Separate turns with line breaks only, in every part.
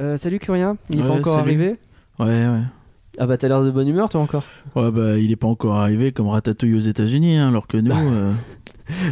Euh, salut Curien, il est pas
Ouais,
encore
salut.
arrivé
Ouais, ouais.
Ah bah t'as l'air de bonne humeur toi encore.
Ouais, bah, il est pas encore arrivé comme Ratatouille aux États-Unis, hein, alors que nous, 6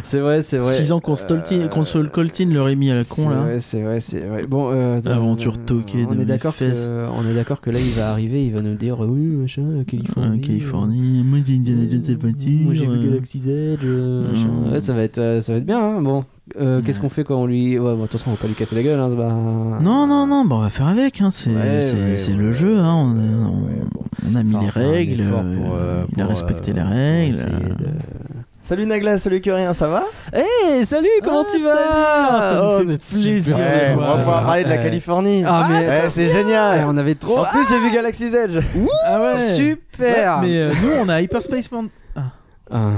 C'est vrai, Bah, c'est vrai.
ans qu'on se toltine-
Euh,
qu'on se le coltine, le Rémi à la con,
c'est
là. Ah,
vrai, c'est vrai, c'est vrai. Bon, euh,
Aventure
euh,
toquée
on
de
est
mes
d'accord
fesses.
que on est d'accord que là il va arriver, il va nous dire oui machin Californie.
Ouais, Californie, moi j'ai Indiana Jones et voiture,
euh, Moi j'ai vu
euh.
Galaxy's Edge. euh, machin.
Mm.
Ouais, ça va être, euh, ça va être bien. hein. Bon, Euh, qu'est-ce
Ouais.
qu'on fait quand on lui, ouais, bon, attention, on va pas lui casser la gueule. Hein, bah...
Non, non, non, bah, on va faire avec, hein, c'est
Ouais,
c'est-
ouais,
c'est
ouais,
le
ouais,
jeu, hein, on, a- on-
ouais, bon.
on a mis
Enfin,
les
on fait un
règles,
effort pour, euh,
euh, il a
pour,
respecté
euh,
les
pour
règles.
essayer
euh.
de-
Salut Nagla, salut Curien, ça va
Hey, salut, comment
Ah,
tu vas
salut, ça me
Oh,
fait
mais plaisir.
Ouais, On va pouvoir parler de la Californie.
Ah, mais-
ouais, c'est
Ouais,
génial
on avait trop.
En plus, j'ai vu Galaxy's Edge.
Ah ouais.
Super.
Mais euh, nous, on a Hyperspace Mountain.
Ah.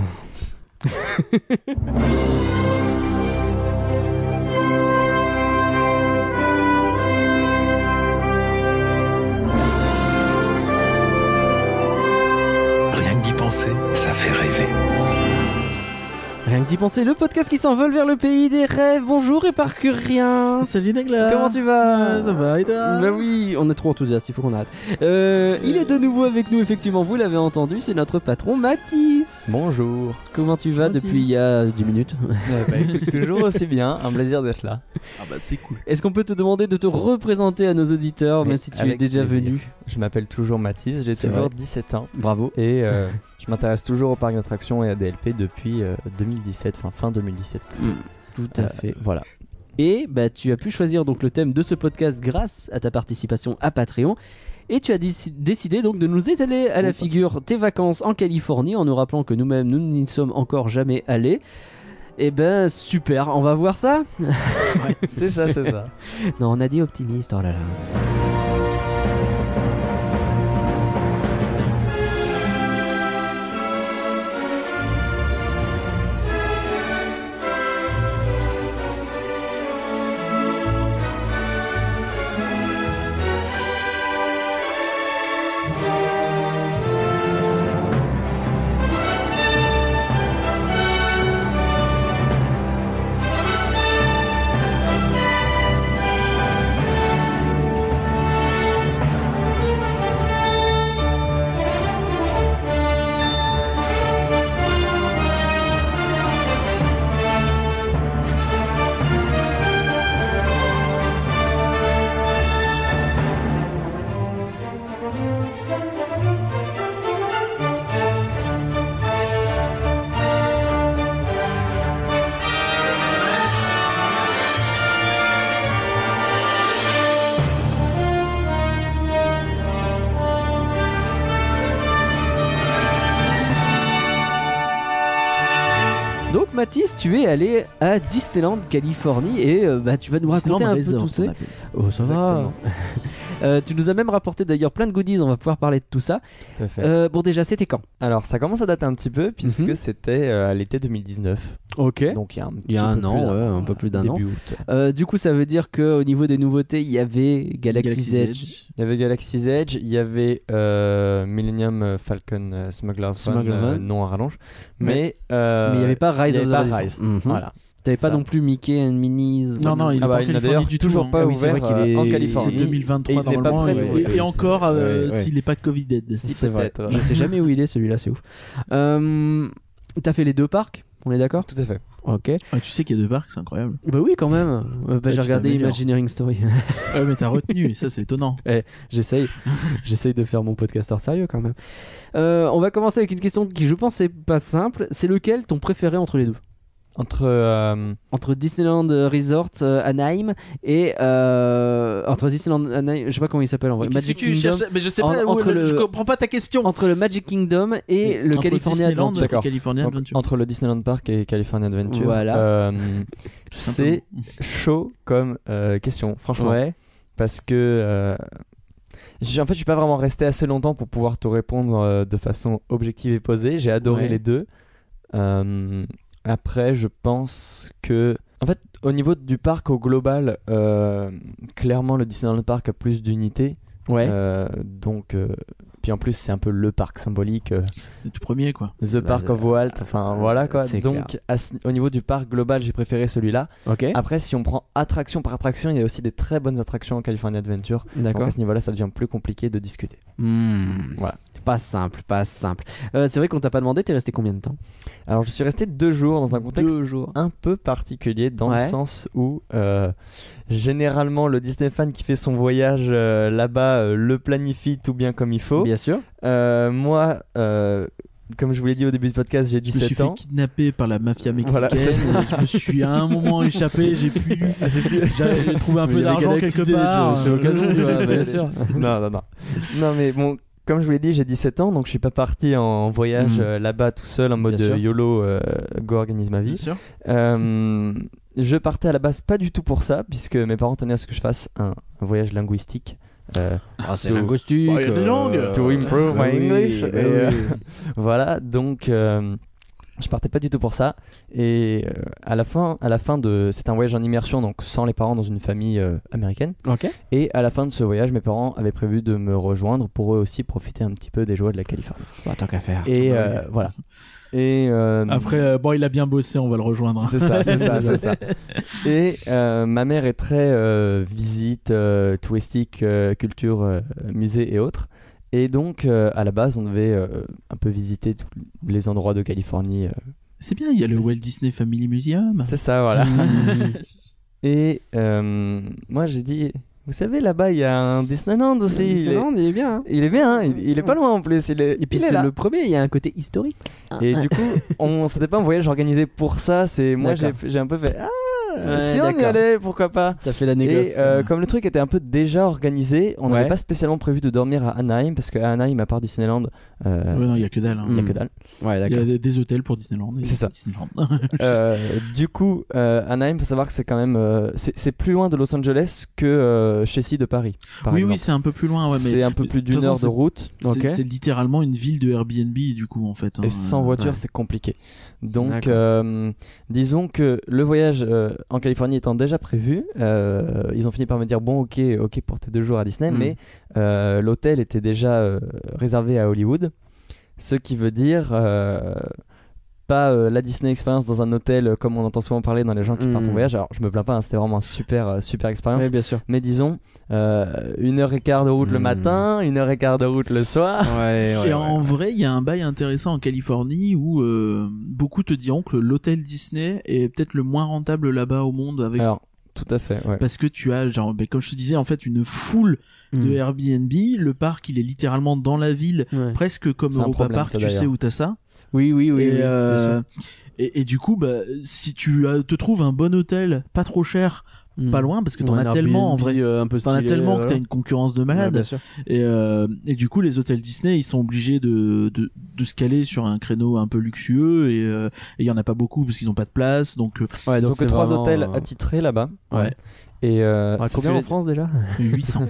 Rien que d'y penser, ça fait rêver.
Rien que d'y penser, le podcast qui s'envole vers le pays des rêves. Bonjour et par que rien.
Salut Nagla
Comment tu vas
Ça va, et toi
Bah oui, on est trop enthousiaste, il faut qu'on arrête. Euh, il est de nouveau avec nous, effectivement, vous l'avez entendu, c'est notre patron Mathis.
Bonjour.
Comment tu vas
Mathis.
depuis il y a 10 minutes
bah, toujours aussi bien, un plaisir d'être là.
Ah bah c'est cool.
Est-ce qu'on peut te demander de te représenter à nos auditeurs,
Mais
même si tu es
avec
déjà
plaisir.
venu
Je m'appelle toujours Mathis, j'ai
C'est
toujours
vrai.
17 ans
Bravo.
et euh, je m'intéresse toujours au parc d'attractions et à DLP depuis euh, 2017, enfin fin 2017.
Tout à
Euh,
fait.
Voilà.
Et bah, tu as pu choisir donc le thème de ce podcast grâce à ta participation à Patreon. Et tu as déci- décidé donc de nous étaler à la figure tes vacances en Californie en nous rappelant que nous-mêmes nous n'y sommes encore jamais allés. Eh ben super, on va voir ça.
c'est ça, c'est ça.
Non, on a dit optimiste, oh là là. Donc Mathis, tu es allé à Disneyland, Californie, et euh, bah, tu vas nous raconter un peu tout ça. Oh ça
Exactement.
va. Euh, tu nous as même rapporté d'ailleurs plein de goodies, on va pouvoir parler de tout ça.
Tout à fait.
Euh, bon déjà, c'était quand
Alors, ça commence à dater un petit peu puisque
Mhm.
c'était euh, à l'été 2019.
Ok.
Donc, il y a un,
Il y a un
petit peu
an,
plus
ouais, un peu
voilà,
plus d'un an.
Début août.
Euh, du coup, ça veut dire que au niveau des nouveautés, il y avait Galaxy's, Edge,
Il y avait Galaxy's Edge, il y avait euh, Millennium Falcon euh, Smuggler's Run,
Smuggler's
euh,
Run.
non à rallonge,
Mais-
mais euh,
mais il n'y avait pas Rise
il y
of the
avait pas
Resistance.
Rise.
Mhm.
Voilà.
T'avais pas
ça.
non plus Mickey and Minnie's.
Non, non, il est
Ah
pas
bah,
en
il n'a
Californie
d'ailleurs
du tout.
toujours
hein.
pas
Ah oui, c'est
ouvert
vrai qu'il
euh,
est-
en
C'est
il-
Californie.
2023
il est pas
normalement.
prêt
Et,
de
et
l'ouvrir.
encore, euh,
Ouais, ouais.
s'il n'est pas Covid-dead.
Si,
C'est vrai.
peut-être.
Je sais jamais où il est celui-là, c'est ouf. Euh, T'as fait les deux parcs on est d'accord
Tout à fait.
Ok.
Ah, tu sais qu'il y a deux parcs, c'est incroyable.
Bah oui, quand même. Euh, bah,
Ouais,
j'ai
tu
regardé
t'améliores.
Imagineering Story.
Ah, mais t'as retenu, et ça c'est étonnant.
J'essaye. J'essaye de faire mon podcasteur sérieux quand même. Euh, on va commencer avec une question qui, je pense, est pas simple. C'est lequel ton préféré entre les deux
Entre euh,
entre Disneyland Resort euh, Anaheim et euh, entre Disneyland Anaheim, je sais pas comment il s'appelle en vrai, Magic Kingdom,
Mais je sais
En-
pas, où
entre
le-
le-
je comprends pas ta question.
entre le Magic Kingdom et le
Entre
California
Disneyland
Adventure.
et
D'accord.
California
donc,
Adventure.
entre le Disneyland Park et California Adventure.
Voilà.
euh, c'est
Simplement.
chaud comme euh, question, franchement.
Ouais.
parce que euh, j'ai- en fait je suis pas vraiment resté assez longtemps pour pouvoir te répondre euh, de façon objective et posée. J'ai adoré
Ouais.
les deux. Euh, après, je pense que en fait au niveau du parc au global, euh, clairement le Disneyland Park a plus d'unité,
Ouais.
Euh, donc euh, puis en plus, c'est un peu le parc symbolique, euh,
Le tout premier, quoi.
The
Bah,
Park
euh,
of Walt, enfin
euh,
voilà quoi.
c'est
Donc, à ce- au niveau du parc global, j'ai préféré celui-là.
Ok,
Après, si on prend attraction par attraction, il y a aussi des très bonnes attractions en California Adventure. Donc,
d'accord.
à ce niveau-là, ça devient plus compliqué de discuter.
Hmm.
Voilà.
Pas simple, pas simple. Euh, c'est vrai qu'on t'a pas demandé, t'es resté combien de temps
Alors, je suis resté deux jours dans un contexte
Deux jours.
un peu particulier dans
Ouais.
le sens où euh, généralement le Disney fan qui fait son voyage euh, là-bas euh, le planifie tout bien comme il faut.
Bien sûr.
Euh, moi, euh, comme je vous l'ai dit au début du podcast, j'ai
Je me suis
17
fait
ans.
kidnapper par la mafia mexicaine.
Voilà, c'est
je me suis à un moment échappé. J'ai pu. J'avais trouvé un
Mais
peu
Ah, il y avait
d'argent
Galaxy
quelque
Z, tu
part.
vois, c'est l'occasion, tu vois,
J'ai-
bien sûr.
non, non, non. Non, mais bon, comme je vous l'ai dit, j'ai 17 ans, donc je suis pas parti en voyage
Mhm.
euh, là-bas tout seul en mode
Bien sûr.
YOLO, euh, go organise ma
Bien
vie.
sûr.
Euh, je partais à la base pas du tout pour ça, puisque mes parents tenaient à ce que je fasse un, un voyage linguistique. Euh,
Ah, c'est
So-
linguistique.
Bah, il y a des
euh,
langues.
To improve
bah
my
oui,
English,
bah
et, euh,
oui.
Voilà, donc euh, je partais pas du tout pour ça. Et euh, à la fin, à la fin de, c'est un voyage en immersion, donc sans les parents dans une famille euh, américaine.
Ok.
Et à la fin de ce voyage, mes parents avaient prévu de me rejoindre pour eux aussi profiter un petit peu des joies de la Californie.
Bah, tant qu'à faire.
Et
ouais.
euh, voilà. Et euh,
Après, euh, bon, il a bien bossé. On va le rejoindre.
c'est ça, c'est ça, c'est ça. Et euh, ma mère est très euh, visite, euh, touristique, euh, culture, euh, musée et autres. Et donc, euh, à la base, on devait euh, un peu visiter tous les endroits de Californie. euh.
Bah
C'est bien. Il y a le Walt Disney Family Museum.
C'est ça, voilà.
Mmh.
Et euh, moi, j'ai dit, vous savez, là-bas, il y a un Disneyland aussi. il, est,
Disneyland, il est bien. hein.
il est bien, hein, il, il est pas loin en plus. Il est,
Et puis
il est
c'est
là.
le premier, il y a un côté historique.
Et du coup, on, c'était pas un voyage organisé pour ça. C'est moi, j'ai,
D'accord.
j'ai un peu fait, ah,
Ouais,
si on y
d'accord.
allait, pourquoi pas.
T'as fait la
Et
négoce.
euh, comme le truc était un peu déjà organisé, on n'avait
Ouais.
pas spécialement prévu de dormir à Anaheim parce qu'à Anaheim, à part Disneyland, euh,
Ouais, non, il y a que dalle. hein.
il y a
Mm.
que dalle.
Ouais,
Il y
d'accord.
a des, des hôtels pour Disneyland. et
C'est ça.
Disneyland.
Euh, du coup, euh, Anaheim, faut savoir que c'est quand même, euh, c'est, c'est plus loin de Los Angeles que euh, Chessy de Paris. Par
oui,
exemple.
oui, c'est un peu plus loin. Ouais, mais
c'est un peu plus
de toute façon,
d'une heure de
c'est-
route.
c'est-
Ok.
C'est littéralement une ville de Airbnb du coup en fait. hein.
Et sans voiture, c'est compliqué. Donc,
D'accord.
euh, disons que le voyage euh, en Californie étant déjà prévu, euh, ils ont fini par me dire bon, ok, ok pour tes deux jours à Disney,
Mm.
mais euh, l'hôtel était déjà euh, réservé à Hollywood, ce qui veut dire euh, pas euh, la Disney expérience dans un hôtel euh, comme on entend souvent parler dans les gens qui
Mm.
partent en voyage. Alors, je me plains pas, hein, c'était vraiment un super, euh, super expérience.
Ouais, bien sûr.
Mais disons, euh, une heure et quart de route le
Mm.
matin, une heure et quart de route le soir.
Ouais,
Et en vrai, il y a un bail intéressant en Californie où euh, beaucoup te diront que l'hôtel Disney est peut-être le moins rentable là-bas au monde avec
Alors, tout à fait, ouais.
parce que tu as genre ben, comme je te disais en fait une foule
Mm.
Hmm.
de Airbnb, le parc il est littéralement dans la ville presque comme
C'est un
Europa
problème,
Park,
ça,
tu sais
d'ailleurs.
où t'as ça.
Oui, oui, oui.
et,
oui, bien
euh,
sûr.
et, et du coup, bah, si tu euh, te trouves un bon hôtel, pas trop cher,
Mm.
Hmm.
pas loin, parce que t'en
Ou un
as tellement en
Airbnb,
vrai.
euh, un peu
T'en as
stylé,
tellement que
voilà.
t'as une concurrence de
Ouais,
malade.
bien sûr.
Et, euh, et du coup, les hôtels Disney, ils sont obligés de, de, de se caler sur un créneau un peu luxueux et euh, et il y en a pas beaucoup parce qu'ils n'ont pas de place. Donc euh,
Ouais,
Ils ont
Ah, donc
que
c'est
trois
vraiment,
hôtels
euh,
attitrés là-bas.
Ouais.
Et euh,
ah,
c'est
combien
ce
en
que-
France déjà
800.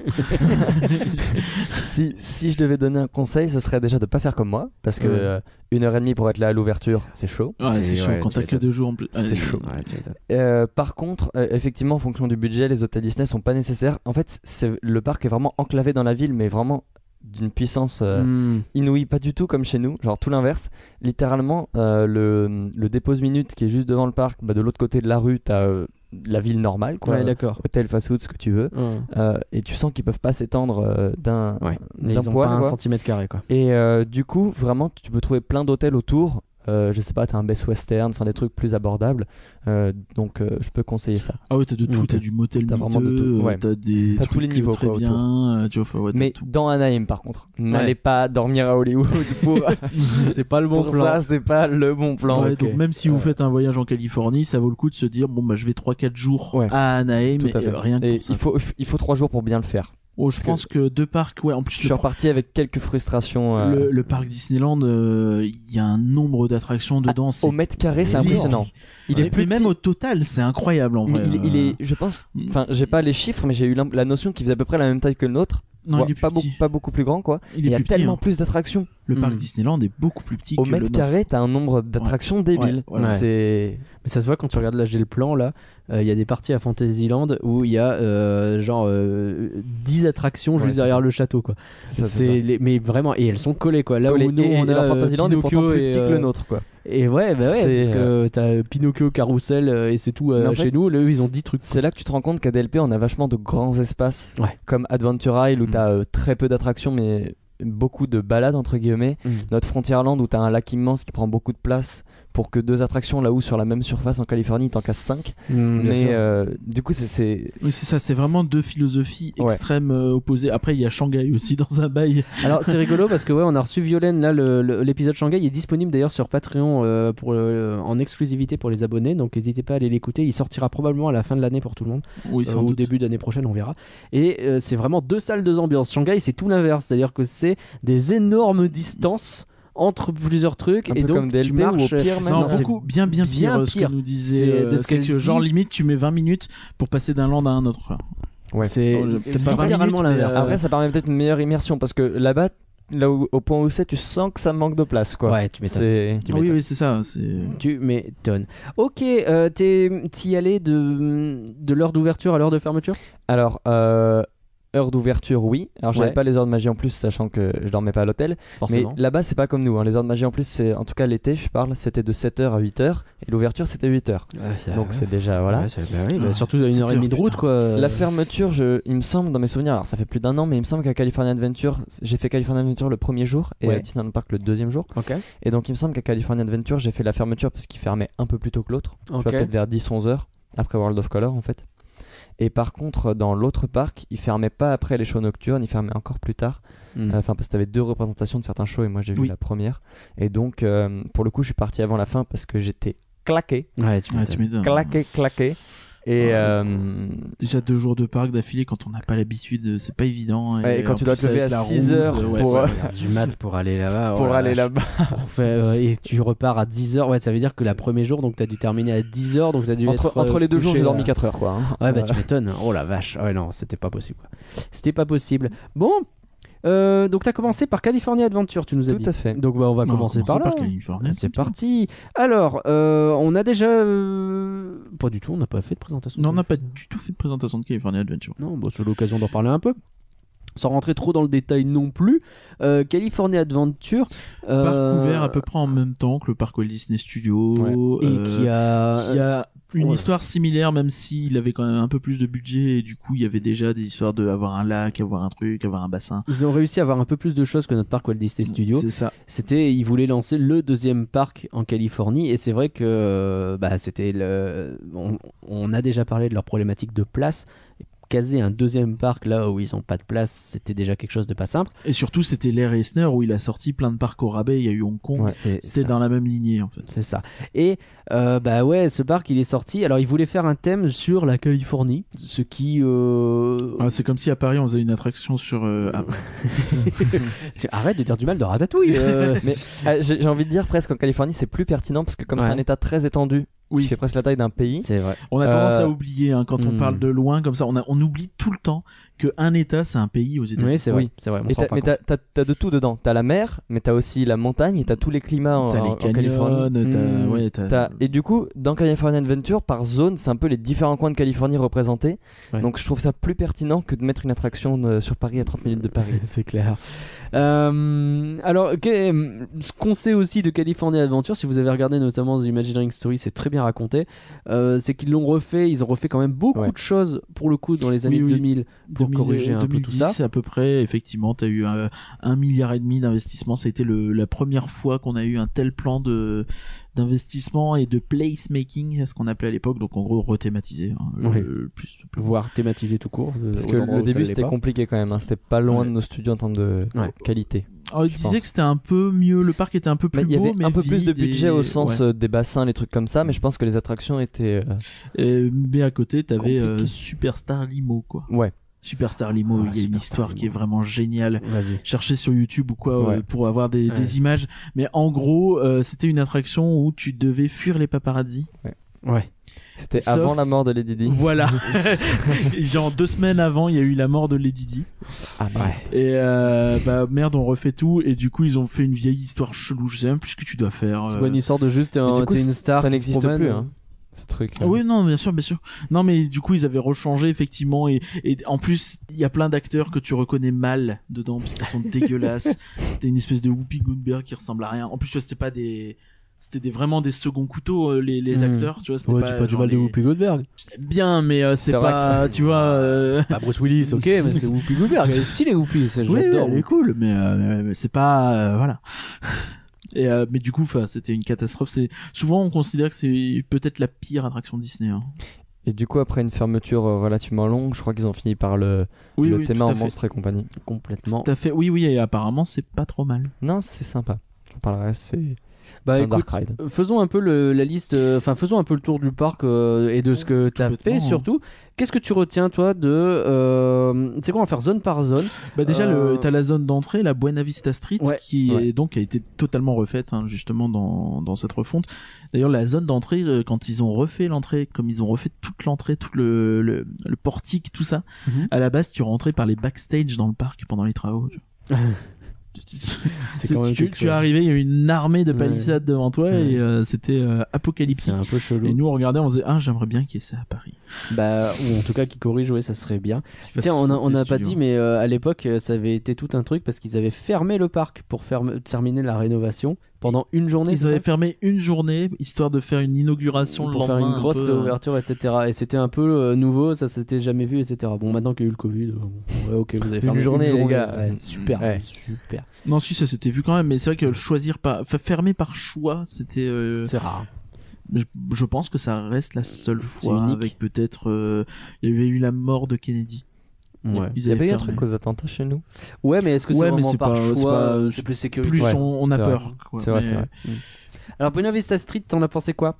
si, si je devais donner un conseil, ce serait déjà de pas faire comme moi, parce que
Ouais.
euh, une heure et demie pour être là à l'ouverture, c'est chaud.
Ouais, c'est
C'est-
chaud
ouais,
quand t'as
c'est-
que deux jours en plus.
c'est
Ouais.
chaud.
Ouais, tu m'étonnes.
Euh, par contre, euh, effectivement, en fonction du budget, les hôtels Disney sont pas nécessaires. En fait, c'est le parc est vraiment enclavé dans la ville, mais vraiment d'une puissance euh,
Mm.
inouïe, pas du tout comme chez nous, genre tout l'inverse. Littéralement, euh, le, le dépose minute qui est juste devant le parc, bah, de l'autre côté de la rue, t'as euh, la ville normale, quoi.
Ouais, d'accord.
hôtel, fast-food, ce que tu veux.
Ouais.
Euh, et tu sens qu'ils peuvent pas s'étendre euh, d'un
Ouais. Mais
d'un
Ils ont
poil,
pas un
quoi.
centimètre carré, quoi.
Et euh, du coup, vraiment, tu peux trouver plein d'hôtels autour. Euh, je sais pas, t'as un Best Western, enfin des trucs plus abordables. Euh, donc euh, je peux conseiller ça.
Ah ouais, t'as de tout.
Ouais,
t'as du motel
t'as vraiment de
miteux,
tout,
euh,
ouais.
t'as des
T'as tous
trucs
les niveaux,
très
quoi, autour.
bien. euh, tu vois, enfin, ouais, t'as
Mais
tout.
dans Anaheim, par contre, n'allez pas dormir à Hollywood pour,
C'est pas le bon
pour
plan.
ça, c'est pas le bon plan.
Ouais,
ok.
Donc même si vous
Ouais.
faites un voyage en Californie, ça vaut le coup de se dire bon bah je vais 3-4 jours
Ouais.
à Anaheim,
Tout à
et,
fait.
euh, rien que
Et
pour ça.
il faut il faut trois jours pour bien le faire.
Oh, je
parce
pense que... deux parcs, ouais. En plus
Je
le
suis reparti avec quelques frustrations. euh,
Le, le parc Disneyland, euh, il y a un nombre d'attractions dedans. c'est
Ah, Au mètre carré, c'est
énorme.
impressionnant. Il
Mais-
est plus
mais
petit.
même au total, c'est incroyable en
Mais
vrai.
il, il est, je pense,
Mm.
enfin, j'ai pas les chiffres, mais j'ai eu l'im- la notion qu'il faisait à peu près la même taille que le nôtre.
non,
Ouais,
il est plus
pas,
petit.
beaucoup, pas beaucoup plus grand, quoi.
Il
Il
est
y a
plus petit,
tellement
hein.
plus d'attractions.
Le parc
Mm.
Disneyland est beaucoup plus petit
Au
que le
mètre
nôtre.
carré, t'as un nombre d'attractions débile.
voilà.
Ouais.
C'est
Mais ça se voit quand tu regardes là, j'ai le plan là. euh, Il y a des parties à Fantasyland où il y a euh, genre euh, 10 attractions
Ouais,
juste
c'est
derrière
ça.
le château quoi.
c'est ça,
C'est
c'est ça.
les- mais vraiment et elles sont collées quoi. Là
Collé-
où nous
et,
on
et
a euh,
leur Fantasyland est pourtant
Pinocchio
plus
et,
petit que
euh,
le nôtre, quoi.
Et ouais, bah ouais,
C'est, euh,
parce que t'as Pinocchio, Carousel euh, et c'est tout euh,
Mais en
chez
fait,
nous. Là, eux, ils ont 10 trucs.
C'est là que tu te rends compte qu'à DLP, on a vachement de grands espaces,
Ouais.
comme Adventure Isle, où
Mm.
t'as euh, très peu d'attractions, mais beaucoup de balades, entre guillemets.
Mm.
Notre Frontierland, où t'as un lac immense qui prend beaucoup de place pour que deux attractions, là où sur la même surface en Californie, t'en casses cinq.
Hmm, Mm,
mais euh, du coup, c'est- c'est.
Oui, c'est ça, c'est vraiment deux philosophies
Ouais.
extrêmes euh, opposées. Après, il y a Shanghai aussi dans un bail.
Alors c'est rigolo parce que ouais, on a reçu Violaine là, le- le- l'épisode Shanghai il est disponible d'ailleurs sur Patreon euh, pour euh, en exclusivité pour les abonnés, donc n'hésitez pas à aller l'écouter. Il sortira probablement à la fin de l'année pour tout le monde,
Oui,
euh,
sans
ou
doute.
début d'année prochaine, on verra. Et euh, c'est vraiment deux salles, deux ambiances. Shanghai c'est tout l'inverse, c'est-à-dire que c'est des énormes distances entre plusieurs trucs
Un
et
peu
donc
comme DLP
tu
ou au
marches.
pire même.
Non,
Non, c'est
beaucoup, bien, bien pire,
bien
euh, ce
pire.
que nous disait.
C'est
euh,
de ce
c'est
qu'elle
que, genre,
dit.
limite, tu mets 20 minutes pour passer d'un land à un autre. quoi.
Ouais.
C'est
Oh, peut-être pas 20
littéralement
minutes, mais,
l'inverse.
euh,
Après, ça permet peut-être une meilleure immersion parce que là-bas, là où, au point où c'est, tu sens que ça manque de place, quoi.
Ouais, tu m'étonnes.
c'est.
Tu
oui,
m'étonnes.
oui, c'est ça. c'est-
Tu m'étonnes. Ok, euh, t'es- t'y allais de, de l'heure d'ouverture à l'heure de fermeture
Alors, euh, heure d'ouverture, oui. Alors, j'avais
Ouais.
pas les heures de magie en plus, sachant que je dormais pas à l'hôtel. Mais
Forcément.
là-bas, c'est pas comme nous. hein. Les heures de magie en plus, c'est en tout cas l'été, je parle, c'était de 7h à 8h et l'ouverture, c'était 8h.
Ouais, ça-
Donc, c'est déjà, voilà.
Ouais, euh, c'est- bah oui, bah
Ah,
surtout à une
sept
heure et demie de
heures,
route,
putain.
quoi.
La fermeture, je, il me semble, dans mes souvenirs, alors ça fait plus d'un an, mais il me semble qu'à California Adventure, j'ai fait California Adventure le premier jour et
Ouais.
à Disneyland Park le deuxième jour.
Ok.
Et donc, il me semble qu'à California Adventure, j'ai fait la fermeture parce qu'il fermait un peu plus tôt que l'autre. Tu vois,
Ok.
peut-être vers 10-11 heures, après World of Color en fait. Et par contre, dans l'autre parc, il fermait pas après les shows nocturnes, il fermait encore plus tard.
Mm.
Euh, Enfin, parce que t'avais deux représentations de certains shows et moi j'ai vu
Oui.
la première. Et donc, euh, pour le coup, je suis parti avant la fin parce que j'étais claqué,
Ouais, tu
Ah,
Ouais,
m'étonnes.
tu m'étonnes.
claqué, claqué. Et,
Ouais.
euh,
Déjà deux jours de parc d'affilée quand on n'a pas l'habitude, euh, c'est pas évident.
Ouais, et quand
en
tu dois
plus,
te lever
avec
à
la
6
route,
heures
euh, ouais,
pour,
ouais,
euh,
ouais.
Du mat pour aller là-bas. oh
pour
la
aller
vache.
là-bas.
On fait, euh, et tu repars à 10h. Ouais, ça veut dire que la premier jour, donc t'as dù terminer à 10h. Donc t'as dû.
Entre,
être, euh,
entre les deux jours,
couché,
j'ai dormi
euh,
4 heures quoi. hein.
Ouais, bah
Euh,
tu m'étonnes. Oh la vache. Ouais, non, c'était pas possible, quoi. C'était pas possible. Bon. euh, donc t'as commencé par California Adventure, tu nous as
Tout
dit.
à fait.
Donc bah, on va
Non,
commencer par là.
Californie.
C'est parti. Alors, euh, on a déjà. euh, Pas du tout, on n'a pas fait de présentation.
Non, on n'a pas du tout fait de présentation de California Adventure.
Non, bon, c'est l'occasion d'en parler un peu. Sans rentrer trop dans le détail non plus. Euh, California Adventure. euh,
Parc ouvert à peu près en même temps que le parc Walt Disney Studio.
Et
euh,
qui a.
qui a une
Ouais.
histoire similaire, même s'il avait quand même un peu plus de budget, et du coup, il y avait déjà des histoires de avoir un lac, avoir un truc, avoir un bassin.
Ils ont réussi à avoir un peu plus de choses que notre parc Walt Disney Studio.
C'est ça.
C'était, ils voulaient lancer le deuxième parc en Californie et c'est vrai que euh, bah, c'était le, on, on a déjà parlé de leur problématique de place. Caser un deuxième parc là où ils n'ont pas de place, c'était déjà quelque chose de pas simple.
Et surtout, c'était l'ère Eisner où il a sorti plein de parcs au rabais. Il y a eu Hong Kong.
Ouais.
C'est-
C'était
ça-
dans la même lignée, en fait.
C'est ça. Et euh, bah ouais, ce parc il est sorti. Alors il voulait faire un thème sur la Californie, ce qui. euh,
Ah, c'est comme si à Paris on faisait une attraction sur. euh, ah,
Tu- Arrête de dire du mal de Ratatouille. euh.
Mais euh, j'ai j'ai envie de dire presque en Californie, c'est plus pertinent parce que comme
Ouais.
c'est un état très étendu, qui
oui,
fait presque la taille d'un pays,
C'est vrai.
on a tendance
Euh,
à oublier hein, quand on
hmm.
parle de loin comme ça. On, a- on oublie tout le temps que un État c'est un pays aux États-Unis.
Oui, c'est vrai.
Oui.
C'est vrai. on
Et
s'en rend
t'as-
pas
mais
compte.
t'as t'as- t'as de tout dedans. T'as la mer, mais t'as aussi la montagne, et t'as tous les climats en,
T'as
en-
les
en Californie.
canyons, t'as
Hmm.
ouais, t'as-
T'as- Et du coup, dans California Adventure, par zone, c'est un peu les différents coins de Californie représentés.
Ouais.
Donc je trouve ça plus pertinent que de mettre une attraction de- sur Paris à 30 minutes de Paris.
C'est clair. Euh, alors, ok, euh, ce qu'on sait aussi de California Adventure, si vous avez regardé notamment The Imagineering Story, c'est très bien raconté. euh, c'est qu'ils l'ont refait, ils ont refait quand même beaucoup
Ouais.
de choses pour le coup dans les années
Oui, oui.
2000. pour corriger un peu tout
2010,
ça.
à peu près, effectivement, t'as eu un, un milliard et demi d'investissement. Ça a été le, la première fois qu'on a eu un tel plan de d'investissement et de placemaking, ce qu'on appelait à l'époque. Donc en gros, rethématisé. hein, le-
Oui.
le plus, le plus-
voire thématisé tout court. euh,
Parce
aux
que
endroits où ça
le début
l'est
c'était
pas.
compliqué quand même, hein. c'était pas loin
Ouais.
de nos studios en termes de
Ouais.
qualité.
Alors, il
Je
disait
pense.
Ah, que c'était un peu mieux. Le parc était un peu
Mais
plus
Il y
beau,
avait
mais
un peu plus de
vide et-
budget au sens
ouais.
euh, des bassins, les trucs comme ça, mais je pense que les attractions étaient. euh,
Euh, mais à côté, t'avais euh,
compliqué.
Superstar Limo, quoi.
Ouais.
Superstar Limo,
Ah,
il y a une
Superstar
histoire
Limo.
qui est vraiment géniale.
Vas-y.
chercher sur YouTube ou quoi
Ouais.
euh, pour avoir des,
Ouais.
des images. Mais en gros, euh, c'était une attraction où tu devais fuir les paparazzis.
Ouais.
C'était
Sauf-
avant la mort de Lady Di.
Voilà. Genre deux semaines avant, il y a eu la mort de Lady Di.
Ah ouais.
Et euh, bah merde, on refait tout. Et du coup, ils ont fait une vieille histoire chelou. Je sais même plus ce que tu dois faire.
C'est
euh.
quoi une histoire de juste t'es
Mais
un-
du coup,
t'es une star
ça
qui se
n'existe
promène, euh.
plus, hein. Ce truc.
Ah Oui, non, bien sûr, bien sûr. Non, mais du coup, ils avaient rechangé, effectivement. Et, et en plus, il y a plein d'acteurs que tu reconnais mal dedans, parce qu'ils sont dégueulasses. T'as une espèce de Whoopi Goldberg qui ressemble à rien. En plus, tu vois, c'était pas des... C'était des, vraiment des seconds couteaux, euh, les, les
Mhm.
acteurs, tu vois. C'était
Ouais,
pas,
tu pas du
genre
mal de
les-
Whoopi Goldberg.
Bien, mais euh, c'est
C'est vrai
pas... Tu vois... euh,
Pas Bruce Willis, ok, mais c'est Whoopi Goldberg. Elle est stylée, Whoopi. c'est-
Oui, oui,
J'adore.
elle est cool, mais, euh, mais- mais c'est pas euh, voilà. Et euh, mais du coup, 'fin, c'était une catastrophe. C'est souvent on considère que c'est peut-être la pire attraction Disney. hein.
Et du coup, après une fermeture euh, relativement longue, je crois qu'ils ont fini par le,
Oui,
le
oui,
thème
tout à
en
fait.
monstre et compagnie.
Complètement.
Tout à fait. Oui, oui. Et apparemment, c'est pas trop mal.
Non, c'est sympa. J'en parlerai, c'est
Bah
c'est un
écoute,
Dark Ride.
faisons un peu le, la liste, euh, enfin faisons un peu le tour du parc euh, et de ce que tu as
complètement,
fait
hein.
surtout. Qu'est-ce que tu retiens toi de... Euh, c'est quoi, on va faire zone par zone.
Bah déjà,
Euh,
le- t'as la zone d'entrée, la Buena Vista Street,
Ouais.
qui
Ouais.
est donc a été totalement refaite hein, justement dans, dans cette refonte. D'ailleurs, la zone d'entrée, euh, quand ils ont refait l'entrée, comme ils ont refait toute l'entrée, tout le, le, le portique, tout ça,
Mhm.
à la base, tu rentrais par les backstage dans le parc pendant les travaux. tu vois.
C'est
C'est-
quand même
tu,
quelque
tu
chose.
arrivais, il y avait une armée de
Ouais.
palissades devant toi
Ouais.
et euh, c'était euh,
C'est
apocalyptique.
un peu
Et
chelou.
nous on regardait, on faisait ah j'aimerais bien qu'il y ait ça à Paris.
Bah, ou en tout cas qui corrige, ouais, ça serait bien.
Qu'il
Tiens,
fasse
on a, on
des
a pas
studios.
dit, mais euh, à l'époque, euh, ça avait été tout un truc parce qu'ils avaient fermé le parc pour ferme- terminer la rénovation pendant une journée.
Ils
c'est
avaient
ça
fermé une journée histoire de faire une inauguration le
pour faire une
lendemain, un
grosse
peu, euh,
réouverture, etc. Et c'était un peu euh, nouveau, ça s'était jamais vu, etc. Bon, maintenant qu'il y a eu le Covid, euh, bon, ouais, ok, vous avez fermé
journée, les gars.
Ouais, super,
Ouais.
super.
euh, Non, si, ça s'était vu quand même, mais c'est vrai que le choisir pas, enfin, fermer par choix, c'était, euh,
C'est rare.
je, je pense que ça reste la seule fois
unique.
avec peut-être, euh, il y avait eu la mort de Kennedy.
Ouais.
Ils
Il y
avaient
avait eu un
fermé.
truc aux attentats chez nous.
Ouais, mais est-ce que
Ouais,
c'est
mais
vraiment
c'est
par
pas- c'est
choix
pas-
euh,
c'est
C'est plus sécuritaire.
Plus
Ouais,
on, on a
c'est vrai.
peur, quoi.
C'est vrai,
mais,
c'est vrai.
Alors, Buena Vista Street, t'en as pensé quoi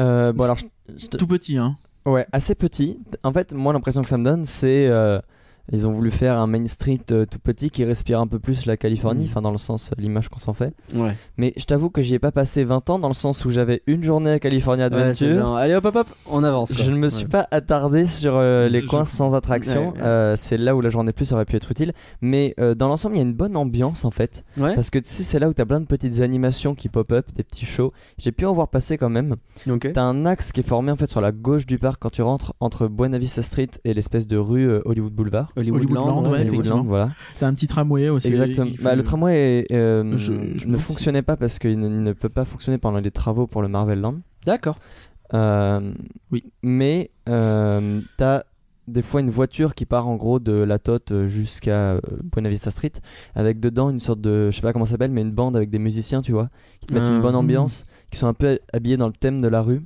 Euh, bon, alors, je- je te-
euh, Tout petit, hein.
Ouais, assez petit. En fait, moi, l'impression que ça me donne, c'est. euh, ils ont voulu faire un Main Street euh, tout petit qui respire un peu plus la Californie,
Mm.
enfin, dans le sens, euh, l'image qu'on s'en fait.
Ouais,
Mais je t'avoue que j'y ai pas passé 20 ans, dans le sens où j'avais une journée à California
c'est
Adventure.
genre, Allez, hop, hop, hop, on avance. quoi.
je ne me suis pas attardé sur euh, les
Je-
coins sans attraction.
Ouais, ouais.
Euh, c'est là où la journée plus aurait pu être utile. Mais euh, dans l'ensemble, il y a une bonne ambiance en fait.
Ouais.
Parce que tu sais, c'est là où t'as plein de petites animations qui pop-up, des petits shows. J'ai pu en voir passer quand même.
Ok.
T'as un axe qui est formé en fait sur la gauche du parc quand tu rentres entre Buena Vista Street et l'espèce de rue euh, Hollywood Boulevard.
Hollywoodland,
Hollywoodland, ouais,
Hollywood-
Hollywoodland,
Ah, effectivement.
voilà.
C'est un petit tramway aussi.
Exactement.
Il faut-
Bah, le tramway est, euh,
Je- je
ne
pense.
fonctionnait pas parce qu'il ne, il ne peut pas fonctionner pendant les travaux pour le Marvel Land.
D'accord.
Euh,
Oui.
Mais euh, t'as des fois une voiture qui part en gros de la Tote euh, jusqu'à euh, Buena Vista Street avec dedans une sorte de je sais pas comment ça s'appelle mais une bande avec des musiciens tu vois qui te mettent
Ah,
une bonne
hmm.
ambiance qui sont un peu habillés dans le thème de la rue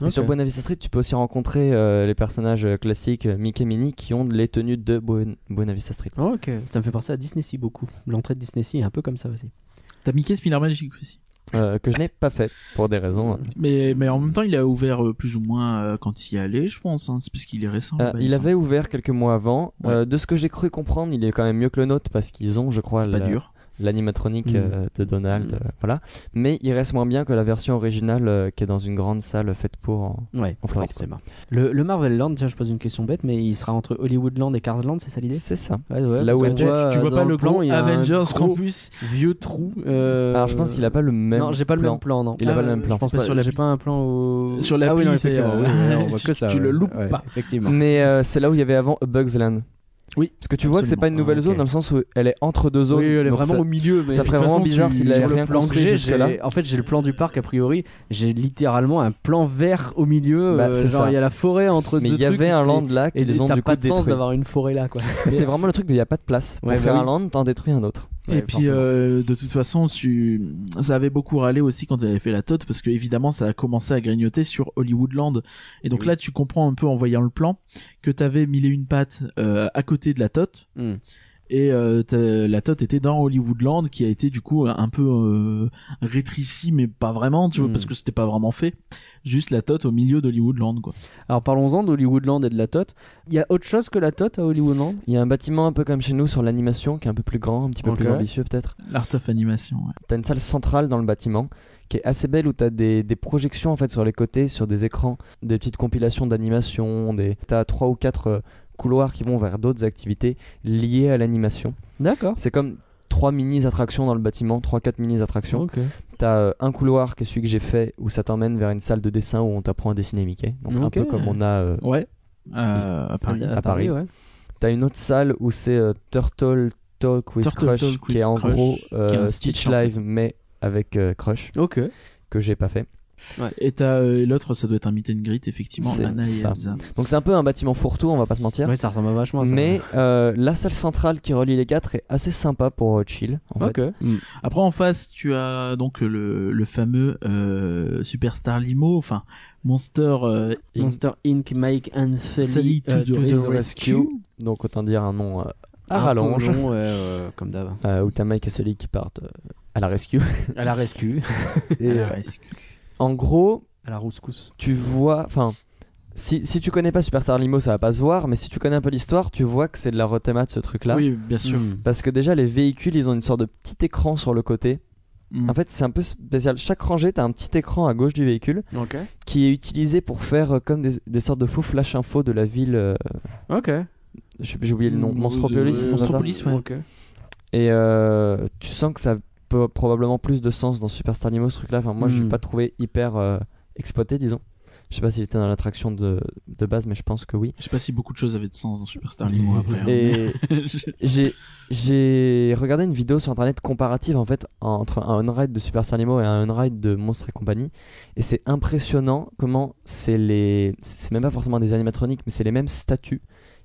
et
Ok.
sur Buena Vista Street tu peux aussi rencontrer euh, les personnages euh, classiques euh, Mickey Minnie qui ont les tenues de Buen- Buena Vista Street
Oh, ok, ça me fait penser à Disney Sea beaucoup. L'entrée de Disney Sea est un peu comme ça aussi.
T'as Mickey Spinner Magic aussi.
euh, que je n'ai pas fait pour des raisons euh,
Mais, mais en même temps, il a ouvert euh, plus ou moins euh, quand il y allait, je pense, hein. C'est parce qu'il est récent.
Euh,
là-bas,
il
semble.
avait ouvert quelques mois avant.
Ouais.
Euh, de ce que j'ai cru comprendre, il est quand même mieux que le nôtre parce qu'ils ont, je crois,
C'est pas
la-
dur.
l'animatronique
Mm.
euh, de Donald.
Mm.
euh, voilà. Mais il reste moins bien que la version originale euh, qui est dans une grande salle faite pour. en-
Ouais,
En Floride,
forcément. Le, le Marvel Land, tiens, je pose une question bête, mais il sera entre Hollywood Land et Cars Land, c'est ça l'idée
C'est ça.
Ouais, ouais,
Là
parce
où
qu'on euh,
elle-
Tu, tu vois
dans
pas le plan
il y a un
Avengers
gros
Campus
vieux trou. euh,
Alors je pense qu'il a pas le même.
Non, j'ai pas le
plan.
même plan, non.
Il a
Ah,
pas le même plan.
Je pense
Pas
pas,
sur la
j'ai
pi-
pas un plan au...
Sur la
ah, oui, non,
pli, c'est,
effectivement,
euh,
oui, oui, on voit
tu-
que ça.
tu le
ouais.
loupes
Ouais,
pas.
Effectivement.
Mais euh, c'est là où il y avait avant A Bugs Land.
Oui,
Parce que tu vois que c'est pas une
absolument.
nouvelle
Ah,
zone
ok.
dans le sens où elle est entre deux zones.
Oui, elle est
donc
vraiment
ça-
au milieu, mais
ça
de
ferait
toute
vraiment
façon,
bizarre
tu-
s'il
sur
avait
le
rien
plan que
construit
j'ai,
jusque-là.
j'ai- en fait, j'ai le plan du parc a priori. J'ai littéralement un plan vert au milieu.
Bah,
euh,
c'est
genre
ça.
il y a la forêt entre
Mais
deux
il y
trucs,
avait un
c'est-
land là
Et
qu'ils ont
t'as
du coup
pas de sens
détruit.
d'avoir une forêt là, quoi.
Et C'est vraiment le truc de il n'y a pas de place. Pour
Ouais, bah
faire un
oui.
land, t'en détruis un autre.
Et puis, euh, de toute façon, tu... ça avait beaucoup râlé aussi quand il avait fait la tote, parce que évidemment, ça a commencé à grignoter sur Hollywoodland. Et donc
Oui.
là, tu
Hmm.
comprends un peu en voyant le plan que t'avais mille et une pattes euh, à côté de la tote. Et euh, t'as- la Tote était dans Hollywoodland, qui a été du coup un peu euh, rétréci, mais pas vraiment, tu vois,
Hmm.
Mm.
parce que c'était pas vraiment fait. Juste la Tote au milieu d'Hollywoodland, quoi.
Alors parlons-en d'Hollywoodland et de la Tote. Il y a autre chose que la Tote à Hollywoodland
Il y a un bâtiment un peu comme chez nous sur l'animation qui est un peu plus grand, un petit peu plus
Ok.
ambitieux peut-être.
L'art of animation, ouais.
T'as une salle centrale dans le bâtiment qui est assez belle où t'as des, des projections en fait sur les côtés, sur des écrans, des petites compilations d'animation, des... t'as trois ou quatre euh, couloirs qui vont vers d'autres activités liées à l'animation.
D'accord.
C'est comme trois mini attractions dans le bâtiment, trois quatre mini attractions.
Ok.
T'as euh, un couloir qui est celui que j'ai fait où ça t'emmène vers une salle de dessin où on t'apprend à dessiner Mickey, donc un
Ok.
peu comme on a euh,
Ouais. Euh, à Paris.
À,
À Paris.
Paris, ouais.
T'as une autre salle où c'est euh, Turtle Talk with
Turtle
Crush,
Talk with
qui est en
Crush,
gros
qui est
euh,
un
Stitch,
Stitch, en fait.
Live, mais avec euh, Crush,
Ok.
que j'ai pas fait.
Et t'as euh, et l'autre, ça doit être un meet and greet, effectivement,
C'est
Anna et
ça.
Elsa.
Donc c'est un peu un bâtiment fourre-tout, on va pas se mentir.
Oui, ça ressemble à vachement à ça.
mais euh, la salle centrale qui relie les quatre est assez sympa pour euh, chill. En fait.
Ok. Mm.
Après, en face, tu as donc le, le fameux euh, Superstar Limo, enfin, Monster euh,
In-
Monster Inc. Mike and Sally
Sally
euh,
to the
to the
Rescue.
uh, Rescue, donc autant dire un nom euh, à
Un peu
rallonge,
long, ouais, ouais, comme d'hab.
euh, où t'as Mike et Sully qui partent euh, à la rescue.
À la rescue.
Et,
à la
euh,
rescue.
en gros,
À la rouscousse.
tu vois, enfin, si, si tu connais pas Superstar Limo, ça va pas se voir, mais si tu connais un peu l'histoire, tu vois que c'est de la rethémate ce truc-là.
Oui, bien sûr.
Mm.
Parce que déjà, les véhicules, ils ont une sorte de petit écran sur le côté.
Mm.
En fait, c'est un peu spécial. Chaque rangée, t'as un petit écran à gauche du véhicule
Ok.
qui est utilisé pour faire euh, comme des, des sortes de faux flash info de la ville. euh,
Ok.
je- J'ai oublié le nom.
Mm,
Monstropolis.
de-
c'est ça
Monstropolis, ouais.
Ok.
Et euh, tu sens que ça peut probablement plus de sens dans Superstar Limo, ce truc-là. Enfin, moi, je l'ai
Mm.
pas trouvé hyper euh, exploité, disons. Je sais pas s'il était dans l'attraction de, de base, mais je pense que oui.
Je sais pas si beaucoup de choses avaient de sens dans Superstar Limo après.
Ah
hein,
Et
mais- je-
J'ai j'ai regardé une vidéo sur internet comparative en fait entre un on-ride de Super Limo et un on-ride de Monstres et compagnie et c'est impressionnant comment c'est les c'est même pas forcément des animatroniques mais c'est les mêmes statues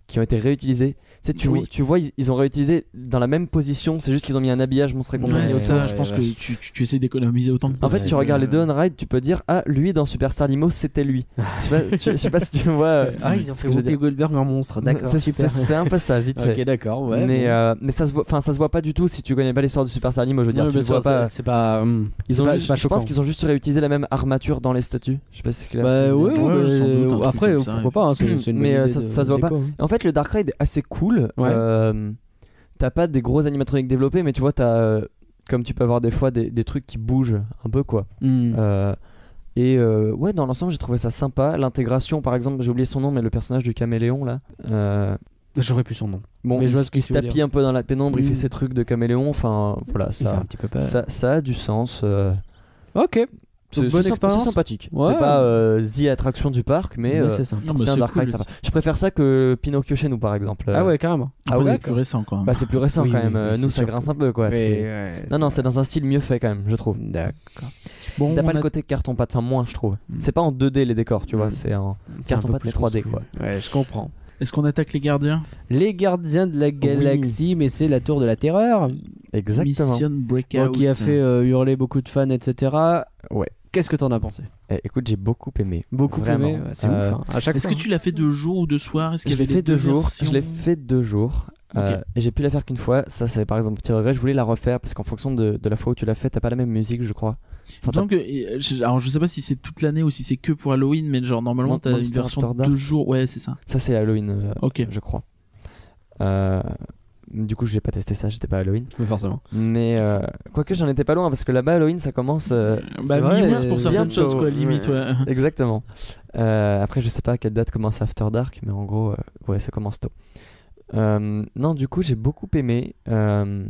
qui ont été réutilisées tu sais, tu,
Oui.
vois- tu vois ils, ils ont réutilisé dans la même position c'est juste qu'ils ont mis un habillage Monstres et
Ouais,
compagnie
Ouais, c'est
autour.
ça,
ouais,
je pense
ouais.
que tu, tu, tu essaies d'économiser autant que
en
possible.
fait tu regardes les deux on-ride tu peux dire ah lui dans Super Limo c'était lui je sais pas, tu- je sais pas si tu vois euh,
Ah, ils ont fait
ce que je veux
Whoopi
dire.
Goldberg en monstre. D'accord.
c'est
Super.
c'est- c'est un peu ça vite fait.
Ok, d'accord. Ouais.
mais,
bon.
euh, mais ça se voit, enfin ça se voit pas du tout si tu connais pas l'histoire de Super Limo je veux dire,
Ouais,
tu
bien
le vois
sûr,
pas.
c'est- C'est pas. hum,
Ils
c'est
ont
pas-
juste-
c'est pas
je pense
choquant.
qu'ils ont juste réutilisé la même armature dans les statues. Je sais pas si c'est clair.
Bah
ce que je veux
ouais,
dire.
Ouais,
bah,
sans doute, un truc
après
comme ça,
pourquoi pas, hein, c'est c'est une bonne
Mais, euh,
idée
ça-
de-
ça se voit
déco,
pas.
hein.
En fait, le Dark Ride est assez cool.
Ouais.
Euh, t'as pas des gros animatroniques développés, mais tu vois, t'as euh, comme tu peux avoir des fois des, des trucs qui bougent un peu quoi.
Hmm.
Euh, et euh, ouais, dans l'ensemble, j'ai trouvé ça sympa. L'intégration, par exemple, j'ai oublié son nom, mais le personnage du caméléon là. euh,
J'aurais pu son nom.
bon,
Mais je
il,
vois
s-
ce que
il se
tu veux dire.
tapit un peu dans la pénombre, il
Mm.
fait ses trucs de caméléon. Enfin, voilà,
Il fait
ça,
un petit peu peur.
ça, ça a du sens. euh,
Ok,
C'est
Donc, bonne
c'est symp-
expérience.
c'est sympathique.
Ouais.
C'est pas euh, the attraction du parc, mais,
mais
euh,
c'est ça.
Non, mais
c'est un
c'est
dark
cool,
ride sympa. Je préfère ça que Pinocchio chez nous, par exemple.
Ah ouais, carrément.
Ah
Après,
ouais,
c'est plus récent quand même.
Bah, c'est plus récent
Oui,
quand
oui,
même.
oui,
Euh, nous,
c'est
ça
sûr.
grince un peu, quoi.
Mais,
C'est-
ouais,
Non, non, c'est dans un style mieux fait quand même, je trouve.
D'accord.
bon,
T'as
on
pas le
a-
côté carton pâte, enfin moins, je trouve.
Mm.
C'est pas en 2D les décors, tu
Mm.
vois. C'est en
C'est un peu
carton pâte
plus
mais 3D,
construit.
quoi.
Ouais, je comprends.
Est-ce qu'on attaque les gardiens
Les gardiens de la galaxie, mais c'est la tour de la terreur
Exactement.
Mission Breakout.
donc, qui a fait euh, hurler beaucoup de fans, etc.
Ouais.
Qu'est-ce que t'en as pensé
Eh, écoute, j'ai beaucoup aimé.
Beaucoup
Vraiment.
aimé, ouais, c'est
Euh,
ouf. hein. À chaque
Est-ce
fois.
que tu l'as fait deux jours ou deux soirs Est-ce qu'il y
Je l'ai
avait
fait
les
deux jours.
versions
Je l'ai fait deux jours. Euh, et j'ai pu la faire qu'une fois. Ça, c'est par exemple un petit regret. Je voulais la refaire parce qu'en fonction de, de la fois où tu l'as fait, t'as pas la même musique, je crois. Enfin,
Il me semble que, et, euh, je- alors je sais pas si c'est toute l'année ou si c'est que pour Halloween, mais genre normalement
Mon-
t'as une
Monster
version
After Dark.
deux jours. Ouais, c'est ça.
Ça, c'est Halloween, euh,
Ok.
je crois. Euh, du coup, j'ai pas testé ça, j'étais pas à Halloween.
Mais forcément.
Mais euh, quoique, j'en étais pas loin parce que là-bas, Halloween, ça commence. euh,
c'est
Bah
vrai,
mi-mars
euh,
pour certaines
bientôt.
choses quoi, limite.
Ouais.
Ouais.
exactement. Euh, après, je sais pas à quelle date commence After Dark, mais en gros, euh, ouais, ça commence tôt. Euh, non, du coup, j'ai beaucoup aimé. Euh,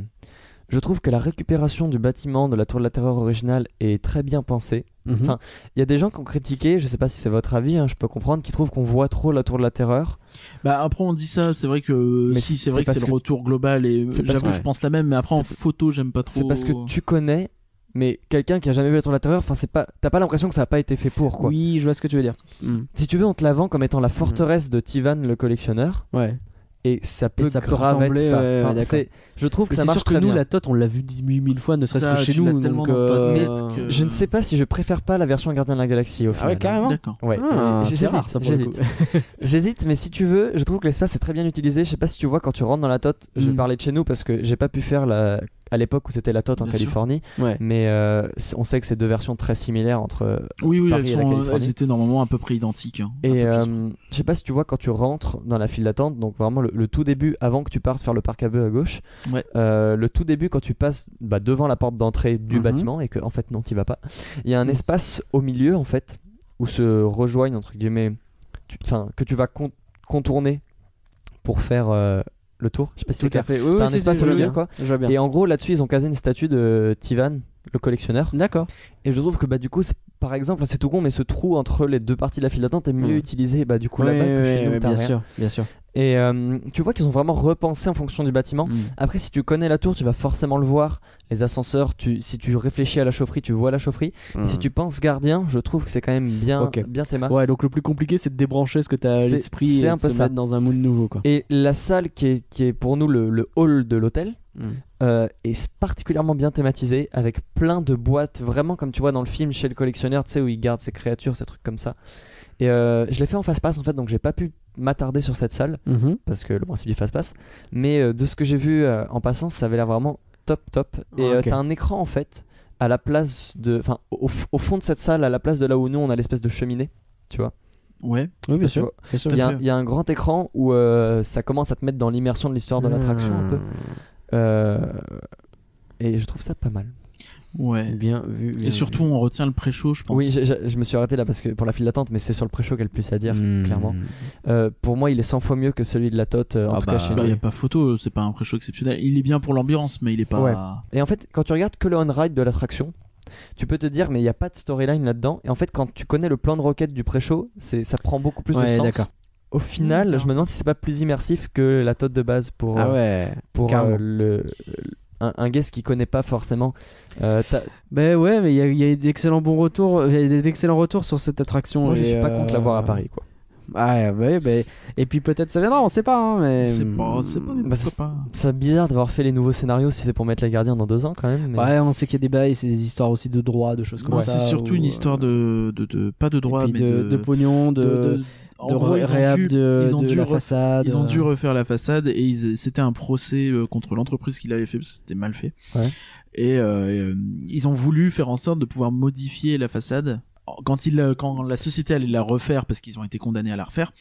je trouve que la récupération du bâtiment de la Tour de la Terreur originale est très bien pensée.
Mhm.
Enfin, Il y a des gens qui ont critiqué, je sais pas si c'est votre avis, hein, je peux comprendre, qui trouvent qu'on voit trop la Tour de la Terreur.
Bah après on dit ça, c'est vrai que
Mais
si
c'est
c'est vrai que
parce
c'est le
que-
retour global et
C'est parce
j'avoue
que-
je pense la même, mais après en
C'est-
photo j'aime pas trop. euh.
C'est parce que tu connais, mais quelqu'un qui a jamais vu la Tour de la Terreur, enfin, c'est pas, t'as pas l'impression que ça a pas été fait pour, quoi.
Oui, je vois ce que tu veux dire.
C'est-
Hmm.
Si tu veux, on te la vend comme étant la forteresse de Tivan le collectionneur,
Ouais.
et ça peut,
ça peut
grave être
ressembler,
ça.
ouais, ouais,
c'est- je trouve que
Mais
ça
c'est
marche
sûr que
très
nous,
bien.
la tote, on l'a vu 18 000 fois, ne serait-ce
Ça,
que chez
tu
nous.
l'as tellement
donc,
dans ta
euh,
tête que-
Je ne sais pas si je préfère pas la version Gardien de la Galaxie au
Ah ouais,
final.
carrément.
D'accord.
Ouais.
Ah, c'est
J'hésite,
rare, ça, pour le
j'hésite.
coup.
J'hésite, mais si tu veux, je trouve que l'espace est très bien utilisé. Je sais pas si tu vois quand tu rentres dans la tote. Je
Mm.
vais parler de chez nous parce que j'ai pas pu faire la... à l'époque où c'était la tote en
Bien sûr.
Californie.
Ouais.
Mais euh, c'est- on sait que c'est deux versions très similaires entre.
Oui, oui,
Paris
elles,
et la
sont-
Californie.
elles étaient normalement à peu près identiques. hein. Un peu
Et
de choses.
euh, je sais pas si tu vois quand tu rentres dans la file d'attente, donc vraiment le, le tout début avant que tu partes faire le parc à bœufs à gauche.
Ouais.
euh, le tout début quand tu passes bah, devant la porte d'entrée du
Mhm.
bâtiment et que en fait non tu vas pas. Il y a un
Mhm.
espace au milieu en fait où se rejoignent entre guillemets, tu- enfin que tu vas con- contourner pour faire euh, le tour. Je sais pas si c'est
Tout à
clair.
fait. Oui, oui,
T'as un
si, si,
espace
je
au
vois
milieu
bien.
quoi.
Je vois bien.
Et en gros là-dessus ils ont casé une statue de Tivan, le collectionneur.
D'accord.
Et je trouve que bah du coup, c'est- par exemple, c'est tout con, mais ce trou entre les deux parties de la file d'attente est mieux
Mm.
utilisé bah du coup
Ouais,
là-bas que chez
ouais,
nous,
ouais,
t'as
bien
rien.
sûr, bien sûr.
Et euh, tu vois qu'ils ont vraiment repensé en fonction du bâtiment.
Mm.
Après, si tu connais la tour, tu vas forcément le voir. Les ascenseurs, tu, si tu réfléchis à la chaufferie, tu vois la chaufferie. Et si tu penses gardien, je trouve que c'est quand même bien,
Mm. Ok.
bien théma.
Ouais, donc le plus compliqué, c'est de débrancher ce que t'as à
C'est-
l'esprit
c'est
et
un
de
peu
se
ça.
mettre dans un moule nouveau, quoi.
Et la salle qui est, qui est pour nous le, le hall de l'hôtel
Mm.
euh, est particulièrement bien thématisée avec plein de boîtes, vraiment comme tu vois dans le film chez le collectionneur, tu sais, où il garde ses créatures, ces trucs comme ça. Et euh, je l'ai fait en face-pass en fait, donc j'ai pas pu m'attarder sur cette salle
Mhm.
parce que le principe du face-pass. Mais euh, de ce que j'ai vu euh, en passant, ça avait l'air vraiment top top. Et
Ah,
euh,
ok.
t'as un écran en fait à la place de, enfin au, au fond de cette salle, à la place de là où nous on a l'espèce de cheminée, tu vois.
Ouais.
Oui, bien
Tu
sûr.
vois,
bien sûr.
il y, a,
fait.
il y a un grand écran où euh, ça commence à te mettre dans l'immersion de l'histoire de l'attraction un
Ah.
peu. Euh, et je trouve ça pas mal.
Ouais.
Bien vu. bien
Et surtout, on retient le pré-show, je pense.
Oui, je, je- je me suis arrêté là parce que pour la file d'attente, mais c'est sur le pré-show qu'elle puisse à
vu.
dire,
Mm.
clairement. Euh, pour moi, il est 100 fois mieux que celui de la Tote, euh, en
Ah
tout
bah,
cas chez
Bah,
nous.
y a pas photo, c'est pas un pré-show exceptionnel. Il est bien pour l'ambiance, mais il est pas.
Et en fait, quand tu regardes que le on-ride de l'attraction, tu peux te dire, mais il n'y a pas de storyline là-dedans. Et en fait, quand tu connais le plan de roquette du pré-show, c'est- ça prend beaucoup plus
Ouais,
de
d'accord.
sens. Au final,
tiens.
je me demande si c'est pas plus immersif que la Tote de base pour,
Ah
euh,
ouais.
pour
carrément.
euh, le, un, un guest qui connaît pas forcément. Euh, t'as-
Ben ouais, mais il y a- il y, a eu d'excellents bons retours, il y a eu d'excellents retours sur cette attraction.
Moi, je
et,
suis pas
euh,
contre l'avoir à Paris, quoi.
Ah ouais, ben, et puis peut-être ça viendra, on sait pas. Hein, mais...
C'est pas. C'est pas. mais
Bah,
pourquoi
c'est-
pas.
C'est bizarre d'avoir fait les nouveaux scénarios si c'est pour mettre les gardiens dans deux ans, quand même. mais-
hmm, Ouais, on sait qu'il y a des bails, c'est des histoires aussi de droits, de choses comme
Non,
ça.
c'est surtout
ou,
une
euh,
histoire de, de, de- pas de
et
droit,
puis
mais
de, de pognon, de, de,
en gros,
ré-
ils ont
réhab
dû-
de,
ils ont
de
dû
la
refaire-
façade.
Ils ont dû
euh.
refaire la façade et ils- c'était un procès euh, contre l'entreprise qui l'avait fait parce que c'était mal fait.
Ouais.
Et euh, euh, ils ont voulu faire en sorte de pouvoir modifier la façade. Quand, ils, euh, quand la société allait la refaire parce qu'ils ont été condamnés à la refaire,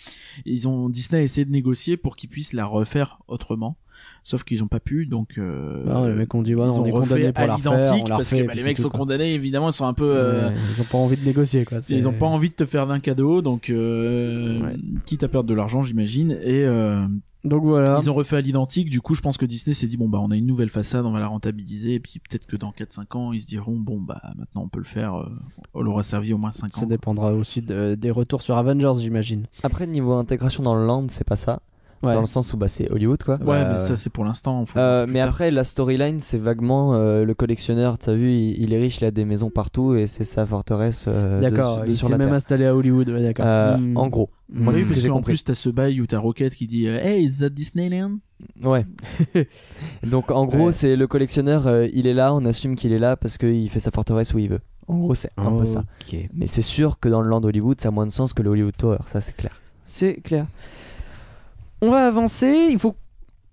ils ont Disney a essayé de négocier pour qu'ils puissent la refaire autrement. Sauf qu'ils n'ont pas pu, donc euh,
Ah ouais, les mecs ont dit, ouais,
ils
non,
ont
on est
refait
condamné pour
à
la refaire,
l'identique
on la
parce
refait,
que bah,
puis
les
c'est
mecs
tout,
sont
quoi.
condamnés. Évidemment, ils sont un peu euh,
Ouais, Ils ont pas envie de négocier, quoi. c'est-
ils ont pas envie de te faire d'un cadeau, donc euh,
Ouais.
quitte à perdre de l'argent, j'imagine. Et euh,
Donc voilà.
ils ont refait à l'identique. Du coup, je pense que Disney s'est dit bon bah on a une nouvelle façade, on va la rentabiliser. Et puis peut-être que dans 4-5 ans, ils se diront bon bah maintenant on peut le faire. euh, on l'aura servi au moins 5
Ça
ans.
dépendra aussi de- des retours sur Avengers, j'imagine.
Après, niveau intégration dans le land, c'est pas ça.
Ouais.
Dans le sens où bah, c'est Hollywood, quoi.
Ouais,
Bah,
mais
ouais.
ça c'est pour l'instant. faut-
Euh,
faut plus
mais
tard.
après, la storyline, c'est vaguement euh, le collectionneur. T'as vu, il, il est riche, il a des maisons partout et c'est sa forteresse euh, de-
D'accord,
de-
il
sur
s'est
la
même
Terre.
installé à Hollywood, ouais, d'accord.
Euh,
Hmm.
En gros,
Oui,
moi, c'est ce que
parce
j'ai
qu'en
compris.
plus t'as ce bail où t'as Rocket qui dit euh, Hey, is that Disneyland
Ouais. Donc, en gros,
Ouais.
c'est le collectionneur, euh, il est là, on assume qu'il est là parce qu'il fait sa forteresse où il veut. En gros, c'est un peu
Oh.
ça.
Ok.
Mais c'est sûr que dans le land Hollywood, ça a moins de sens que le Hollywood Tower, ça c'est clair.
C'est clair. On va avancer. Il faut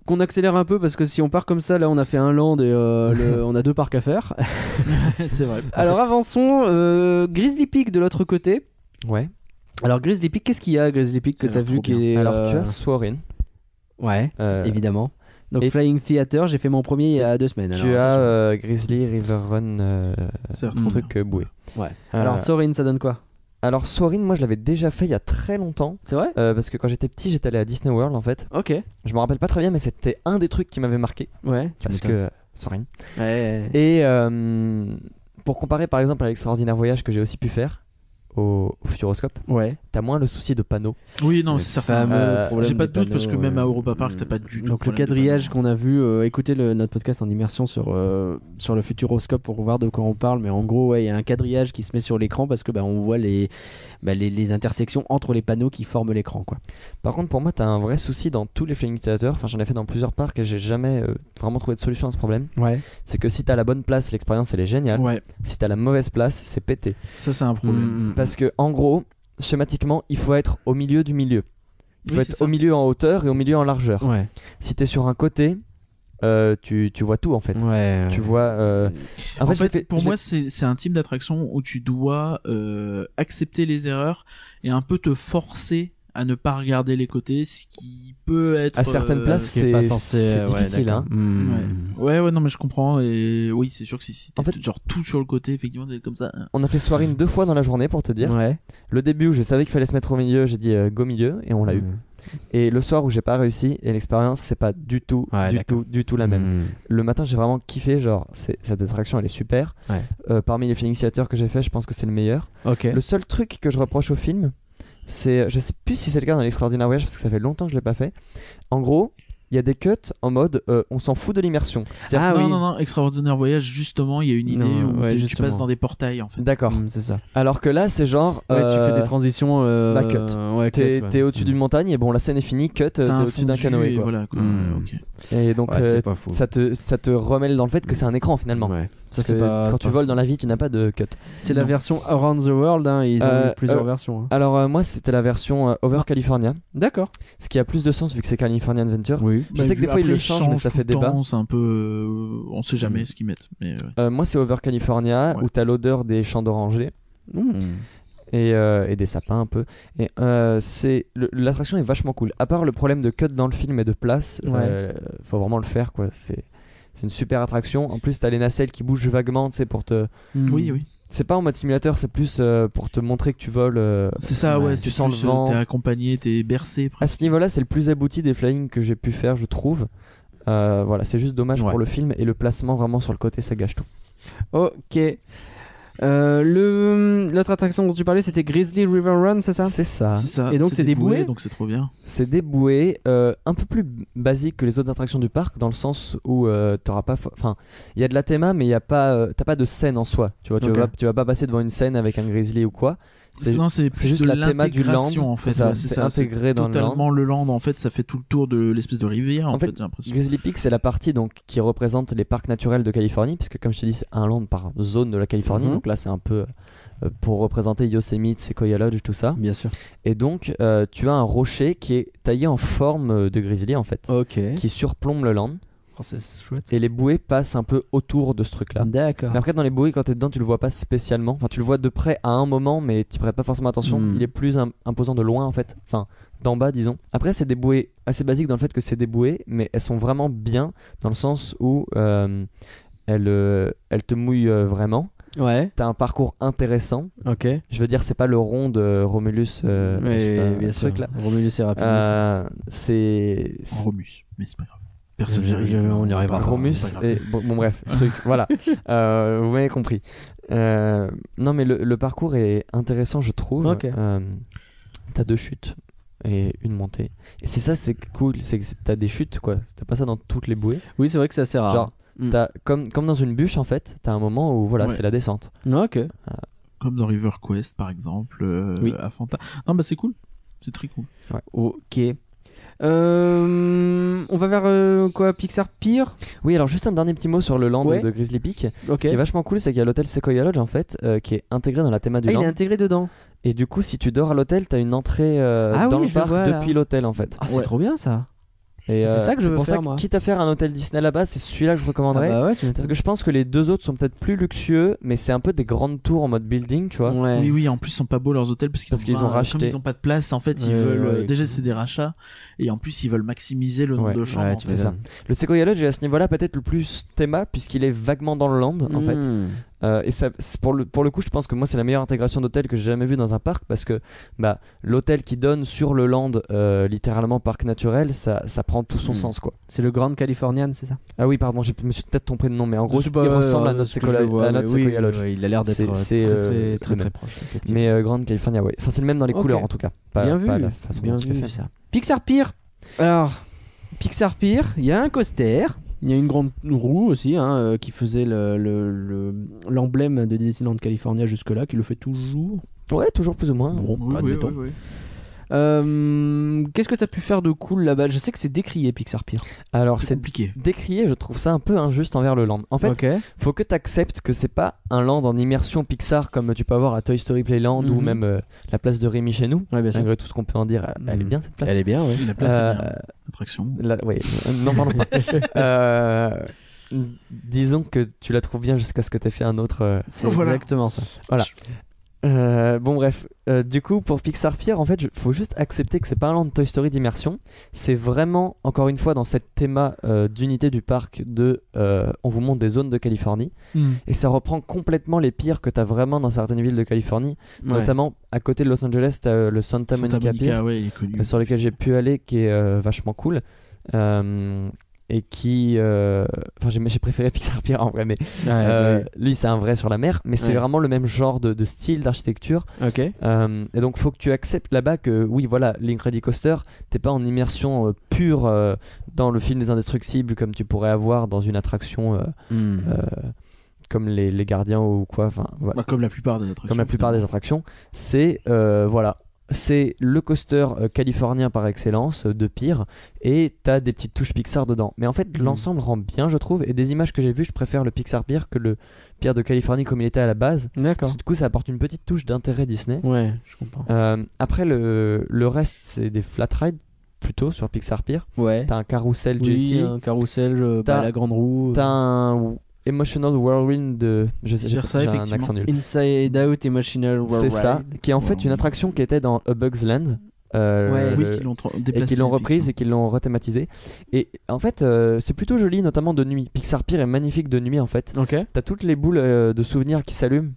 qu'on accélère un peu parce que si on part comme ça, là, on a fait un land et euh, le- on a deux parcs à faire.
C'est vrai.
Alors avançons. euh, Grizzly Peak de l'autre côté.
Ouais.
Alors Grizzly Peak, qu'est-ce qu'il y a à Grizzly Peak que
Ça a
t'as
l'air
vu
trop
qui
bien.
est
Alors, tu
euh,
as Swarin.
Ouais,
euh,
évidemment. Donc
et-
Flying Theater, j'ai fait mon premier il y a deux semaines.
tu
alors,
as
attention.
euh, Grizzly River Run, euh,
C'est
un truc euh, boué.
Hmm. Ouais.
Euh,
Alors Sorin, ça donne quoi
alors Swarin, moi je l'avais déjà fait il y a très longtemps.
C'est vrai
Euh, parce que quand j'étais petit, j'étais allé à Disney World en fait.
Ok.
Je me rappelle pas très bien, mais c'était un des trucs qui m'avait marqué.
Ouais. tu
parce
m'étonnes.
que. Sorry.
Ouais.
Et euh, pour comparer par exemple à l'extraordinaire voyage que j'ai aussi pu faire, au, au Futuroscope,
Ouais.
t'as moins le souci de panneaux.
Oui, non,
Le
c'est certain.
fameux
Euh,
problème
J'ai pas
des
de doute parce que
panneaux,
même
euh,
à Europa Park, t'as pas du tout.
Donc le
problème de
quadrillage
panneaux.
qu'on a vu, euh, écoutez le, notre podcast en immersion sur, euh, sur le futuroscope pour voir de quoi on parle, mais en gros ouais, il y a un quadrillage qui se met sur l'écran parce que bah, on voit les, bah, les, les intersections entre les panneaux qui forment l'écran. quoi.
Par contre, pour moi, t'as un vrai souci dans tous les flying theaters. Enfin, j'en ai fait dans plusieurs parcs et j'ai jamais euh, vraiment trouvé de solution à ce problème.
Ouais.
C'est que si t'as la bonne place, l'expérience elle est géniale.
Ouais,
Si t'as la mauvaise place, c'est pété.
ça c'est un
Mm.
problème.
Parce que en gros, schématiquement, il faut être au milieu du milieu. Il faut
Oui, c'est
être
ça.
au milieu en hauteur et au milieu en largeur.
Ouais.
Si t'es sur un côté, euh, tu, tu vois tout en fait.
Ouais. ouais.
Tu vois. euh,
En,
je l'ai
fait,
fait-
pour
je
moi,
l'ai-
c'est c'est un type d'attraction où tu dois euh, accepter les erreurs et un peu te forcer à ne pas regarder les côtés, ce qui peut être
à certaines
euh,
places,
Ce qui est
c'est
pas censé,
c'est
euh, ouais,
difficile.
d'accord.
hein.
Mm.
Ouais, ouais, non, mais je comprends. Et oui, c'est sûr que si, si t'es
En fait-
genre tout sur le côté, effectivement, t'es comme ça. hein.
On a fait soirine deux fois dans la journée pour te dire.
Ouais.
Le début où je savais qu'il fallait se mettre au milieu, j'ai dit euh, go milieu et on l'a
Mm.
eu. Et le soir où j'ai pas réussi et l'expérience c'est pas du tout,
Ouais,
du
d'accord.
tout, du tout la même.
Mm.
Le matin j'ai vraiment kiffé, genre c'est- cette attraction elle est super.
Ouais.
Euh, parmi les Phoenix Theater que j'ai fait, je pense que c'est le meilleur.
Ok.
Le seul truc que je reproche au film, c'est, je sais plus si c'est le cas dans l'extraordinaire voyage parce que ça fait longtemps que je l'ai pas fait. En gros, il y a des cuts en mode euh, on s'en fout de l'immersion. C'est-à-dire-
Ah
non,
oui.
non, non, extraordinaire voyage, justement, il y a une idée
Non,
où
ouais,
t'es- tu
justement.
passes dans des portails, en fait.
D'accord.
Mm, c'est ça.
Alors que là c'est genre
Ouais,
euh,
tu fais des transitions. Euh,
bah, cut.
ouais, cut,
t'es
ouais.
t'es au-dessus d'une montagne et bon la scène est finie, cut, euh, t'es
T'as un
au-dessus d'un
fondu
canoë.
et
quoi.
Voilà, quoi.
Hmm.
Ouais, ok.
Et donc
Mm. Ouais,
euh,
c'est pas fou.
ça te, ça te remêle dans le fait que c'est un écran finalement.
Ouais. Ça,
Parce
c'est
que
pas-
quand tu
pas
voles dans la vie, tu n'as pas de cut.
C'est la
Non.
version Around the World, hein, ils ont
Euh,
eu plusieurs
euh,
versions. hein.
Alors euh, moi, c'était la version euh, Over California,
D'accord.
ce qui a plus de sens vu que c'est California Adventure.
Oui.
Je sais
Bah,
que des
vu-
fois, ils
après,
le changent, mais ça
tout
fait
le temps,
débat.
C'est un peu. euh, on sait jamais ce qu'ils mettent. Mais ouais.
Euh, moi, c'est Over California
Ouais.
où t'as l'odeur des champs d'oranger
Mm.
et, euh, et des sapins un peu. Et euh, c'est le- l'attraction est vachement cool. À part le problème de cut dans le film et de place,
Ouais.
euh, faut vraiment le faire quoi. C'est c'est une super attraction. En plus, t'as les nacelles qui bougent vaguement, c'est pour te.
Oui, oui.
C'est pas en mode simulateur, c'est plus euh, pour te montrer que tu voles. euh,
C'est ça,
Ouais.
ouais.
Tu
C'est
sens le
plus, euh,
vent.
T'es accompagné, t'es bercé.
À
presque.
ce niveau-là, c'est le plus abouti des flying que j'ai pu faire, je trouve. Euh, voilà, c'est juste dommage
Ouais.
pour le film et le placement vraiment sur le côté, ça gâche tout.
Hmm. Ok. Euh, le l'autre attraction dont tu parlais, c'était Grizzly River Run, c'est ça
C'est ça.
C'est ça.
Et donc, c'est des bouées
donc c'est trop bien.
C'est des bouées euh, un peu plus b- basiques que les autres attractions du parc, dans le sens où euh, t'auras pas. fo- Enfin, il y a de la théma, mais il y a pas. euh, T'as pas de scène en soi. Tu vois, tu,
Ok.
vas, tu vas pas passer devant une scène avec un grizzly ou quoi. C'est-
Non, c'est
C'est
plus
juste
de
la théma du land.
l'intégration, en fait.
C'est ça,
ouais,
c'est
ça, c'est
intégré dans le land.
Totalement le land, en fait, ça fait tout le tour de l'espèce de rivière,
En
en
fait,
fait, j'ai l'impression.
Grizzly Peak, c'est la partie donc qui représente les parcs naturels de Californie, puisque comme je t'ai dit, c'est un land par zone de la Californie.
Mhm.
Donc là, c'est un peu euh, pour représenter Yosemite, Sequoia Lodge, tout ça.
Bien sûr.
Et donc, euh, tu as un rocher qui est taillé en forme euh, de grizzly en fait,
Ok.
qui surplombe le land.
Oh, c'est chouette.
Et les bouées passent un peu autour de ce truc-là.
D'accord.
Mais après, dans les bouées, quand t'es dedans, tu le vois pas spécialement. Enfin, tu le vois de près à un moment, mais t'y prêtes pas forcément attention.
Mm.
Il est plus im- imposant de loin en fait. Enfin, d'en bas, disons. Après, c'est des bouées assez basiques dans le fait que c'est des bouées, mais elles sont vraiment bien dans le sens où euh, elles, euh, elles te mouillent euh, vraiment.
Ouais.
T'as un parcours intéressant.
Ok.
Je veux dire, c'est pas le rond de Romulus, euh, je sais pas,
Mais bien
le
sûr.
truc là.
Romulus et Rapidus.
Euh, c'est
En
c'est-
Romus, mais c'est pas grave. Personne
Je-
n'y
je-
arrive.
on y arrivera.
Romus
c'est pas grave.
et bon, bon, bref truc voilà Euh, vous m'avez compris Euh, non mais le, le parcours est intéressant je trouve
Ok.
Euh, t'as deux chutes et une montée et c'est ça c'est cool c'est que c'est- t'as des chutes quoi t'as pas ça dans toutes les bouées
Oui, c'est vrai que ça sert à.
genre
Mm.
t'as comme comme dans une bûche en fait t'as un moment où voilà
Ouais.
c'est la descente
Non, ok.
Comme dans River Quest, par exemple, euh,
Oui.
à Fanta. Non, bah c'est cool. C'est très cool.
Ok. Euh, on va vers euh, quoi Pixar pire.
oui alors juste un dernier petit mot sur le land
Ouais.
de Grizzly Peak
Ok. Ah,
ce qui est vachement cool c'est qu'il y a l'hôtel Sequoia Lodge en fait euh, qui est intégré dans la théma du
Ah, il
land
est intégré dedans.
Et du coup, si tu dors à l'hôtel, t'as une entrée euh,
Ah
dans
oui,
le
je le
parc
vois, là.
depuis l'hôtel en fait.
Ah, c'est
Ouais.
trop bien ça.
Et, euh,
c'est ça que je veux
pour ça
faire,
que,
moi.
quitte à faire un hôtel Disney là-bas, c'est celui-là que je
Ah
recommanderais.
bah ouais, tu
Parce
m'étonnes.
que je pense que les deux autres sont peut-être plus luxueux, mais c'est un peu des grandes tours en mode building, tu vois.
Ouais.
Oui, oui, en plus, ils sont pas beaux leurs hôtels parce qu'ils
Parce qu'ils ont
besoin-
racheté.
Comme ils ont pas de place, en fait, ils
Ouais,
veulent. euh,
ouais,
déjà,
cool.
c'est des rachats. Et en plus, ils veulent maximiser le nombre
Ouais,
de chambres.
Ouais,
en
tu
fait.
c'est ça.
m'étonnes.
Le Sequoia Lodge est à ce niveau-là peut-être le plus théma, puisqu'il est vaguement dans le land en fait.
Mm.
Euh, et ça, c'est pour, le, pour le coup, je pense que moi, c'est la meilleure intégration d'hôtel que j'ai jamais vue dans un parc parce que bah, l'hôtel qui donne sur le land, euh, littéralement parc naturel, ça, ça prend tout son
Hmm.
sens. quoi.
C'est le Grand Californian, c'est ça
Ah oui, pardon, je me suis peut-être trompé de nom, mais en gros,
Je sais
il
pas,
ressemble à
euh,
notre
ce que je
Sequoia,
vois,
à
mais
notre
oui,
Sequoia Lodge.
oui, Il a l'air d'être
C'est-
euh, très,
c'est, euh,
très,
le
très, très
même.
proche. effectivement.
Mais euh, Grande California, ouais. Enfin, c'est le même dans les
Ok.
couleurs en tout cas. Pas,
bien
pas
vu,
la façon
bien
dont il est
vu
fait.
ça. Pixar Pier. Alors, Pixar Pier, il y a un coaster, il y a une grande roue aussi hein, euh, qui faisait le- le- le- l'emblème de Disneyland California jusque-là, qui le fait toujours.
Ouais, toujours plus ou moins.
Bon,
Oui, oui,
admettons.
oui, oui.
Euh, Qu'est-ce que t'as pu faire de cool là-bas Je sais que c'est décrié Pixar Pier.
Alors,
C'est
c'est
compliqué.
décrié, je trouve ça un peu injuste envers le land. En fait,
ok.
faut que tu acceptes que c'est pas un land en immersion Pixar comme tu peux avoir à Toy Story Playland ou
Mhm.
même euh, la place de Rémi chez nous.
Ouais, bien sûr.
Malgré tout ce qu'on peut en dire, elle est
Mhm.
bien cette place.
Elle est bien, ouais.
La place est
Euh,
bien. L'attraction.
La- ouais, euh, non, pardon pas. Euh, disons que tu la trouves bien jusqu'à ce que tu aies fait un autre. euh,
C'est
Voilà.
exactement ça.
Euh, bon bref, Euh, du coup pour Pixar Pier en fait je- faut juste accepter que c'est pas un land Toy Story d'immersion, c'est vraiment encore une fois dans cette théma euh, d'unité du parc de euh, on vous montre des zones de Californie
Hmm.
et ça reprend complètement les pires que t'as vraiment dans certaines villes de Californie,
Ouais.
notamment à côté de Los Angeles t'as euh, le Santa,
Santa
Monica Pier
Monica, ouais, il est connu.
euh, sur lequel j'ai pu aller qui est euh, vachement cool Euh, et qui euh, enfin j'ai j'ai préféré Pixar Pier en vrai mais
Ah Ouais,
euh,
ouais,
lui c'est un vrai sur la mer mais c'est
Ouais.
vraiment le même genre de- de style d'architecture
ouais. bah, Ok.
euh, et donc, faut que tu acceptes là-bas que, oui, voilà, l'Incredicoaster, t'es pas en immersion euh, pure euh, dans le film des Indestructibles comme tu pourrais avoir dans une attraction euh,
Hmm.
euh, comme les, les Gardiens ou quoi, enfin, voilà,
Bah, comme la plupart des attractions.
comme la plupart des attractions. C'est, euh, voilà, c'est le coaster euh, californien par excellence, euh, de pire, et t'as des petites touches Pixar dedans. Mais en fait,
Mhm.
l'ensemble rend bien, je trouve, et des images que j'ai vues, je préfère le Pixar pire que le pire de Californie comme il était à la base. Parce
D'accord.
que du coup, ça apporte une petite touche d'intérêt Disney.
Ouais, je comprends.
Euh, après, le, le reste, c'est des flat rides plutôt sur Pixar Pier.
Ouais.
T'as un carrousel
Oui,
Jessie,
un carrousel, euh, bah,
T'as-
la grande roue.
t'as un Emotional Whirlwind de. Je sais, j'ai
Versailles,
j'ai un
effectivement.
accent nul.
Inside Out et Machinal World.
C'est ça, qui est en fait une
Whirlwind.
attraction qui était dans A Bug's Land. euh,
Ouais.
Oui,
le-
qui l'ont tra-
et
déplacée,
qui l'ont reprise
effectivement.
et qui l'ont rethématisée. Et en fait, euh, c'est plutôt joli, notamment de nuit. Pixar Pier est magnifique de nuit en fait.
Ok.
T'as toutes les boules euh, de souvenirs qui s'allument.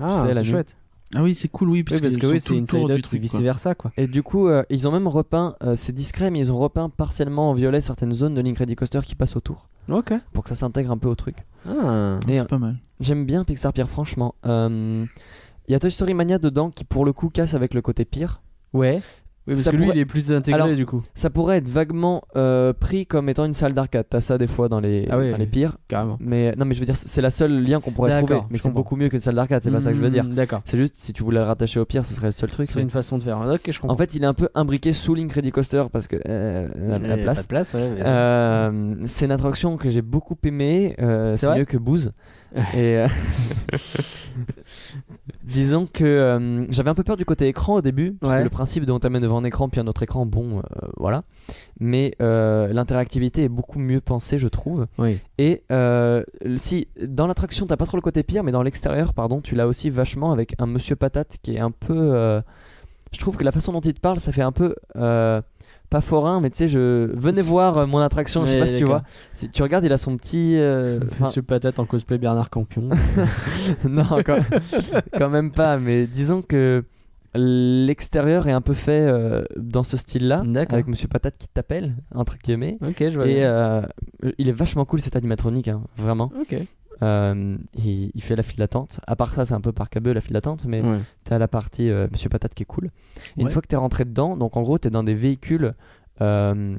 Ah,
sais, la
c'est
nuit.
chouette.
Ah oui, c'est cool, oui,
Oui,
parce,
parce
qu'ils
que oui,
sont
c'est
tout le
Inside
tour du
Out et
truc.
vice
quoi.
versa, quoi.
Et du coup, euh, ils ont même repeint, euh, c'est discret, mais ils ont repeint partiellement en violet certaines zones de l'Incredicoaster qui passent autour.
Ok.
pour que ça s'intègre un peu au truc.
Ah.
Ah,
Et-
C'est pas mal.
J'aime bien Pixar Pire, franchement. Euh, Il y a Toy Story Mania dedans qui, pour le coup, casse avec le côté pire.
Ouais. Oui, parce
Ça
que lui,
pourrait-
il est plus intégré
Alors-
du coup.
Ça pourrait être vaguement euh, pris comme étant une salle d'arcade. T'as ça des fois dans les,
Ah ouais.
dans les pires.
Carrément.
Mais non, mais je veux dire, c'est la seule lien qu'on pourrait
D'accord,
trouver. Mais
je
c'est
comprends.
beaucoup mieux qu'une salle d'arcade, c'est pas ça que je veux dire.
Hmm, D'accord.
C'est juste, si tu voulais le rattacher au pire, ce serait le seul truc.
C'est une façon de faire. Ok, je comprends.
En fait, il est un peu imbriqué sous l'Incredicoaster Coaster parce que euh, la, la
Il y a Pas
place.
de place, ouais. mais-
Euh, c'est une attraction que j'ai beaucoup aimée. euh,
C'est
c'est
vrai
mieux que Booze. Et euh, disons que euh, j'avais un peu peur du côté écran au début, parce
Ouais.
que le principe de on t'amène devant un écran puis un autre écran, bon, euh, voilà. Mais euh, l'interactivité est beaucoup mieux pensée, je trouve.
Oui.
Et euh, si dans l'attraction t'as pas trop le côté pire, mais dans l'extérieur, pardon, tu l'as aussi vachement avec un Monsieur Patate qui est un peu. euh, je trouve que la façon dont il te parle, ça fait un peu. euh, pas forain, mais tu sais, je venez voir euh, mon attraction. je sais
Ouais,
pas si tu
d'accord.
vois. Si tu regardes, il a son petit. euh, enfin,
Monsieur Patate en cosplay Bernard Campion.
non, quand, quand même pas, mais disons que l'extérieur est un peu fait euh, dans ce style-là,
D'accord.
avec Monsieur Patate qui t'appelle, entre guillemets.
ok, je vois.
Et
bien.
euh, il est vachement cool cet animatronique, hein, vraiment.
Ok.
Euh, il, il fait la file d'attente. À part ça, c'est un peu par câble la file d'attente, mais
Ouais.
t'as la partie euh, Monsieur Patate qui est cool. Et Une
Ouais.
fois que t'es rentré dedans, donc en gros, t'es dans des véhicules euh,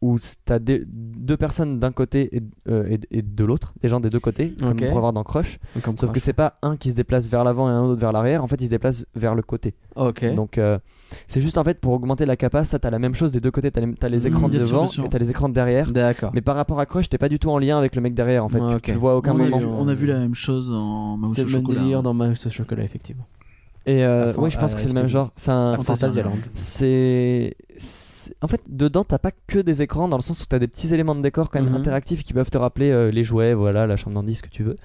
où c- t'as des- deux personnes d'un côté et, euh, et- et de l'autre, des gens des deux côtés, comme
Ok.
on pourrait voir dans Crush.
Donc, en
Sauf
proche.
que c'est pas un qui se déplace vers l'avant et un autre vers l'arrière, en fait, ils se déplacent vers le côté.
Ok.
Donc euh, c'est juste en fait pour augmenter la capa, ça t'as la même chose des deux côtés, t'as les, t'as les
Mhm,
écrans
bien
de
sûr,
devant
bien sûr.
et t'as les écrans de derrière.
D'accord.
Mais par rapport à Crush, t'es pas du tout en lien avec le mec derrière en fait,
Ouais,
tu-
ok.
tu, le vois à aucun
on, a
moment.
vu, on a vu la même chose en Mouse
C'est
au
le même
chocolat. hein.
délire dans Mouse au chocolat, effectivement.
Et euh,
Enfin,
oui, je pense
euh,
que c'est le même genre. C'est un-
À
Fantasia.
Fantasyland.
c'est c'est- en fait dedans t'as pas que des écrans dans le sens où t'as des petits éléments de décor quand même
Mhm.
interactifs qui peuvent te rappeler euh, les jouets voilà la chambre d'indice ce que tu veux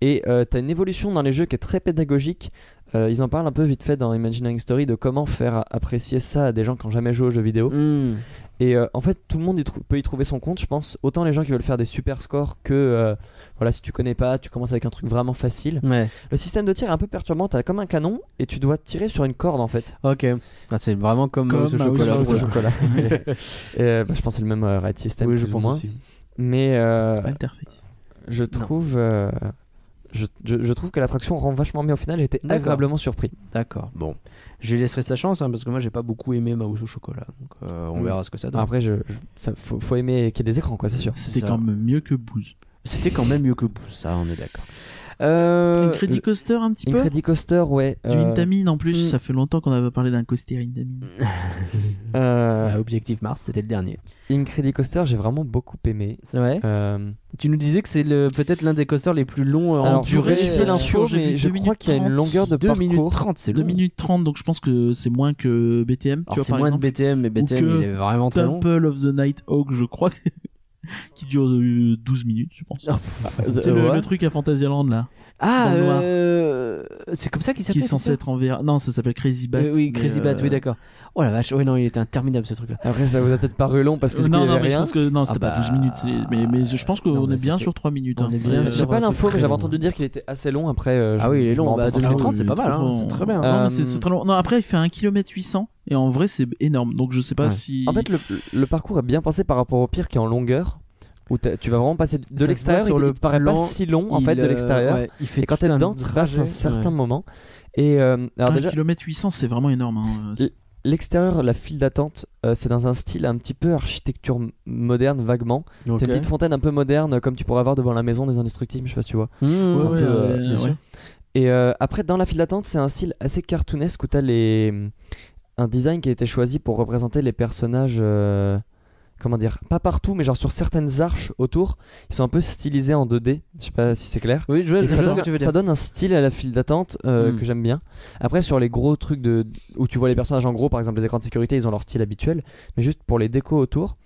et euh, t'as une évolution dans les jeux qui est très pédagogique Euh, ils en parlent un peu vite fait dans Imagineering Story de comment faire apprécier ça à des gens qui n'ont jamais joué aux jeux vidéo
Hmm.
Et euh, en fait, tout le monde y trou- peut y trouver son compte, je pense. Autant les gens qui veulent faire des super scores que, euh, voilà, si tu connais pas, tu commences avec un truc vraiment facile.
Ouais,
Le système de tir est un peu perturbant. T'as comme un canon et tu dois tirer sur une corde en fait.
ok. Ah, c'est vraiment comme,
Comme
Mouse au
Mouse au
chocolat.
chocolat.
Sur le
voilà.
chocolat. Et, euh, bah, je pense que c'est le même euh, raid system.
Oui,
plus
je
ou
pense
moins.
aussi.
Mais euh,
C'est pas Interface.
je trouve. euh, je, je- je trouve que l'attraction rend vachement bien au final, j'étais
D'accord.
agréablement surpris.
D'accord. Bon, je lui laisserai sa chance hein, parce que moi j'ai pas beaucoup aimé Mouse au chocolat. Donc euh, on
Mm.
verra ce que ça donne.
Après, je, je- ça, faut, faut aimer qu'il y ait des écrans, quoi, c'est sûr.
C'était
ça.
quand même mieux que Booze.
C'était quand même mieux que Boo, ça, on est d'accord. Euh,
Une Credit Coaster un petit
Une
peu
Credit Coaster, ouais.
Du
euh,
Intamine en plus,
mm.
ça fait longtemps qu'on n'avait pas parlé d'un coaster Intamine.
euh,
Ah
bah, Objectif Mars, c'était le dernier.
Incredicoaster, Coaster, j'ai vraiment beaucoup aimé.
C'est vrai.
Euh,
Tu nous disais que c'est le- peut-être l'un des coasters les plus longs euh, en
alors,
durée.
durée, vérifier
euh,
l'info,
l'info,
j'ai
mais
vu
je
deux
crois qu'il y a une
minutes
longueur de
2 minutes
parcours.
30, c'est
2
long.
minutes 30, donc je pense que c'est moins que BTM, tu
Alors,
vois,
c'est
par
moins
exemple.
de BTM, mais BTM
que
il est vraiment très long.
Temple of the Night Hawk, je crois, qui dure euh, 12 minutes, je pense.
Ah,
C'est
Euh,
le,
ouais.
le truc à Fantasyland là,
Ah,
dans le noir.
euh, c'est comme ça qu'il
qui
s'appelle.
est
c'est ça
censé être en VR. Non, ça s'appelle Crazy Bat.
Euh, oui, Crazy Bat, oui, d'accord. Oh la vache, oui, non, il était interminable ce truc-là.
Après, ça vous a peut-être paru long parce que du coup, il
non,
y
non,
avait
mais je
rien.
pense que non,
Ah
c'était
bah,
pas 12 minutes. c'est- Mais, mais je pense
non,
qu'on
mais
est bien
c'était-
sur 3 minutes.
on
hein.
est bien
Euh,
sûr.
J'ai
c'est
pas l'info,
très
mais j'avais
long.
entendu dire qu'il était assez long. Après, euh, je
Ah oui, il est
me
long,
rends
bah,
pas compte.
230,
oui,
c'est pas mal, hein,
trop long.
c'est très bien.
Non,
Euh,
mais c'est c'est très long. Non, après, il fait 1 km 800 et en vrai, c'est énorme. Donc, je sais pas
Ouais.
si.
En fait, le, le parcours est bien pensé par rapport au pire qui est en longueur, où t'as- tu vas vraiment passer
se
de
voit
l'extérieur.
sur
Il,
le
il paraît
plan,
pas si long en
Il,
fait de
euh,
l'extérieur.
ouais, il fait
Et quand
tout
t'es dedans, tu passes un
trajet,
certain
ouais.
moment. Et euh,
Ah,
alors
1
déjà,
km 800, c'est vraiment énorme. hein.
Et- l'extérieur, la file d'attente, euh, c'est dans un style un petit peu architecture m- moderne, vaguement.
Ok.
C'est une petite fontaine un peu moderne, comme tu pourrais avoir devant la maison des indestructibles, je sais pas si tu vois.
Mmh.
Ouais, ouais,
peu, euh,
ouais,
bien
ouais.
sûr. Et euh, après, dans la file d'attente, c'est un style assez cartoonesque où t'as les... un design qui a été choisi pour représenter les personnages. euh, Comment dire Pas partout, mais genre sur certaines arches autour, ils sont un peu stylisés en 2D. Je sais pas si c'est clair.
Oui, je vois, je
Et ça,
vois ce
donne,
que tu veux dire.
ça donne un style à la file d'attente euh,
Mm.
que j'aime bien. Après, sur les gros trucs de, où tu vois les personnages en gros, par exemple les écrans de sécurité, ils ont leur style habituel, mais juste pour les décos autour,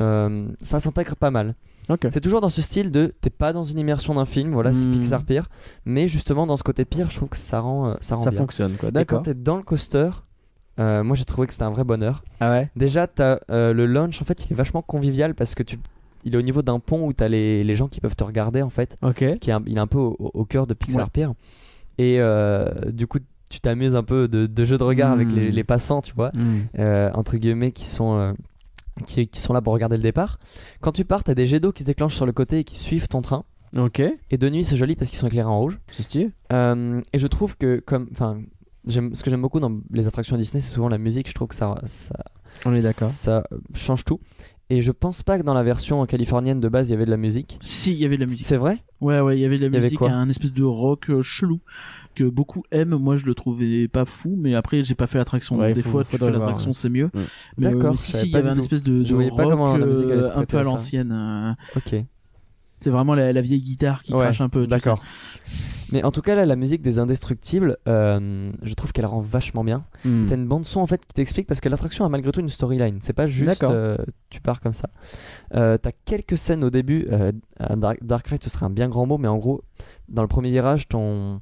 euh, ça s'intègre pas mal.
Ok.
C'est toujours dans ce style de t'es pas dans une immersion d'un film, voilà, c'est
Mm.
Pixar pire, mais justement dans ce côté pire, je trouve que ça rend, euh, ça rend
Ça
bien.
fonctionne, quoi.
Et quand
D'accord.
t'es dans le coaster, euh, moi j'ai trouvé que c'était un vrai bonheur.
Ah ouais
Déjà, t'as euh, le lunch, en fait, il est vachement convivial parce que tu. Il est au niveau d'un pont où t'as les, les gens qui peuvent te regarder en fait
Ok.
qui est un- il est un peu au, au cœur de Pixar
Ouais.
Pier. Et euh, du coup, tu t'amuses un peu de, de jeu de regard avec
Mm.
les, les passants, tu vois, euh, entre guillemets, qui sont, euh, qui, qui sont là pour regarder le départ. Quand tu pars, t'as des jets d'eau qui se déclenchent sur le côté et qui suivent ton train.
Ok.
Et de nuit, c'est joli parce qu'ils sont éclairés en rouge.
C'est stylé.
Euh, et je trouve que, comme. Enfin, j'aime- ce que j'aime beaucoup dans les attractions Disney, c'est souvent la musique. Je trouve que ça, ça,
On est d'accord.
ça change tout. Et je pense pas que dans la version californienne de base, il y avait de la musique.
Si, il y avait de la musique.
C'est vrai
Ouais, ouais, il y avait de
y
la
avait
musique,
quoi
un espèce de rock euh, chelou que beaucoup aiment. Moi, je le trouvais pas fou, mais après, j'ai pas fait l'attraction.
Ouais,
donc des
faut-
fois,
faut
tu fais
d'avoir,
l'attraction, c'est mieux.
Mm.
Mais, euh,
D'accord,
mais si, si,
je savais
il y
pas
avait
du
un
tout.
espèce de,
Je
de
voyais pas
rock,
comment la musique allait se
euh, un
prêter
peu
à
à
ça.
l'ancienne. euh,
Ok.
c'est vraiment la, la vieille guitare qui
Ouais,
crache un peu. tu sais.
D'accord. Mais en tout cas, là, la musique des Indestructibles, euh, je trouve qu'elle rend vachement bien.
Hmm.
T'as une bande-son en fait qui t'explique parce que l'attraction a malgré tout une storyline. C'est pas juste
D'accord.
euh, tu pars comme ça. Euh, T'as quelques scènes au début. euh, à Dark, Dark Ride, ce serait un bien grand mot, mais en gros, dans le premier virage, ton.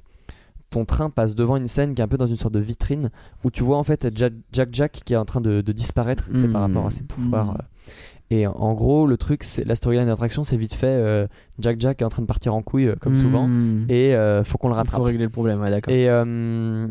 Ton train passe devant une scène qui est un peu dans une sorte de vitrine où tu vois en fait Jack Jack, Jack qui est en train de, de disparaître c'est par
Mm.
rapport à ses pouvoirs.
Mm.
euh. Et en gros, le truc, c'est la storyline d'attraction, c'est vite fait euh, Jack Jack est en train de partir en couille euh, comme souvent
Hmm.
et euh, faut qu'on le
Il faut
rattrape.
régler le problème, ouais, d'accord.
Et euh,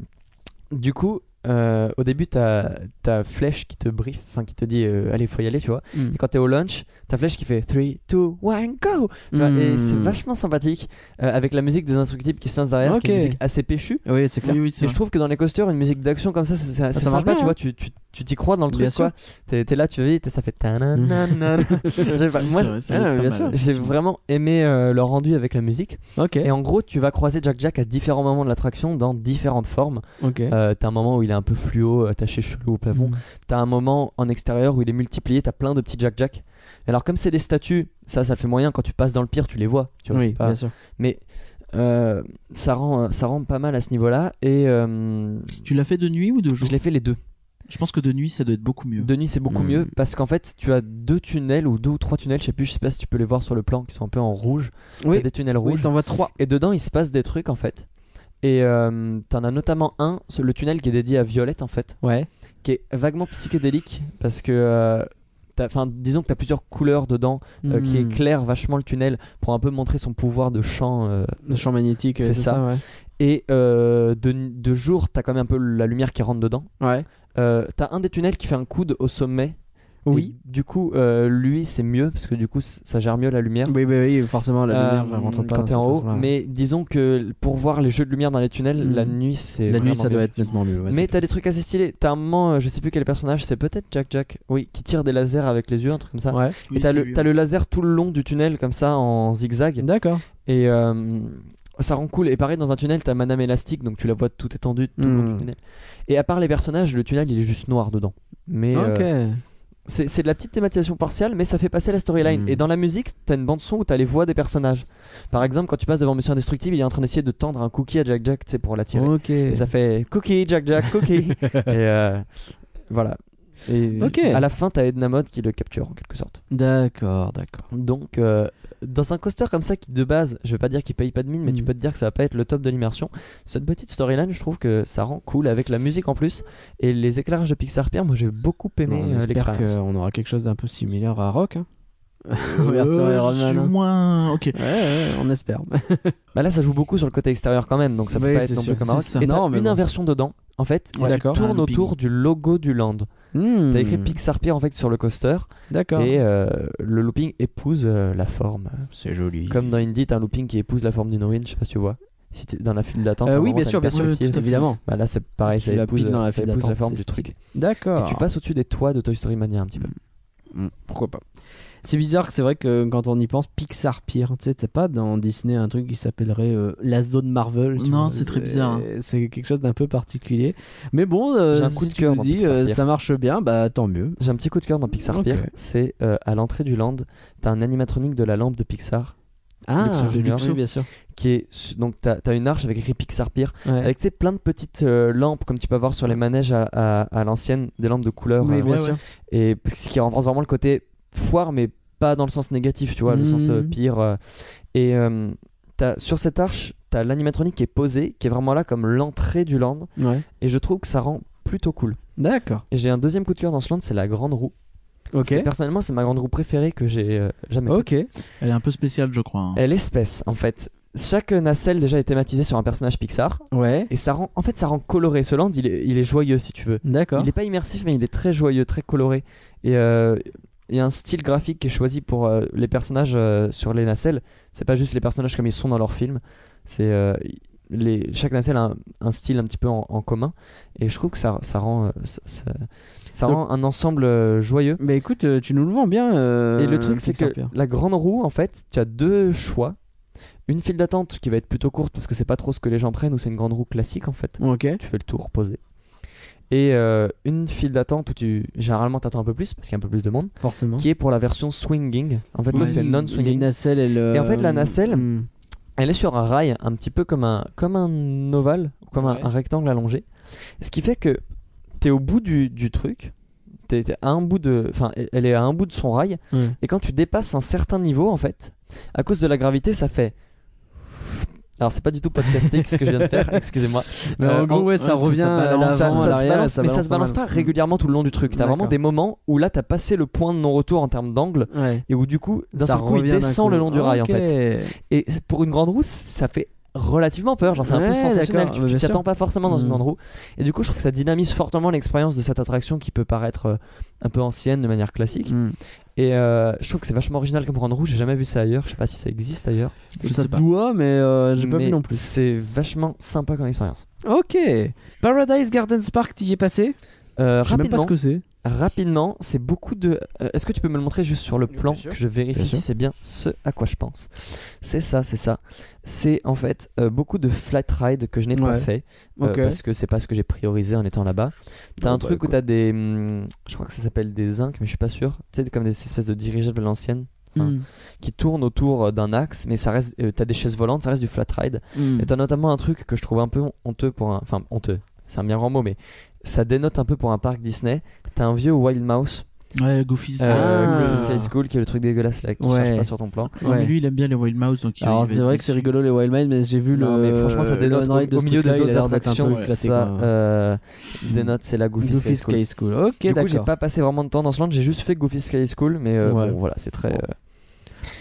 du coup, euh, au début, t'as ta flèche qui te briefe, enfin qui te dit euh, allez, faut y aller, tu vois.
Hmm.
Et quand t'es au lunch, ta flèche qui fait 3, 2, 1, go tu vois, Et
Hmm.
c'est vachement sympathique euh, avec la musique des instructibles qui se lance derrière, qui
Ok.
est une musique assez péchue.
Oui, c'est clair.
Oui, oui,
Et
c'est
je
vrai.
trouve que dans les coasters, une musique d'action comme ça, c'est c'est- c'est
ça marche
sympa,
bien,
tu
hein.
vois, tu tu- tu t'y crois dans le
Bien
truc, quoi. T'es t'es là, tu vas vite et ça fait tananana. Je sais pas,
Oui,
Moi,
c'est vrai, ça
ah,
doit être
bien
pas
sûr.
mal.
j'ai vraiment aimé euh, le rendu avec la musique.
Ok.
Et en gros, tu vas croiser Jack Jack à différents moments de l'attraction dans différentes formes.
Ok.
Euh, t'as un moment où il est un peu fluo, euh, attaché chelou au plafond. T'as un moment en extérieur où il est multiplié, t'as plein de petits Jack Jack. Alors, comme c'est des statues, ça, ça le fait moyen. Quand tu passes dans le pire, tu les vois. Tu vois,
Oui,
c'est pas-
bien sûr.
Mais euh, ça, rend, ça rend pas mal à ce niveau-là. Et euh,
Tu l'as fait de nuit ou de jour
je l'ai fait les deux.
Je pense que de nuit, ça doit être beaucoup mieux.
De nuit, c'est beaucoup
Mm.
mieux parce qu'en fait, tu as deux tunnels ou deux ou trois tunnels, je sais plus, je sais pas si tu peux les voir sur le plan, qui sont un peu en rouge. T'as
Oui,
des tunnels
oui
rouges.
t'en vois 3.
Et dedans, il se passe des trucs en fait. Et euh, t'en as notamment un, ce- le tunnel qui est dédié à Violette en fait,
Ouais.
qui est vaguement psychédélique parce que euh, t'as- enfin, disons que tu as plusieurs couleurs dedans euh, qui
Hmm.
éclairent vachement le tunnel pour un peu montrer son pouvoir de champ. euh.
Le champ magnétique, euh,
C'est
tout
ça.
ouais.
Et euh, de, de jour, tu as quand même un peu la lumière qui rentre dedans.
Ouais.
Euh, t'as un des tunnels qui fait un coude au sommet.
Oui.
Et du coup, euh, lui, c'est mieux parce que du coup, c- ça gère mieux la lumière.
oui, oui, oui, forcément, la
Euh,
lumière rentre pas.
quand
de
t'es en
cette
haut,
façon-là.
mais disons que pour voir les jeux de lumière dans les tunnels,
Mm.
la nuit c'est
la nuit,
vraiment
ça doit
mieux.
être nettement mieux. ouais,
Mais t'as des trucs assez stylés. T'as un moment, euh, je sais plus quel personnage, c'est peut-être Jack Jack, oui, qui tire des lasers avec les yeux, un truc comme
c'est-
ça.
Ouais.
Et t'as le, t'as le laser tout le long du tunnel, comme ça, en zigzag.
D'accord.
Et euh, ça rend cool. Et pareil, dans un tunnel, t'as Madame Élastique, donc tu la vois tout étendue tout le long
Mm.
du tunnel. Et à part les personnages, le tunnel il est juste noir dedans. Mais euh,
ok.
c'est c'est de la petite thématisation partielle, mais ça fait passer la storyline.
Mm.
Et dans la musique, t'as une bande son où t'as les voix des personnages. Par exemple, quand tu passes devant Monsieur Indestructible, il est en train d'essayer de tendre un cookie à Jack Jack, tu sais, pour l'attirer.
Ok.
Et ça fait cookie, Jack Jack, cookie. et euh, voilà. Et
Ok.
à la fin, t'as Edna Mode qui le capture en quelque sorte.
D'accord, d'accord.
Donc, euh, dans un coaster comme ça, qui de base, je vais pas dire qu'il paye pas de mine, mais tu
Mm.
peux te dire que ça va pas être le top de l'immersion. Cette petite storyline, je trouve que ça rend cool avec la musique en plus et les éclairages de Pixar Pierre. Moi, j'ai beaucoup
Bon,
aimé euh,
on espère
l'expérience.
qu'on aura quelque chose d'un peu similaire à Rock. hein. Version Iron
Euh, je
Man,
suis
hein.
moins. Ok.
Ouais, ouais, on espère.
Bah là, ça joue beaucoup sur le côté extérieur quand même, donc ça peut
Oui,
pas être
c'est
non
sûr,
plus comme
c'est
un rock.
ça.
Et t'as
Non, mais
une
bon.
inversion dedans. En fait,
Ouais,
tu
d'accord.
tournes
Ah, le ping.
autour du logo du land.
Hmm,
T'as écrit Pixar Pier en fait sur le coaster
D'accord.
et euh, le looping épouse euh, la forme.
C'est joli.
Comme dans Indie, t'as un looping qui épouse la forme d'une ruine, je sais pas si tu vois. Si t'es dans la file d'attente,
Euh,
à un
oui,
moment,
bien
t'as
sûr,
une
bien sûr,
perspective.
tout à fait.
évidemment.
Bah là, c'est pareil,
Tu
ça
la
épouse,
piques dans la
ça
file
épouse la
d'attente,
forme
c'est
du truc.
stylé. Ah. D'accord.
Et tu passes au-dessus des toits de Toy Story Mania un petit peu.
Hmm, Pourquoi pas C'est bizarre que c'est vrai que quand on y pense, Pixar pire. Tu sais, t'as pas dans Disney un truc qui s'appellerait euh, la zone Marvel. tu
Non,
vois,
c'est très bizarre, hein.
C'est quelque chose d'un peu particulier. Mais bon, euh,
J'ai un
si
coup de
tu
cœur
nous
dans
dis,
Pixar
euh,
Pier.
ça marche bien, bah tant mieux.
J'ai un petit coup de cœur dans Pixar
Ok.
Pier, c'est euh, à l'entrée du land, t'as un animatronique de la lampe de Pixar
Ah,
Luxor Junior.
oui, bien sûr.
qui est su- donc t'as t'as une arche avec écrit Pixar Pier
Ouais.
avec tu sais, plein de petites euh, lampes comme tu peux avoir sur les manèges à, à- à l'ancienne des lampes de couleur
Oui,
euh,
bien
ouais,
sûr.
et ce qui renforce vraiment le côté foire mais pas dans le sens négatif tu vois le sens euh,
Mhm.
pire euh. et euh, t'as- sur cette arche t'as l'animatronique qui est posée qui est vraiment là comme l'entrée du land
Ouais.
et je trouve que ça rend plutôt cool
D'accord.
et j'ai un deuxième coup de cœur dans ce land c'est la grande roue
Ok.
C'est- personnellement c'est ma grande roue préférée que j'ai euh, jamais faite.
Ok.
Elle est un peu spéciale, je crois. hein.
elle est espèce en fait chaque nacelle déjà est thématisée sur un personnage Pixar
Ouais.
Et ça rend, en fait, ça rend coloré. Ce land, il est, il est joyeux si tu veux.
D'accord.
Il est pas immersif, mais il est très joyeux, très coloré. Et euh, il y a un style graphique qui est choisi pour euh, les personnages euh, sur les nacelles. C'est pas juste les personnages comme ils sont dans leur film. C'est euh, les, chaque nacelle a un, un style un petit peu en, en commun. Et je trouve que ça, ça rend, euh, ça, ça- ça
Donc-
rend un ensemble euh, joyeux.
Bah écoute, euh, tu nous le vends bien. euh,
Et le truc, c'est
Pixar
que
Pier.
la grande roue, en fait, tu as deux choix. Une file d'attente qui va être plutôt courte parce que c'est pas trop ce que les gens prennent ou c'est une grande roue classique en fait
Ok.
tu fais le tour posé. Et euh, une file d'attente où tu généralement t'attends un peu plus parce qu'il y a un peu plus de monde,
Forcément.
qui est pour la version swinging. En fait,
Oui,
l'autre c'est non
Les
swinging.
nacelles, elles,
Et en fait, la
euh,
nacelle,
hmm.
Elle est sur un rail, un petit peu comme un comme un ovale, ou comme un-
Ouais.
un, rectangle allongé. Ce qui fait que t'es au bout du, du truc. T'es t'es à un bout de, enfin, elle est à un bout de son rail.
Ouais.
Et quand tu dépasses un certain niveau, en fait, à cause de la gravité, ça fait. Alors c'est pas du tout podcastique ce que je viens de faire. Excusez-moi.
Mais
Euh,
en gros,
en-
ouais, ça
ouais, ça
revient à
balance. euh,
l'avant,
ça,
à
ça se
l'arrière,
balance, mais ça se
pas
balance
mal.
pas régulièrement tout le long du truc. T'as
D'accord.
vraiment des moments où là, t'as passé le point de non-retour en termes d'angle
Ouais.
et où du coup, d'un
Ça
seul coup, il
revient d'un
descend
coup.
le long du rail
Ok.
en fait. Et c'est- pour une grande roue, ça fait relativement peur. Genre, c'est un
Ouais,
peu sensationnel.
d'accord,
Tu-
ouais,
Tu
bien
t'y
sûr.
attends pas forcément dans
Mm.
une grande roue. Et du coup, je trouve que ça dynamise fortement l'expérience de cette attraction qui peut paraître euh, un peu ancienne de manière classique.
Hmm.
Et euh, je trouve que c'est vachement original comme grande roue. J'ai jamais vu ça ailleurs. Je sais pas si ça existe ailleurs.
Je
sais
sais
pas.
dois, mais euh, j'ai pas
Mais
vu non plus.
C'est vachement sympa comme expérience.
Ok. Paradise Gardens Park, t'y es passé
Euh,
Je sais même pas
rapidement,
ce que c'est.
Rapidement, c'est beaucoup de. euh, Est-ce que tu peux me le montrer juste sur le
Oui,
plan
bien sûr.
que je vérifie
Bien
si
sûr.
c'est bien ce à quoi je pense C'est ça, c'est ça. C'est en fait euh, beaucoup de flat ride que je n'ai
Ouais.
pas fait euh,
Ok.
parce que c'est pas ce que j'ai priorisé en étant là-bas. T'as
Bon,
un
bah,
truc où
écoute.
t'as des. hum, je crois que ça s'appelle des zincs, mais je suis pas sûr. Tu sais, comme des espèces de dirigeables à l'ancienne
Hmm.
qui tournent autour euh, d'un axe, mais ça reste. euh, t'as des chaises volantes, ça reste du flat ride.
Hmm.
Et t'as notamment un truc que je trouve un peu honteux pour un. Enfin, honteux, c'est un bien grand mot, mais ça dénote un peu pour un parc Disney. T'as un vieux Wild Mouse
Ouais, Goofy Sky
Ah.
School,
Euh,
euh,
Sky School, qui est le truc dégueulasse là, qui
Ouais.
cherche pas sur ton plan.
non, mais Lui, il aime bien les Wild Mouse. Donc il
Alors
il va
c'est
être
vrai que c'est
déçu.
rigolo les Wild Man, mais j'ai vu
Non,
le.
mais franchement, ça
le
dénote
on-ride
qu'au-
de
au,
ce
milieu
truc-là,
des
il a
autres
l'air d'être un peu
attractions,
éclaté,
ça
quoi.
euh, dénote, c'est la Goofy,
Goofy
Sky School.
Sky School. Ok,
Du coup, j'ai
d'accord.
pas passé vraiment de temps dans ce land, j'ai juste fait Goofy Sky School, mais euh,
Ouais.
bon, voilà, c'est très. euh,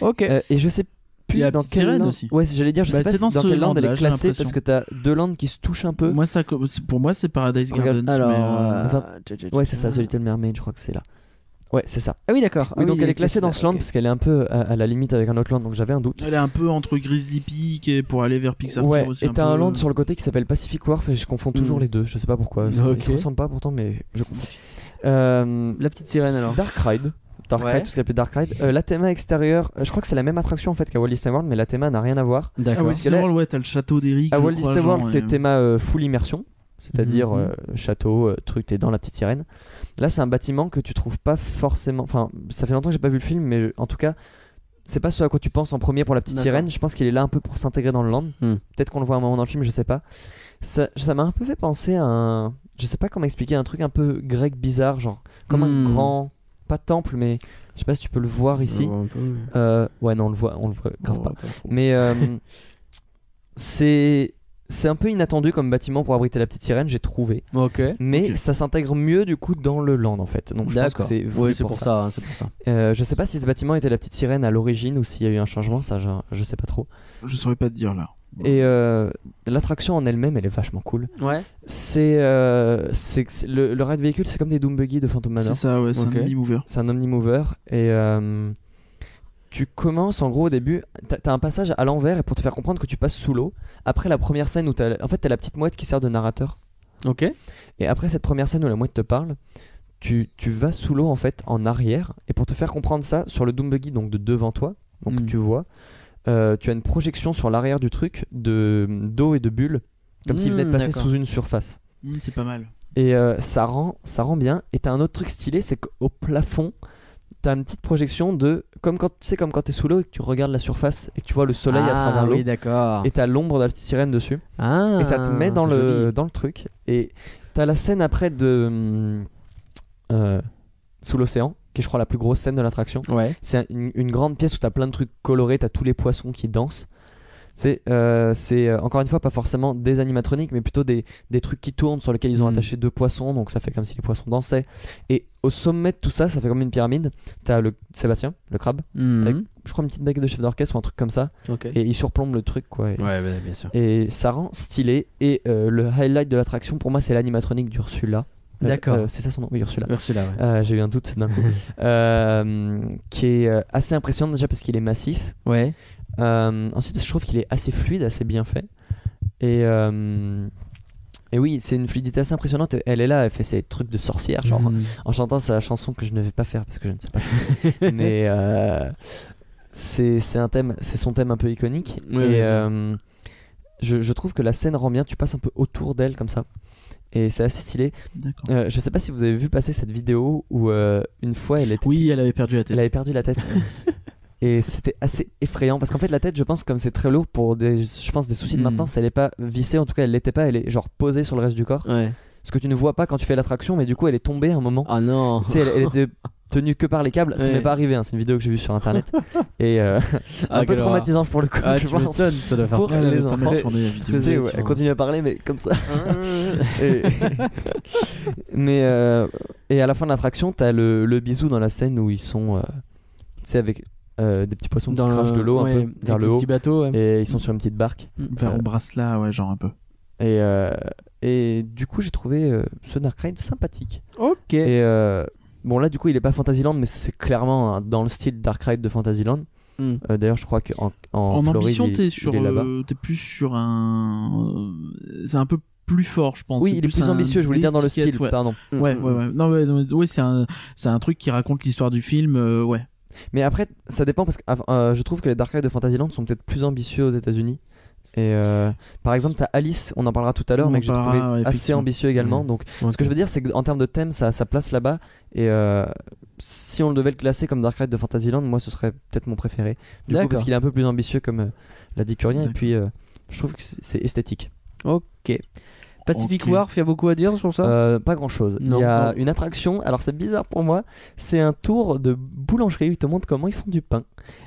Ok.
euh, et je sais
Il y
plus
a
dans
Petite
quel
Sirène
land.
aussi.
Ouais, c'est- j'allais dire, je
Bah,
sais pas
c'est
si-
dans
dans
ce
quel land elle
land-là,
est
j'ai
classée parce
l'impression.
que t'as deux lands qui se touchent un peu.
Moi, ça, co- pour moi, c'est Paradise
Regarde,
Gardens. mais, euh,
Alors. euh,
Ouais, c'est ça, The Little Mermaid, je crois que c'est là. Ouais, c'est ça.
Ah oui, d'accord. Ah
Oui, donc
il
elle
y a-
est classée dans ce land
ok.
parce qu'elle est un peu à, à la limite avec un autre land, donc j'avais un doute.
Elle est un peu entre Grizzly Peak et pour aller vers Pixar
ouais,
Pier aussi.
et t'as un
peu. euh,
land sur le côté qui s'appelle Pacific Wharf et je confonds toujours
Mm.
les deux, je sais pas pourquoi.
Ok.
Ils se ressemblent pas pourtant, mais je confonds. Euh,
La petite sirène alors.
Dark Ride. Dark
Ouais.
Ride, tout ce qui s'appelle Dark Ride. Euh, la théma extérieure, euh, je crois que c'est la même attraction en fait qu'à Walt Disney World, mais la théma n'a rien à voir.
Ah,
D'accord.
Walt
Parce que
Disney
là-
World, ouais, t'as le château d'Eric.
À
je
Ah, Walt
crois,
Disney World,
genre,
c'est
et-
théma euh, full immersion, c'est-à-dire
Mhm.
euh, château, euh, truc, t'es dans la petite sirène. Là, c'est un bâtiment que tu trouves pas forcément. Enfin, ça fait longtemps que j'ai pas vu le film, mais je- en tout cas, c'est pas ce à quoi tu penses en premier pour la petite
D'accord.
sirène. Je pense qu'il est là un peu pour s'intégrer dans le land.
Hmm.
Peut-être qu'on le voit à un moment dans le film, je sais pas. Ça ça m'a un peu fait penser à un. Je sais pas comment expliquer, un truc un peu grec bizarre, genre comme
Hmm.
un grand. Pas temple, mais je sais pas si tu peux le voir ici. Euh, ouais, non, on le voit, on le voit grave
Oh.
pas. Mais euh, c'est c'est un peu inattendu comme bâtiment pour abriter la petite sirène, j'ai trouvé.
Ok.
Mais
Ok.
ça s'intègre mieux du coup dans le land en fait. Donc je pense que
D'accord.
c'est voulu
Ouais, c'est pour ça. hein, C'est pour ça.
Euh, je sais pas si ce bâtiment était la petite sirène à l'origine ou s'il y a eu un changement, ça je, je sais pas trop.
euh, Je saurais pas te dire là.
Et euh, l'attraction en elle-même, elle est vachement cool.
Ouais.
C'est euh, c'est que c'est- le, le ride véhicule, c'est comme des Doom Buggy de Phantom Manor.
C'est ça, ouais, c'est
Ok.
un demi-mover.
C'est un omnimover et euh, tu commences en gros au début, t'as t'as un passage à l'envers et pour te faire comprendre que tu passes sous l'eau. Après la première scène où t'as, en fait t'as la petite mouette qui sert de narrateur.
Ok.
Et après cette première scène où la mouette te parle, tu, tu vas sous l'eau en fait en arrière et pour te faire comprendre ça sur le Doom Buggy donc de devant toi, donc
Mm.
tu vois, euh, tu as une projection sur l'arrière du truc de d'eau et de bulles comme s'il venait de
Mm,
passer
d'accord.
sous une surface.
Mmh, C'est pas mal.
Et euh, ça, rend, ça rend bien. Et t'as un autre truc stylé, c'est qu'au plafond, t'as une petite projection de. Comme quand, tu sais, comme quand t'es sous l'eau et que tu regardes la surface et que tu vois le soleil à
Ah,
travers l'eau.
Oui, d'accord.
Et t'as l'ombre de la petite sirène dessus.
Ah,
et ça te met dans
c'est
le,
joli.
dans le truc. Et t'as la scène après de. hum, euh, sous l'océan, qui est, je crois, la plus grosse scène de l'attraction.
Ouais.
C'est un- une, une grande pièce où t'as plein de trucs colorés, t'as tous les poissons qui dansent. C'est euh, c'est, euh, encore une fois pas forcément des animatroniques, mais plutôt des, des trucs qui tournent sur lesquels ils ont
Mm.
attaché deux poissons, donc ça fait comme si les poissons dansaient. Et au sommet de tout ça, ça fait comme une pyramide. T'as le Sébastien, le crabe,
Mhm.
avec- je crois une petite bague de chef d'orchestre ou un truc comme ça,
Ok.
et il surplombe le truc quoi. Et,
Ouais, bah, bien sûr.
et ça rend stylé. Et euh, le highlight de l'attraction pour moi, c'est l'animatronique d'Ursula. Euh,
D'accord.
euh, c'est ça son nom, oui, Ursula.
Ursula, ouais.
Euh, J'ai eu un doute d'un coup. Euh, qui est euh, assez impressionnant déjà parce qu'il est massif.
ouais.
Euh, ensuite, je trouve qu'il est assez fluide, assez bien fait. Et, euh, et oui, c'est une fluidité assez impressionnante. Elle est là, elle fait ses trucs de sorcière, genre
Mhm.
en chantant sa chanson que je ne vais pas faire parce que je ne sais pas. chanter. Mais euh, c'est c'est un thème, c'est son thème un peu iconique.
Ouais, ouais,
et
c'est ça.
euh, je, je trouve que la scène rend bien. Tu passes un peu autour d'elle comme ça. Et c'est assez stylé.
D'accord.
Euh, je sais pas si vous avez vu passer cette vidéo où euh, une fois elle était
Oui, elle avait perdu la tête.
elle avait perdu la tête. Et c'était assez effrayant parce qu'en fait la tête, je pense, comme c'est très lourd pour des, je pense, des soucis de
Mm.
maintenance, elle est pas vissée, en tout cas elle l'était pas, elle est genre posée sur le reste du corps.
Ouais.
Ce que tu ne vois pas quand tu fais l'attraction, mais du coup elle est tombée à un moment.
Ah non.
Tu sais, elle, elle était tenue que par les câbles, ça
Ouais.
m'est pas arrivé, hein, c'est une vidéo que j'ai vue sur internet. Et euh, un
Ah,
peu
quelle horreur.
traumatisant pour le coup,
Ah,
je
tu
pense.
m'étonnes, ça doit faire
Pour
Ah, Elle avait
les
tellement
enfants,
tourné la
Tu sais,
vidéo.
ouais, elle
Effectivement.
continue à parler, mais comme ça. et, mais euh, et à la fin de l'attraction, t'as le, le bisou dans la scène où ils sont, euh, tu sais, avec euh, des petits poissons qui crachent de l'eau un peu vers le haut,
Petit bateau, ouais.
et ils sont sur une petite barque.
Vers
Euh,
Brassla, ouais, genre un peu.
Et, euh, et du coup, j'ai trouvé euh, ce Dark Ride sympathique.
Ok.
Et euh, bon, là, du coup, il est pas Fantasyland, mais c'est clairement hein, dans le style Dark Ride de Fantasyland.
Mm.
Euh, D'ailleurs, je crois qu'en en,
En
Floride,
ambition,
il-
t'es
il
sur,
est là-bas.
euh, t'es plus sur un. euh, C'est un peu plus fort, je pense.
Oui,
C'est
il est plus
un
ambitieux, je voulais dire dans le
détiquette,
style,
ouais.
pardon.
Ouais, ouais,
mm.
ouais. Non, ouais, non, mais- ouais, c'est un, c'est un truc qui raconte l'histoire du film, euh, ouais.
Mais après, ça dépend parce que euh, je trouve que les Dark Ride de Fantasyland sont peut-être plus ambitieux aux États-Unis. Et euh, par exemple, t'as Alice, on en parlera tout à l'heure,
On
mais
en
que j'ai
parlera,
trouvé
ouais,
assez
effectivement.
ambitieux également.
Mm.
Donc, ce que je veux dire, c'est qu'en termes de thème, ça a sa place là-bas. Et euh, si on devait le classer comme Dark Ride de Fantasyland, moi, ce serait peut-être mon préféré. Du coup,
D'accord.
parce qu'il est un peu plus ambitieux, comme euh, l'a dit Curien. Et
D'accord.
puis, euh, je trouve que c'est c'est esthétique.
Ok. Pacific
Ok.
War, il y a beaucoup à dire sur ça
Euh, pas grand chose.
Non,
Il y a
non.
une attraction, alors c'est bizarre pour moi, c'est un tour de boulangerie où ils te montrent comment ils font du pain.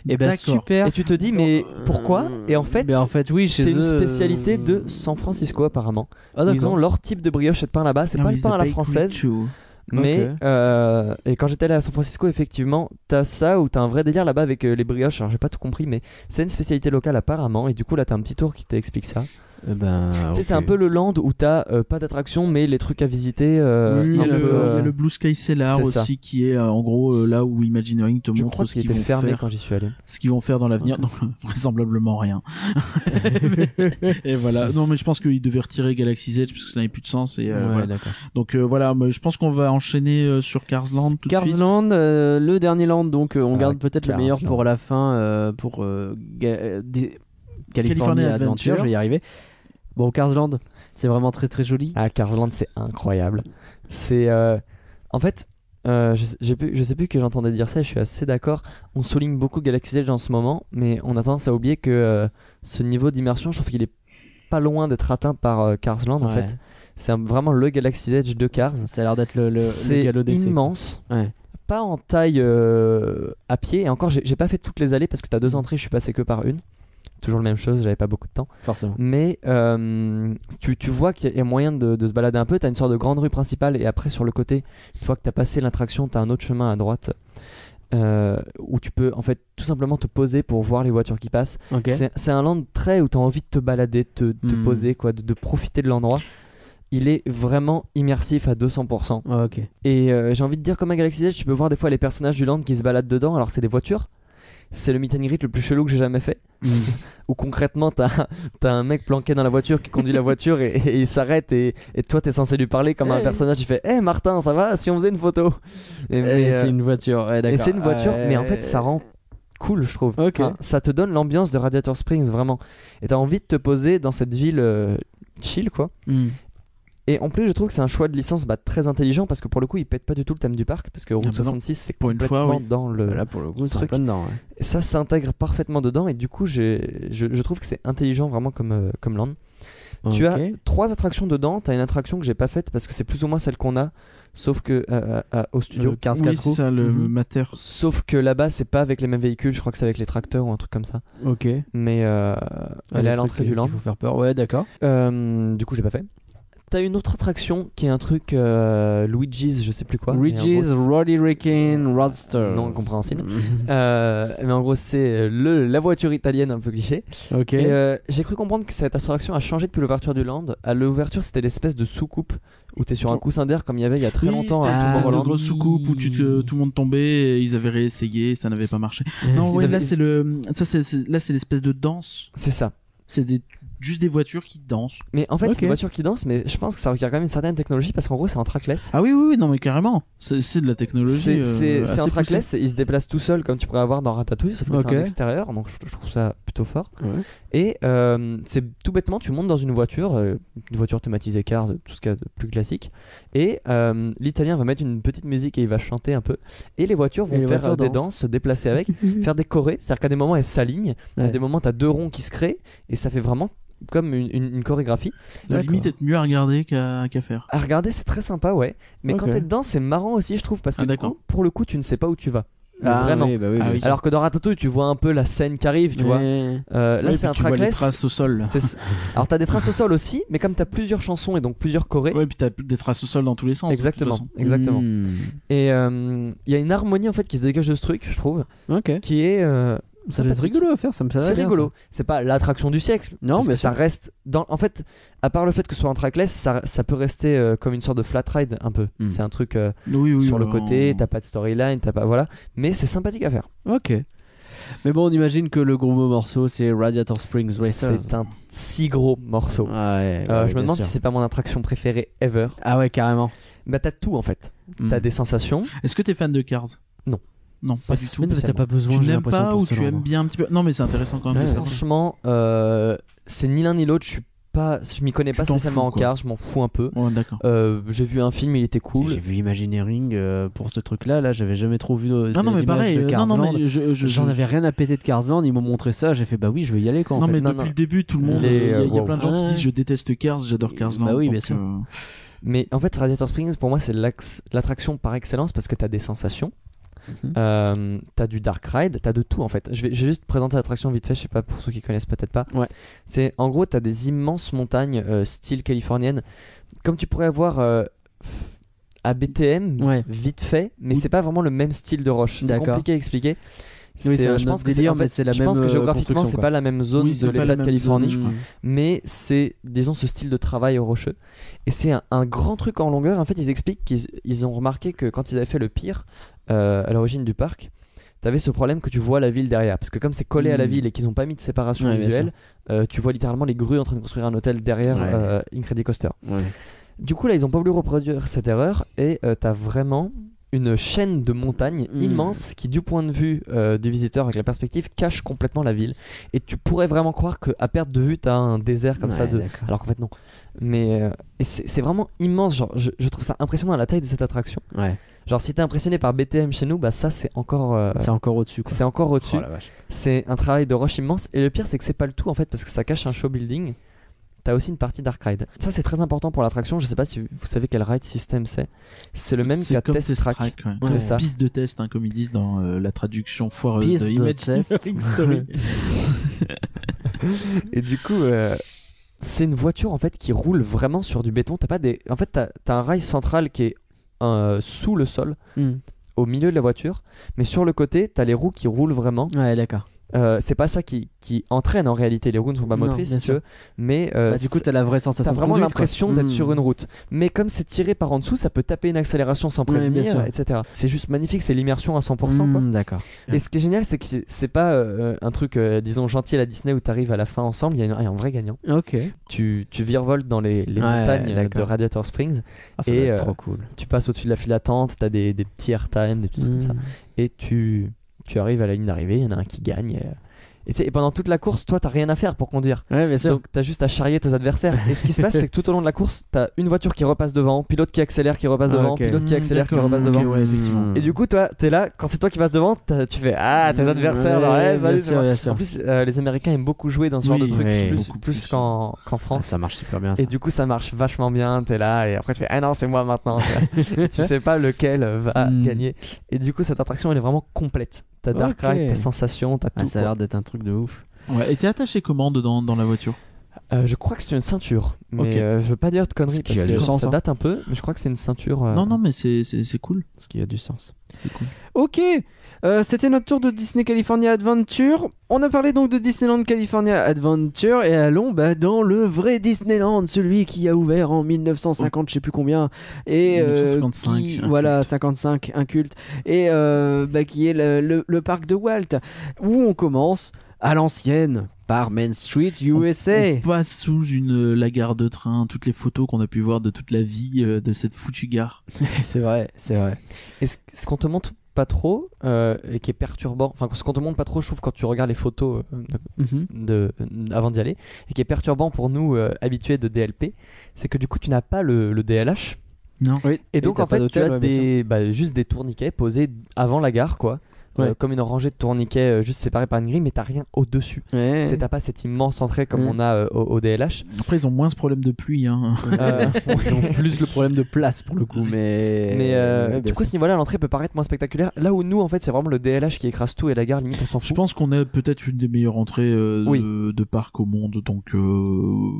Eh ben
d'accord.
super.
Et tu te dis, mais pourquoi Et en fait,
Mais en fait, oui, chez
c'est une
eux,
spécialité
euh,
de San Francisco apparemment.
Ah,
Où
d'accord.
ils ont leur type de brioche et de pain là-bas, c'est
Non,
pas
mais
le pain à la
they baked
française.
me too.
Mais
Ok.
euh, et quand j'étais allé à San Francisco, effectivement, t'as ça ou t'as un vrai délire là-bas avec euh, les brioches. Alors j'ai pas tout compris, mais c'est une spécialité locale apparemment. Et du coup là, t'as un petit tour qui t'explique ça.
Eh ben,
Tu sais, c'est
ok.
un peu le land où t'as euh, pas d'attraction, mais les trucs à visiter. euh,
Il
Oui,
y, a
un
le,
peu,
il y
euh,
a le Blue Sky Cellar
c'est ça.
aussi qui est euh, en gros euh, là où Imagineering te
je
montre
crois
ce
qu'il
qu'ils
était
vont
fermé
faire,
quand j'y suis allé.
ce qu'ils vont faire dans l'avenir, donc euh, vraisemblablement rien. et voilà. Non mais je pense qu'ils devaient retirer Galaxy's Edge parce que ça n'avait plus de sens et euh,
Ouais,
voilà.
d'accord.
Donc euh, voilà, mais je pense qu'on va enchaîner euh, sur Carsland tout de suite.
Carsland, euh, le dernier land, donc euh, on
Ah,
garde peut-être le meilleur
Carsland.
pour la fin, euh, pour euh, Ga- euh, des- California Adventure,
California Adventure.
je vais y arriver. Bon, Carsland, c'est vraiment très très joli.
Ah, Carsland, c'est incroyable. C'est. euh, En fait, euh, je, sais- j'ai plus- je sais plus que j'entendais dire ça, je suis assez d'accord. On souligne beaucoup Galaxy Edge en ce moment, mais on a tendance à oublier que euh, ce niveau d'immersion, je trouve qu'il est pas loin d'être atteint par euh, Carsland en
Ouais.
fait. C'est un- vraiment le Galaxy Edge de Cars.
Ça a l'air d'être le, le, le
C'est
galop d'essai.
immense.
Ouais.
Pas en taille euh, à pied, et encore, j'ai j'ai pas fait toutes les allées parce que t'as deux entrées, je suis passé que par une. Toujours la même chose, j'avais pas beaucoup de temps.
Forcément.
Mais euh, tu, tu vois qu'il y a moyen de, de se balader un peu. T'as une sorte de grande rue principale et après sur le côté, une fois que t'as passé l'attraction, t'as un autre chemin à droite euh, où tu peux en fait tout simplement te poser pour voir les voitures qui passent.
Ok.
C'est- C'est un land très où t'as envie de te balader, de te, te
Hmm.
poser, quoi, de, de profiter de l'endroit. Il est vraiment immersif à 200%.
Ah, ok.
Et euh, j'ai envie de dire, comme un Galaxy Edge, tu peux voir des fois les personnages du land qui se baladent dedans. Alors, c'est des voitures. C'est le meet and greet le plus chelou que j'ai jamais fait. Où concrètement, t'as as un mec planqué dans la voiture qui conduit la voiture et, et il s'arrête. Et, et toi, t'es censé lui parler comme un
Hey.
personnage. Il fait Hé Martin, ça va Si on faisait une photo Et,
Eh,
mais,
c'est
euh,
une voiture. ouais,
et
d'accord.
c'est une voiture,
Euh,
mais en fait, ça rend cool, je trouve.
Ok.
ça te donne l'ambiance de Radiator Springs, vraiment. Et t'as envie de te poser dans cette ville euh, chill, quoi.
Hmm.
Et en plus, je trouve que c'est un choix de licence bah, très intelligent parce que pour le coup, il pète pas du tout le thème du parc parce que Route
bah non.
66, c'est
Pour une fois,
complètement
oui.
dans le.
Là, pour le coup, c'est en
truc.
plein dedans. ouais.
Et ça s'intègre parfaitement dedans et du coup, j'ai- je, je trouve que c'est intelligent vraiment comme, euh, comme land. Tu
Ok.
as trois attractions dedans. T'as une attraction que j'ai pas faite parce que c'est plus ou moins celle qu'on a, sauf que euh, à- au studio.
le Cars
Oui,
4
c'est ça le
Mm-hmm.
Mhm.
mater.
Sauf que là-bas, c'est pas avec les mêmes véhicules. Je crois que c'est avec les tracteurs ou un truc comme ça.
Ok.
Mais euh, elle est à
le truc
l'entrée
Ah, qui-
du land.
qui faut faire peur. Ouais, d'accord.
Euh, du coup, j'ai pas fait. T'as une autre attraction qui est un truc euh, Luigi's, je sais plus quoi. mais en gros,
Ridges,
c'est-
Roddy Rickin, Roadster.
non compréhensible. Euh, mais en gros, c'est le, la voiture italienne un peu cliché.
Ok.
Et euh, j'ai cru comprendre que cette attraction a changé depuis l'ouverture du Land. À l'ouverture, c'était l'espèce de soucoupe où t'es sur un coussin d'air comme il y avait il y a très
Oui,
longtemps hein,
c'était une
à
Ah,
espèce de
Tomorrowland.
grosse soucoupe où tu te- tout le monde tombait, et ils avaient réessayé, ça n'avait pas marché.
Est-ce
Non,
qu'ils
ouais, là
avaient-
c'est le, ça c'est c'est- là c'est l'espèce de danse.
C'est ça.
C'est des, juste des voitures qui dansent.
Mais en fait,
Ok.
c'est une voiture qui danse, mais je pense que ça requiert quand même une certaine technologie parce qu'en gros, c'est en trackless.
Ah oui, oui, oui, non mais carrément. C'est c'est de la technologie.
C'est
euh,
c'est- c'est
assez
en
poussée.
trackless, il se déplace tout seul comme tu pourrais avoir dans Ratatouille, sauf que
Ok.
c'est en extérieur, donc je, je trouve ça plutôt fort.
Ouais.
Et euh, c'est tout bêtement, tu montes dans une voiture, euh, une voiture thématisée car, de- tout ce qu'il y a de plus classique, et euh, l'Italien va mettre une petite musique et il va chanter un peu, et les voitures vont
Et les
faire
voitures
euh, des
dansent.
danses, se déplacer avec, faire des chorés, c'est-à-dire qu'à des moments elles s'alignent, à
Ouais.
des moments t'as deux ronds qui se créent, et ça fait vraiment comme une- une- une chorégraphie.
Ça doit
D'accord.
limite être mieux à regarder qu'à qu'à faire.
À regarder, c'est très sympa, ouais. Mais quand
Ok.
t'es dedans, c'est marrant aussi, je trouve, parce que
Ah,
du coup,
d'accord.
pour le coup, tu ne sais pas où tu vas. Mais
Ah,
vraiment.
oui, bah oui,
Ah
bien
oui.
sûr.
Alors que dans Ratatouille, tu vois un peu la scène qui arrive, tu vois.
Mais-
Euh, là,
Ouais, puis
c'est un
tu vois les
trackless.
traces au sol.
C'est- Alors, t'as des traces au sol aussi, mais comme t'as plusieurs chansons et donc plusieurs chorés.
Ouais, puis t'as des traces au sol dans tous les sens. de toute
exactement,
façon.
exactement.
Hmm.
Et euh, il y a une harmonie en fait qui se dégage de ce truc, je trouve,
Ok.
qui est. euh,
Ça doit être
sympathique.
rigolo à faire, ça me ça va
C'est
bien,
rigolo. C'est pas l'attraction du siècle.
Non,
parce
mais
que ça
c'est-
reste dans. En fait, à part le fait que ce soit un trackless, ça, ça peut rester euh, comme une sorte de flat ride un peu.
Mm.
C'est un truc euh,
Oui, oui,
sur le
euh,
côté.
en-
T'as pas de storyline, t'as pas voilà. Mais c'est sympathique à faire.
ça. Ok. Mais bon, on imagine que le gros mot morceau, c'est Radiator Springs Racers.
C'est un si gros morceau.
Ouais,
Euh,
ouais,
je
bien
me demande
sûr.
si c'est pas mon attraction préférée ever.
Ah ouais, carrément.
Bah t'as tout en fait.
Hmm.
T'as des sensations.
Est-ce que t'es fan de Cars
Non.
Non, pas du tout.
Mais non, mais t'as pas besoin,
Tu
j'ai
n'aimes
l'impression,
pas
pour
ou
ce
tu
genre,
aimes
moi.
bien un petit peu Non, Ah, mais c'est intéressant quand même.
Ouais,
de
ouais.
savoir.
Franchement, euh, c'est ni l'un ni l'autre. Je suis pas, je m'y connais
Tu
pas
t'en
spécialement
fous,
en
quoi.
carte, je m'en fous un peu.
Ouais, d'accord.
Euh, j'ai vu un film, il était
J'ai
cool.
vu Imagineering euh, pour ce truc-là. Là, j'avais jamais trop vu. euh,
Non, non,
des
mais
images
pareil.
de
euh, Non,
Carsland.
non, mais je, je-
J'en
je-
avais rien à péter de Carsland. Ils m'ont montré ça. J'ai fait bah oui, je veux y aller quand. en
Non, euh,
fait.
mais
Non,
depuis
non.
le début, tout le monde. Il
Les,
y, a- il y a
wow.
plein de gens
Ouais.
qui disent Je déteste Cars, j'adore Cars. euh,
Bah oui, bien sûr.
Mais en fait, Radiator Springs, pour moi, c'est l'ax- l'attraction par excellence parce que t'as des sensations.
Mhm.
Euh, t'as du dark ride, t'as de tout en fait. Je vais, je vais juste présenter l'attraction vite fait, je sais pas pour ceux qui connaissent peut-être pas.
Ouais.
C'est en gros, t'as des immenses montagnes euh, style californienne, comme tu pourrais avoir euh, à BTM,
Ouais.
vite fait, mais
Ou-
c'est pas vraiment le même style de roche. C'est
D'accord.
compliqué à expliquer.
Oui, c'est
euh,
un
je pense
autre
que c'est
délire,
en
mais
fait,
c'est la
je
même,
pense
euh,
que géographiquement,
construction,
c'est
quoi.
pas la même zone
Oui,
de
c'est pas la
l'état de
même
Californie,
zone, je
Mmh.
mais c'est disons ce style de travail rocheux. Et c'est un, un grand truc en longueur. En fait, ils expliquent qu'ils ils ont remarqué que quand ils avaient fait le pire euh, à l'origine du parc, t'avais ce problème que tu vois la ville derrière, parce que comme c'est collé à la
Mhm.
ville et qu'ils ont pas mis de séparation
Hmm. Ouais, bien
visuelle, euh, tu vois littéralement les grues en train de construire un hôtel derrière
Ouais.
euh, Incredicoaster.
Ouais.
Du coup, là, ils ont pas voulu reproduire cette erreur et euh, t'as vraiment une chaîne de montagnes
Mm.
immense qui, du point de vue euh, du visiteur avec la perspective, cache complètement la ville. Et tu pourrais vraiment croire qu'à perte de vue, t'as un désert comme ça
Ouais,
de.
d'accord.
Alors qu'en fait, non. Mais euh, et c'est c'est vraiment immense. Genre, je, je trouve ça impressionnant la taille de cette attraction.
Ouais.
Genre, si t'es impressionné par BTM chez nous, bah ça, c'est encore. euh,
C'est encore au-dessus. quoi.
c'est encore au-dessus.
Oh la vache.
C'est un travail de rush immense. Et le pire, c'est que c'est pas le tout en fait, parce que ça cache un show building. T'as aussi une partie Dark Ride. Ça, c'est très important pour l'attraction. Je sais pas si vous savez quel ride system c'est. C'est le même
C'est
qu'à
comme
Test Track.
ouais.
C'est
Ouais.
ça.
Piste de test, hein, comme ils disent dans euh, la traduction foireuse
Piste
de
de
Imagineering
test.
Story.
Et du coup, euh, c'est une voiture en fait qui roule vraiment sur du béton. T'as pas des. En fait, t'as t'as un rail central qui est euh, sous le sol,
Mmh.
au milieu de la voiture, mais sur le côté, t'as les roues qui roulent vraiment.
Ouais, d'accord.
Euh, c'est pas ça qui, qui entraîne en réalité. Les roues ne sont pas
Non,
motrices,
bien
si tu veux. Mais euh,
Bah, du coup,
c'est-
t'as la vraie sensation.
t'as
de
vraiment
conduite, quoi.
l'impression d'être
Mmh.
sur une route. Mais comme c'est tiré par en dessous, ça peut taper une accélération sans
Ouais, bien
prévenir,
sûr.
etc. C'est juste magnifique, c'est l'immersion à 100%. quoi.
Mmh, D'accord.
Et ce qui est génial, c'est que c'est- c'est pas euh, un truc, euh, disons, gentil à la Disney où t'arrives à la fin ensemble, il y a une- un vrai gagnant.
Ok.
Tu, tu virevoltes dans les, les
Ouais,
montagnes euh, de
d'accord.
Radiator Springs,
Ah, ça
Et,
doit être
euh,
trop cool.
tu passes au-dessus de la file d'attente, t'as des, des petits airtime, des petits trucs comme ça
Mmh.
et tu, tu arrives à la ligne d'arrivée, il y en a un qui gagne. euh, Et, tu sais, et pendant toute la course, toi, t'as rien à faire pour conduire.
Ouais, bien sûr.
Donc, t'as juste à charrier tes adversaires. Et ce qui se passe, c'est que tout au long de la course, t'as une voiture qui repasse devant, puis l'autre qui accélère, qui repasse
Ah,
devant,
ok.
puis l'autre qui
Mmh,
accélère, qui
d'accord,
repasse
ok,
devant.
ouais, effectivement.
Mmh.
Et du coup, toi, t'es là, quand c'est toi qui passe devant, t'as- tu fais Ah, tes
Mmh,
adversaires,
Hmm, Ouais,
ouais, salut,
bien
c'est
sûr,
moi.
bien sûr.
En plus, euh, les Américains aiment beaucoup jouer dans ce genre
Oui,
de truc,
ouais.
plus,
Beaucoup
plus
plus.
qu'en qu'en
Ah,
France.
ça marche super bien. Ça.
Et du coup, ça marche vachement bien. T'es là, et après, tu fais Ah non, c'est moi maintenant. Et tu sais pas lequel va
Hmm.
gagner. Et du coup, cette attraction, elle est vraiment complète. T'as Dark
Ok.
Ride, t'as Sensation, t'as
Ah,
tout.
ça a
quoi.
l'air d'être un truc de ouf.
Ouais, et t'es attaché comment dedans dans la voiture
Euh, je crois que c'est une ceinture. Mais
Ok.
euh, je veux pas dire de
Ce
conneries
qui
parce
a
que
du sens,
ça
hein.
date un peu. Mais je crois que c'est une ceinture. euh,
Non, non, mais c'est c'est- c'est cool.
Ce qui a du sens.
C'est cool.
Ok, euh, c'était notre tour de Disney California Adventure. On a parlé donc de Disneyland California Adventure et allons bah, dans le vrai Disneyland, celui qui a ouvert en 1950, je sais plus combien, et euh,
1955,
qui-
un
voilà
culte.
55, un culte, et euh, bah, qui est le, le- le parc de Walt, où on commence à l'ancienne par Main Street USA.
On passe sous une, euh, la gare de train, toutes les photos qu'on a pu voir de toute la vie euh, de cette foutue gare.
c'est vrai, c'est vrai.
Et ce, ce qu'on te montre pas trop euh, et qui est perturbant, enfin ce qu'on te montre pas trop, je trouve quand tu regardes les photos euh,
Mhm.
de, de- avant d'y aller et qui est perturbant pour nous euh, habitués de DLP, c'est que du coup tu n'as pas le, le DLH
Non.
Oui,
et donc
t'as
en
pas
fait tu
d'hôtel,
as
ouais, bien sûr.
des, bah, juste des tourniquets posés avant la gare quoi. Euh,
Ouais.
comme une rangée de tourniquets euh, juste séparés par une grille mais t'as rien au-dessus.
Ouais.
Tu sais, T'as pas cette immense entrée comme
Ouais.
on a euh, au, au DLH.
Après, ils ont moins ce problème de pluie. Hein.
Euh,
Ils ont plus le problème de place pour le coup, mais.
Mais euh,
Ouais, bien
du coup,
sûr.
ce niveau-là, l'entrée peut paraître moins spectaculaire. Là où nous, en fait, c'est vraiment le DLH qui écrase tout et la gare, limite, on s'en
Je
fout.
pense qu'on a peut-être une des meilleures entrées euh,
Oui.
de, de parc au monde, donc. Euh...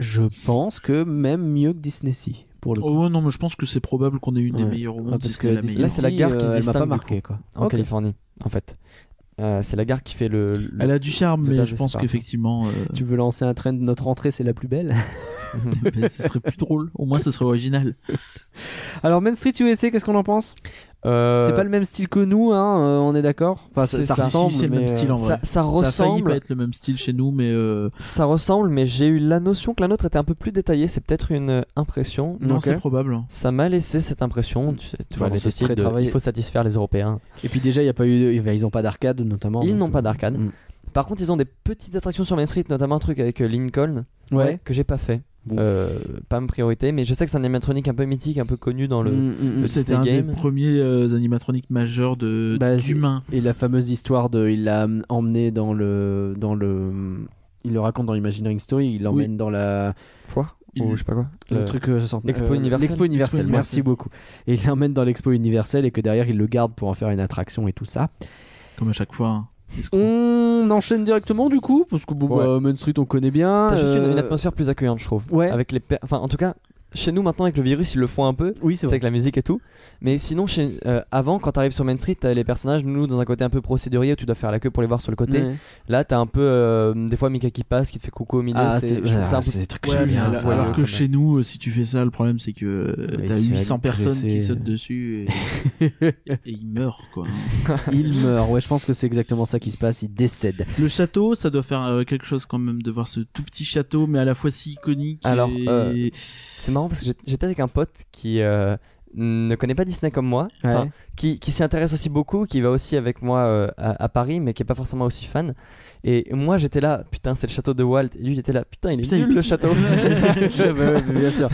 je pense que même mieux que Disney Sea pour le coup.
Oh ouais, non, mais je pense que c'est probable qu'on ait une des
Ouais.
meilleures au
Ah,
monde. si
parce
ce
que
n'est la
Disney
meilleure.
Là, c'est la gare
Sea,
qui se
euh, elle m'a pas
distingue, du
marqué quoi.
En
Ok.
Californie, en fait. Euh, c'est la gare qui fait le. le-
Elle a du charme,
Le
mais
tas
je
de
pense
séparations.
qu'effectivement, euh,
Tu veux lancer un trend notre entrée c'est la plus belle.
Mhm.
mais ce serait plus drôle. Au moins, ce serait original.
Alors Main Street USA qu'est-ce qu'on en pense
Euh,
C'est pas le même style que nous hein, euh, on est d'accord. Enfin ça,
C'est
ça
ça.
ressemble
Si, si, c'est le
mais,
même
euh,
style, en
ça, ça
Ça a failli pas
ressemble,
être le même style chez nous, mais euh,
ça ressemble, mais j'ai eu la notion que la nôtre était un peu plus détaillée. C'est peut-être une euh, impression.
Mm.
non,
Ok.
c'est probable. hein.
Ça m'a laissé cette impression. Tu sais, toujours
Bah,
dans
les
ce style
très
de-
travaillés.
Il faut satisfaire les Européens.
Et puis déjà il y a pas eu de- ils ont pas d'arcade notamment.
Ils
donc,
n'ont
euh,
pas d'arcade.
mm.
Par contre, ils ont des petites attractions sur Main Street, notamment un truc avec euh, Lincoln.
Ouais.
que j'ai pas fait.
Bon.
Euh, pas ma priorité, mais je sais que c'est un animatronique un peu mythique, un peu connu dans le.
Mm, mm, mm.
le-
C'était
Disney
un des
Game.
premiers euh, animatroniques majeurs de
Bah,
d'humains.
Et la fameuse histoire de, il l'a emmené dans le, dans le, il le raconte dans Imagineering Story, il l'emmène dans la,
Foi
oh,
Il-
Ou je sais pas quoi.
le,
Le-
truc, euh, ça sent-
l'expo universelle.
l'expo universelle,
L'expo
merci
universelle.
beaucoup. Et il l'emmène dans l'expo universelle et que derrière il le garde pour en faire une attraction et tout ça.
Comme à chaque fois. hein. Est-ce qu'on-
On enchaîne directement du coup, parce que bon,
Ouais.
bah, Main Street on connaît bien.
T'as juste une,
euh,
une atmosphère plus accueillante, je trouve.
Ouais.
Avec les per- enfin, en tout cas, chez nous maintenant, avec le virus, ils le font un peu.
Oui, c'est
C'est
vrai.
avec la musique et tout. Mais sinon, chez, euh, avant, quand t'arrives sur Main Street, t'as les personnages, nous, dans un côté un peu procédurier où tu dois faire la queue pour les voir sur le côté.
Ouais.
Là, t'as un peu euh, des fois Mika qui passe, qui te fait coucou au milieu.
Ah,
c'est-
c'est
je trouve ça un
ah,
peu.
c'est des trucs
Ouais,
chelous,
mais
bien,
hein,
alors,
ça.
alors
ouais,
que
ouais.
chez nous, euh, si tu fais ça, le problème c'est que euh,
Ouais,
t'as
ils se font
800 personnes
agresser. euh.
qui sautent dessus et, et ils meurent quoi.
il meurt. Ouais, je pense que c'est exactement ça qui se passe. Il décède.
Le château, ça doit faire euh, quelque chose quand même de voir ce tout petit château, mais à la fois si iconique.
Alors,
et-
euh, C'est marrant parce que j'ai- j'étais avec un pote qui euh, ne connaît pas Disney comme moi, enfin,
Ouais.
qui, qui s'y intéresse aussi beaucoup, qui va aussi avec moi euh, à, à Paris, mais qui est pas forcément aussi fan. Et moi, j'étais là, putain, c'est le château de Walt. Et lui, il était là, putain, il est
Putain, il
nul
est
le château.
Ouais, ouais, ouais, bien sûr.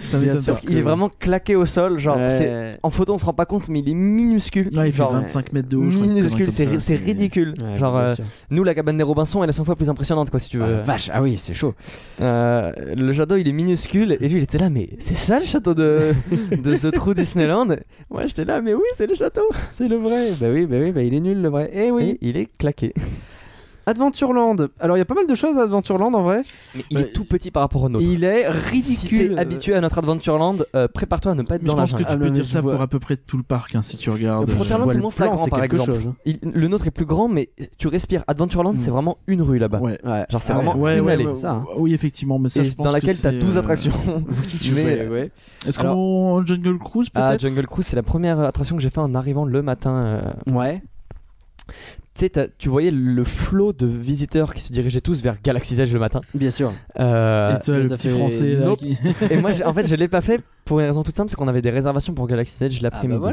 ça
bien
m'étonne
sûr.
pas.
parce qu'il est vraiment claqué au sol, genre
Ouais.
c'est en photo on se rend pas compte mais il est minuscule
Ouais, il fait
genre
25 mètres de haut. je crois, une connerie
minuscule
comme
c'est
ça,
ri- c'est ridicule
Ouais,
genre
bien
euh,
sûr.
nous la cabane des Robinson elle est 100 fois plus impressionnante quoi si tu
Ah, la
veux
vache, ah oui, c'est chaud.
Euh, le château il est minuscule et lui il était là mais c'est ça le château de de ce trou Disneyland moi j'étais là mais oui c'est le château
C'est le vrai. Bah oui, bah oui, bah il est nul le vrai. Eh oui.
et il est claqué
Adventureland. Alors il y a pas mal de choses à Adventureland en vrai.
mais il est tout petit par rapport au nôtre
Il est
si
ridicule.
t'es habitué à notre Adventureland euh, prépare-toi à ne pas être
Mais je
dans la
pense que
jungle
tu
Ah,
peux
non,
dire
mais
ça
je vois.
pour à peu près tout le parc, hein, si tu regardes.
Le Frontierland,
Je vois Euh,
c'est
le
moins
plan,
flagrant,
c'est
par
quelque
exemple.
chose, hein.
Il- le nôtre est plus grand mais tu respires Adventureland
Mm.
c'est vraiment une rue là-bas
Ouais.
Ouais.
genre c'est
Ah ouais.
vraiment
Ouais,
une
ouais,
allée
ouais,
c'est ça, hein.
Oui, effectivement, mais ça,
Et
je pense
dans
que
laquelle t'as
c'est,
12
euh,
attractions mais,
Ouais, ouais.
Est-ce
Alors-
qu'on Jungle Cruise
Ah,
euh, peut-être
Jungle Cruise, c'est la première attraction que j'ai fait en arrivant le matin. euh.
Ouais.
Tu sais, t'as- tu voyais le flot de visiteurs qui se dirigeaient tous vers Galaxy's Edge le matin.
Bien sûr.
Ah,
Euh,
Et toi, le
t'as
petit
fait-
français là.
Nope.
qui-
et moi, j'ai- en fait, je l'ai pas fait pour une raison toute simple, c'est qu'on avait des réservations pour Galaxy's Edge
Ah
l'après-midi.
bah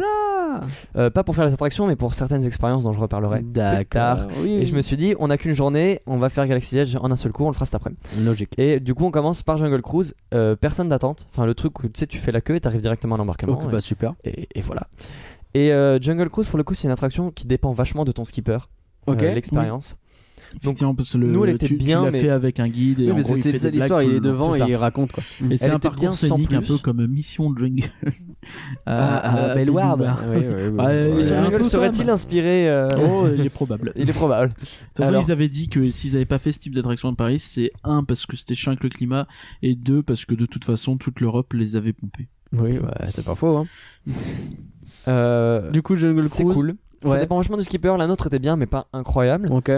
voilà.
Euh, pas pour faire les attractions, mais pour certaines expériences dont je reparlerai.
Mm.
plus
D'accord.
tard.
Oui,
Et
oui.
je me suis dit, on a qu'une journée, on va faire Galaxy's Edge en un seul coup, on le fera cet après.
Logique.
Et du coup, on commence par Jungle Cruise, euh, personne d'attente. Enfin, le truc où tu sais, tu fais la queue et t'arrives directement à l'embarquement.
Ok, bah super.
et, et voilà. Et euh, Jungle Cruise, pour le coup, c'est une attraction qui dépend vachement de ton skipper, euh,
Ok.
l'expérience.
Effectivement, parce que le,
nous, elle était
tu, tu
bien,
l'as
mais-
fait avec un guide et
Oui,
en
mais
gros,
c'est
il fait
c'est
des
ça
blagues
l'histoire,
tout
il
le
est
long.
devant
c'est
et
ça.
il raconte quoi.
Et c'est un
était
parcours
bien sans
scénique un
plus.
peu comme Mission Jungle. Euh,
Ah, ah, Bellward.
Bellward.
Oui, oui, oui.
Ouais,
Ouais.
Ah, ils sont
Sur
un
Euh, Jungle
peu
serait-il
comme-
inspiré euh,
Oh, il est probable.
Il est probable.
De toute façon,
Alors-
ils avaient dit que s'ils n'avaient pas fait ce type d'attraction à Paris, c'est un parce que c'était chiant avec le climat et deux parce que de toute façon toute l'Europe les avait pompés.
Oui, ouais, c'est pas faux. hein.
Euh,
Du coup, Jungle Cruise.
c'est cool. Ça
Ouais.
dépend vachement du skipper. La nôtre était bien, mais pas incroyable.
Ok.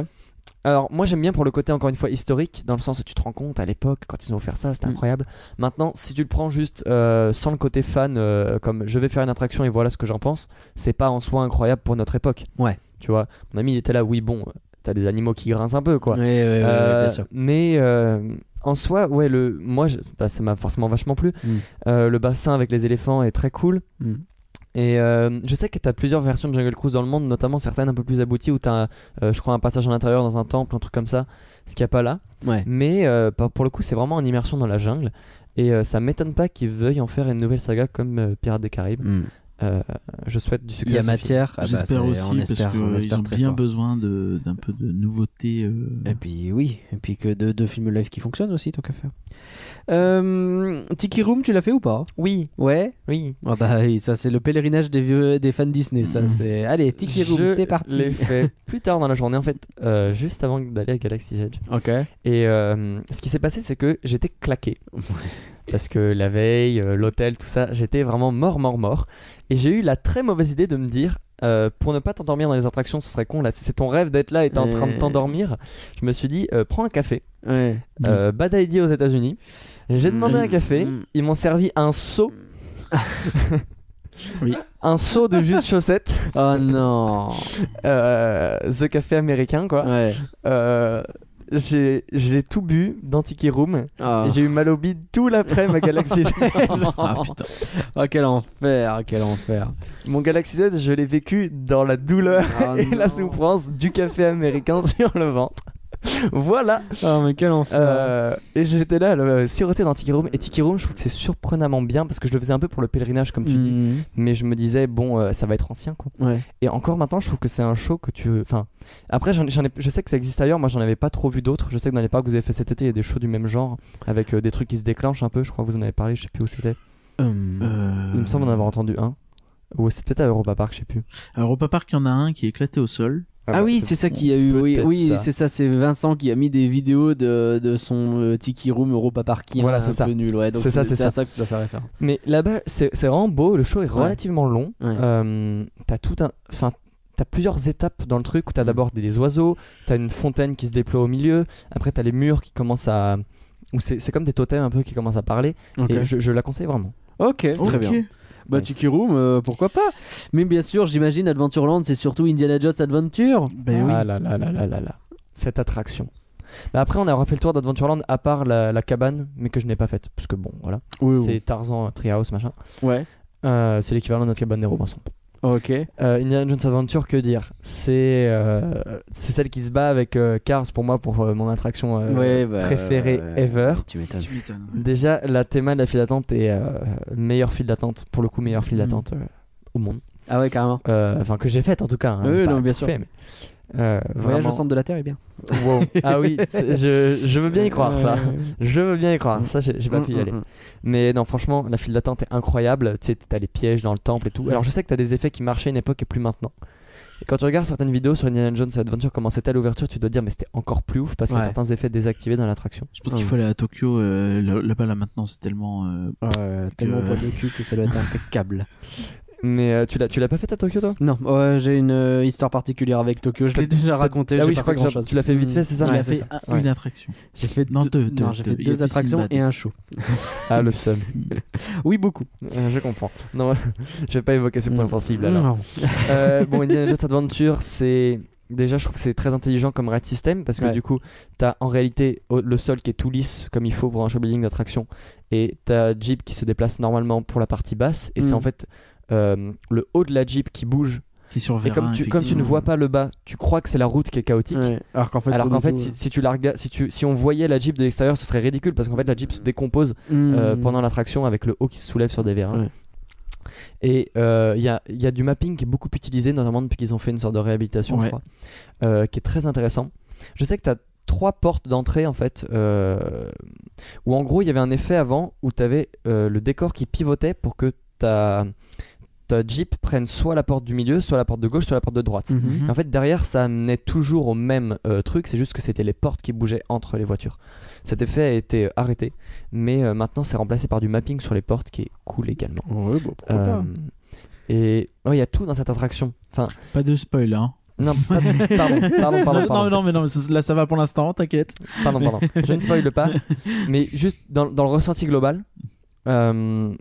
Alors, moi, j'aime bien pour le côté, encore une fois, historique, dans le sens où tu te rends compte, à l'époque, quand ils ont offert ça, c'était
Mm.
incroyable. Maintenant, si tu le prends juste euh, sans le côté fan, euh, comme je vais faire une attraction et voilà ce que j'en pense, c'est pas en soi incroyable pour notre époque.
Ouais.
Tu vois, mon ami, il était là, oui, bon, t'as des animaux qui grincent un peu, quoi.
Ouais, ouais, ouais, ouais,
Euh,
bien sûr.
Mais euh, en soi, ouais, le, moi, je- bah, ça m'a forcément vachement plu.
Mm.
Euh, le bassin avec les éléphants est très cool.
Mm.
Et euh, je sais que t'as plusieurs versions de Jungle Cruise dans le monde, notamment certaines un peu plus abouties où t'as, euh, je crois, un passage à l'intérieur dans un temple, un truc comme ça, ce qu'il n'y a pas là.
Ouais.
Mais euh, pas- pour le coup, c'est vraiment en immersion dans la jungle. Et euh, ça m'étonne pas qu'ils veuillent en faire une nouvelle saga comme euh, Pirates des Caraïbes.
Mm.
Euh, je souhaite du
Il
succès.
y
à
a
ce film.
matière. Ah bah, c'est-
Hmm. J'espère
on
aussi
espère,
parce
on
qu'ils
espère
ont
très
bien
fort. Eh.
besoin de- d'un peu de nouveauté. euh.
Et puis oui, et puis que de, de films live qui fonctionnent aussi, tant qu'à faire. Euh, Tiki Room, tu l'as fait ou pas
Oui,
Ouais.
oui.
Ah bah oui, ça c'est le pèlerinage des vieux, des fans Disney, ça
Mm.
c'est. Allez, Tiki Room,
Je
c'est parti.
l'ai fait plus tard dans la journée, en fait, euh, juste avant d'aller à Galaxy's Edge.
Ok.
Et euh, ce qui s'est passé, c'est que j'étais claqué. Parce que la veille, euh, l'hôtel, tout ça, j'étais vraiment mort, mort, mort. Et j'ai eu la très mauvaise idée de me dire, euh, pour ne pas t'endormir dans les attractions, ce serait con, là, c'est ton rêve d'être là et t'es en train de
Euh.
t'endormir. Je me suis dit, euh, prends un café.
Ouais.
Euh, bad idea aux États-Unis. J'ai demandé un café,
Mm.
ils m'ont servi un seau.
Oui.
Un seau de jus de chaussettes,
Oh non.
euh, The Café américain quoi.
Ouais.
Euh, j'ai j'ai tout bu dans Tiki Room
Ah.
et j'ai eu mal au bide tout l'après-midi à Galaxy's Edge.
Ah putain.
Oh, quel enfer, quel enfer.
Mon Galaxy's Edge, je l'ai vécu dans la douleur
Ah
et la
non.
souffrance du café américain sur le ventre. voilà.
Ah, mais quel enfant.
Euh, et j'étais là, le, euh, siroté dans Tiki Room. Et Tiki Room, je trouve que c'est surprenamment bien parce que je le faisais un peu pour le pèlerinage, comme tu dis.
Mhm.
Mais je me disais, bon, euh, ça va être ancien, quoi.
Ouais.
Et encore maintenant, je trouve que c'est un show que tu. Enfin, après, j'en, j'en ai- je sais que ça existe ailleurs. Moi, j'en avais pas trop vu d'autres. Je sais que dans les parcs que vous avez fait cet été, il y a des shows du même genre avec euh, des trucs qui se déclenchent un peu. Je crois que vous en avez parlé. Je sais plus où c'était.
Hum.
Il me
Euh,
semble en
Euh.
avoir entendu un. Ou c'est peut-être à Europa Park, je sais plus.
Alors, au Park, il y en a un qui est éclaté au sol.
Ah, oui, c'est ça qui a eu. Oui,
peut-être
oui
ça.
c'est ça. C'est Vincent qui a mis des vidéos de, de son euh, Tiki Room Europa Parking.
Voilà,
un
c'est ça.
peu nul. Ouais, donc
C'est ça, c'est
à
ça.
que tu dois faire référence.
Mais là-bas, c'est c'est vraiment beau. Le show est relativement long.
Ouais.
Euh, t'as tout un. Enfin, t'as plusieurs étapes dans le truc
Mm.
où t'as d'abord des, des oiseaux, t'as une fontaine qui se déploie au milieu. Après, t'as les murs qui commencent à. Où c'est c'est comme des totems un peu qui commencent à parler.
Ok,
Et je, je la conseille vraiment.
Ok,
Ok.
très bien. Bah,
Nice.
Tiki Room, euh, pourquoi pas Mais bien sûr, j'imagine Adventureland, c'est surtout Indiana Jones Adventure.
Ben oui.
Ah là là là là là là. Cette attraction. Mais après, on a fait le tour d'Adventureland à part la, la cabane, mais que je n'ai pas faite. Parce que bon, voilà.
Oui,
C'est Tarzan, Treehouse, machin.
Ouais.
Euh, c'est l'équivalent de notre cabane des Robinson.
Ok.
Euh, Indiana Jones Adventure, que dire C'est euh, c'est celle qui se bat avec euh, Cars pour moi, pour euh, mon attraction euh,
Ouais, bah,
préférée
ouais,
ever.
Tu m'étonnes.
Tu m'étonnes.
Déjà, la théma de la file d'attente est euh, meilleure file d'attente, pour le coup, meilleure
Mm.
file
Mhm.
d'attente euh, au monde.
Ah ouais, carrément.
Euh, Enfin, que j'ai faite en tout cas. hein,
Oui,
pas
non, bien
tout
sûr.
fait, mais, euh,
Voyage
vraiment-
au centre de la Terre est bien.
Wow. Ah oui, c'est- je, je veux bien y croire ça. Je veux bien y croire, ça j'ai j'ai pas
Mm,
pu y
mm,
aller.
mm.
Mais non, franchement, la file d'attente est incroyable. Tu sais, t'as les pièges dans le temple et tout. Alors, je sais que t'as des effets qui marchaient à une époque et plus maintenant. Et quand tu regardes certaines vidéos sur Indiana Jones Adventure, comment c'était à l'ouverture, tu dois te dire, mais c'était encore plus ouf parce qu'il y
Ouais.
a certains effets désactivés dans l'attraction.
Je pense qu'il faut aller à Tokyo. euh, là- Là-bas, là maintenant, c'est tellement. euh,
Euh, tellement
Que-
poil de cul que ça doit être impeccable.
Mais euh, tu l'as tu l'as pas fait à Tokyo, toi
non, ouais, j'ai une euh, histoire particulière avec Tokyo. Je l'ai déjà raconté.
Ah
j'ai
oui,
pas
je crois que
grand
j'ai-
chose.
tu l'as fait vite fait, c'est ça
Il
Ouais,
a
c'est
fait
ça.
un- une attraction.
J'ai fait
Non, deux,
non,
deux,
j'ai fait
deux. Il y a
deux
Piscine
attractions
Bad
et un
aussi.
show.
Ah, le seul.
Oui, beaucoup.
je comprends. Non, je vais pas évoquer ce point
Mm.
sensible alors.
Non.
Euh, bon, Indiana Jones Adventure, c'est. Déjà, je trouve que c'est très intelligent comme ride system parce que
Ouais.
du coup, t'as en réalité au- le sol qui est tout lisse comme il faut pour un show building d'attraction et t'as Jeep qui se déplace normalement pour la partie basse et c'est
Mm.
en fait euh, le haut de la Jeep qui bouge.
Qui
Et
surveille.
comme tu, comme tu ne vois pas le bas, tu crois que c'est la route qui est chaotique.
Ouais, Alors qu'en fait,
Alors
pas
qu'en
du
fait,
tout,
si,
ouais.
si tu la rega- si, tu, si on voyait la Jeep de l'extérieur, ce serait ridicule parce qu'en fait, la Jeep se décompose euh,
Mm.
pendant l'attraction avec le haut qui se soulève sur des vérins.
Ouais.
Et euh, il y, a, il y a du mapping qui est beaucoup utilisé, notamment depuis qu'ils ont fait une sorte de réhabilitation,
Ouais.
je crois, euh, qui est très intéressant. Je sais que tu as trois portes d'entrée en fait, euh, où en gros il y avait un effet avant où tu avais le décor qui pivotait pour que ta, ta Jeep prenne soit la porte du milieu, soit la porte de gauche, soit la porte de droite.
Mhm.
Et En fait, derrière, ça amenait toujours au même euh, truc, c'est juste que c'était les portes qui bougeaient entre les voitures. Cet effet a été euh, arrêté, mais euh, maintenant c'est remplacé par du mapping sur les portes qui est cool également.
Ouais, bah, pourquoi
Euh,
pas.
et oh, il y a tout dans cette attraction. Enfin,
Pas de spoil, hein.
non, pardon, pardon, pardon, pardon,
non,
pardon,
non, mais non, mais ça- là ça va pour l'instant, t'inquiète.
pardon, pardon. Je ne spoil pas, mais juste dans, dans le ressenti global, euh,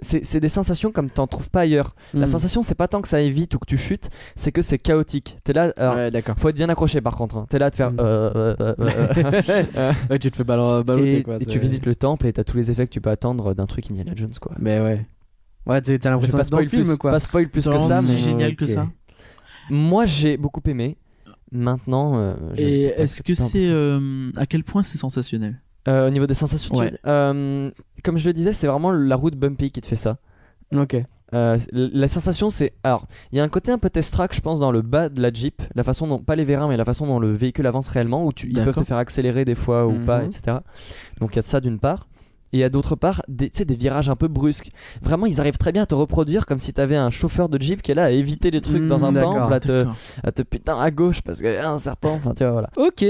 c'est c'est des sensations comme t'en trouves pas ailleurs. La
Mm.
sensation, c'est pas tant que ça évite ou que tu chutes, c'est que c'est chaotique. T'es là, alors,
Ouais, d'accord.
faut être bien accroché par contre. hein. T'es là de faire.
Mm.
euh, euh, euh, euh, euh,
Ouais, tu te fais balo- baloter
et,
quoi.
et
c'est-
tu visites le temple et t'as tous les effets que tu peux attendre d'un truc Indiana Jones quoi.
Mais ouais. Ouais, t'as t'as l'impression
Je vais
d'être dans le film
plus,
quoi.
pas spoil plus que
Vraiment,
ça.
c'est
mais-
génial que
ok.
ça.
mais Moi j'ai beaucoup aimé. Maintenant, euh, je
Et
sais pas
est-ce
ce
que
t'en
c'est
penses.
euh, à quel point c'est sensationnel
Euh, au niveau des sensations tu
Ouais.
veux dire Euh, Comme je le disais, c'est vraiment la route bumpy qui te fait ça.
Ok.
Euh, la sensation, c'est. Alors, il y a un côté un peu test track, je pense, dans le bas de la Jeep, la façon dont. Pas les vérins, mais la façon dont le véhicule avance réellement, où tu, ils
D'accord.
peuvent te faire accélérer des fois ou
Mhm.
pas, etc. Donc, il y a de ça d'une part. Et il y a d'autre part, des, tu sais, des virages un peu brusques. Vraiment, ils arrivent très bien à te reproduire comme si t'avais un chauffeur de Jeep qui est là à éviter les trucs
Mhm,
dans un
d'accord.
temple, à te,
D'accord.
à te putain à gauche parce qu'il y a un serpent, enfin, tu vois, voilà.
Ok.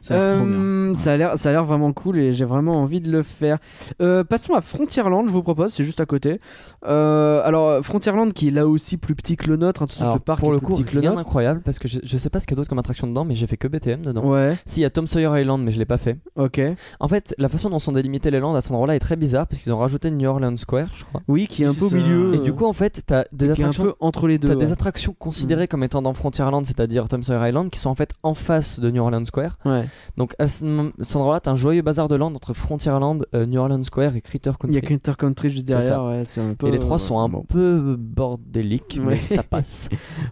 Ça va trop bien.
Euh, ça a l'air, ça a l'air vraiment cool et j'ai vraiment envie de le faire. Euh, passons à Frontierland, je vous propose, c'est juste à côté. Euh, alors Frontierland qui est là aussi plus petit que le nôtre, hein, tout
Alors,
ce parc
pour
est
le
plus
coup,
petit que le
rien
nôtre.
d'incroyable parce que je, je sais pas ce qu'il y a d'autre comme attraction dedans, mais j'ai fait que BTM dedans.
Ouais.
Si, il y a Tom Sawyer Island, mais je l'ai pas fait.
Ok.
En fait, la façon dont sont délimitées les landes à cet endroit-là est très bizarre parce qu'ils ont rajouté New Orleans Square, je crois.
Oui, qui est
Oui,
un
c'est
peu au
ça.
milieu.
Et du coup, en fait, t'as des
euh, qui est Euh, un
attractions.
peu entre les deux.
T'as
ouais. Mhm.
des attractions considérées comme étant dans Frontierland, c'est-à-dire Tom Sawyer Island, qui sont en fait en face de New Orleans Square.
Ouais.
Donc à ce mom- cet endroit-là, t'as un joyeux bazar de landes entre Frontierland, euh, New Orleans Square et Critter
Il y
Country.
a Counter Country juste
C'est ça.
derrière, ouais, c'est un peu.
Et les trois
euh,
sont un
bon.
peu bordéliques, mais
Ouais.
ça passe.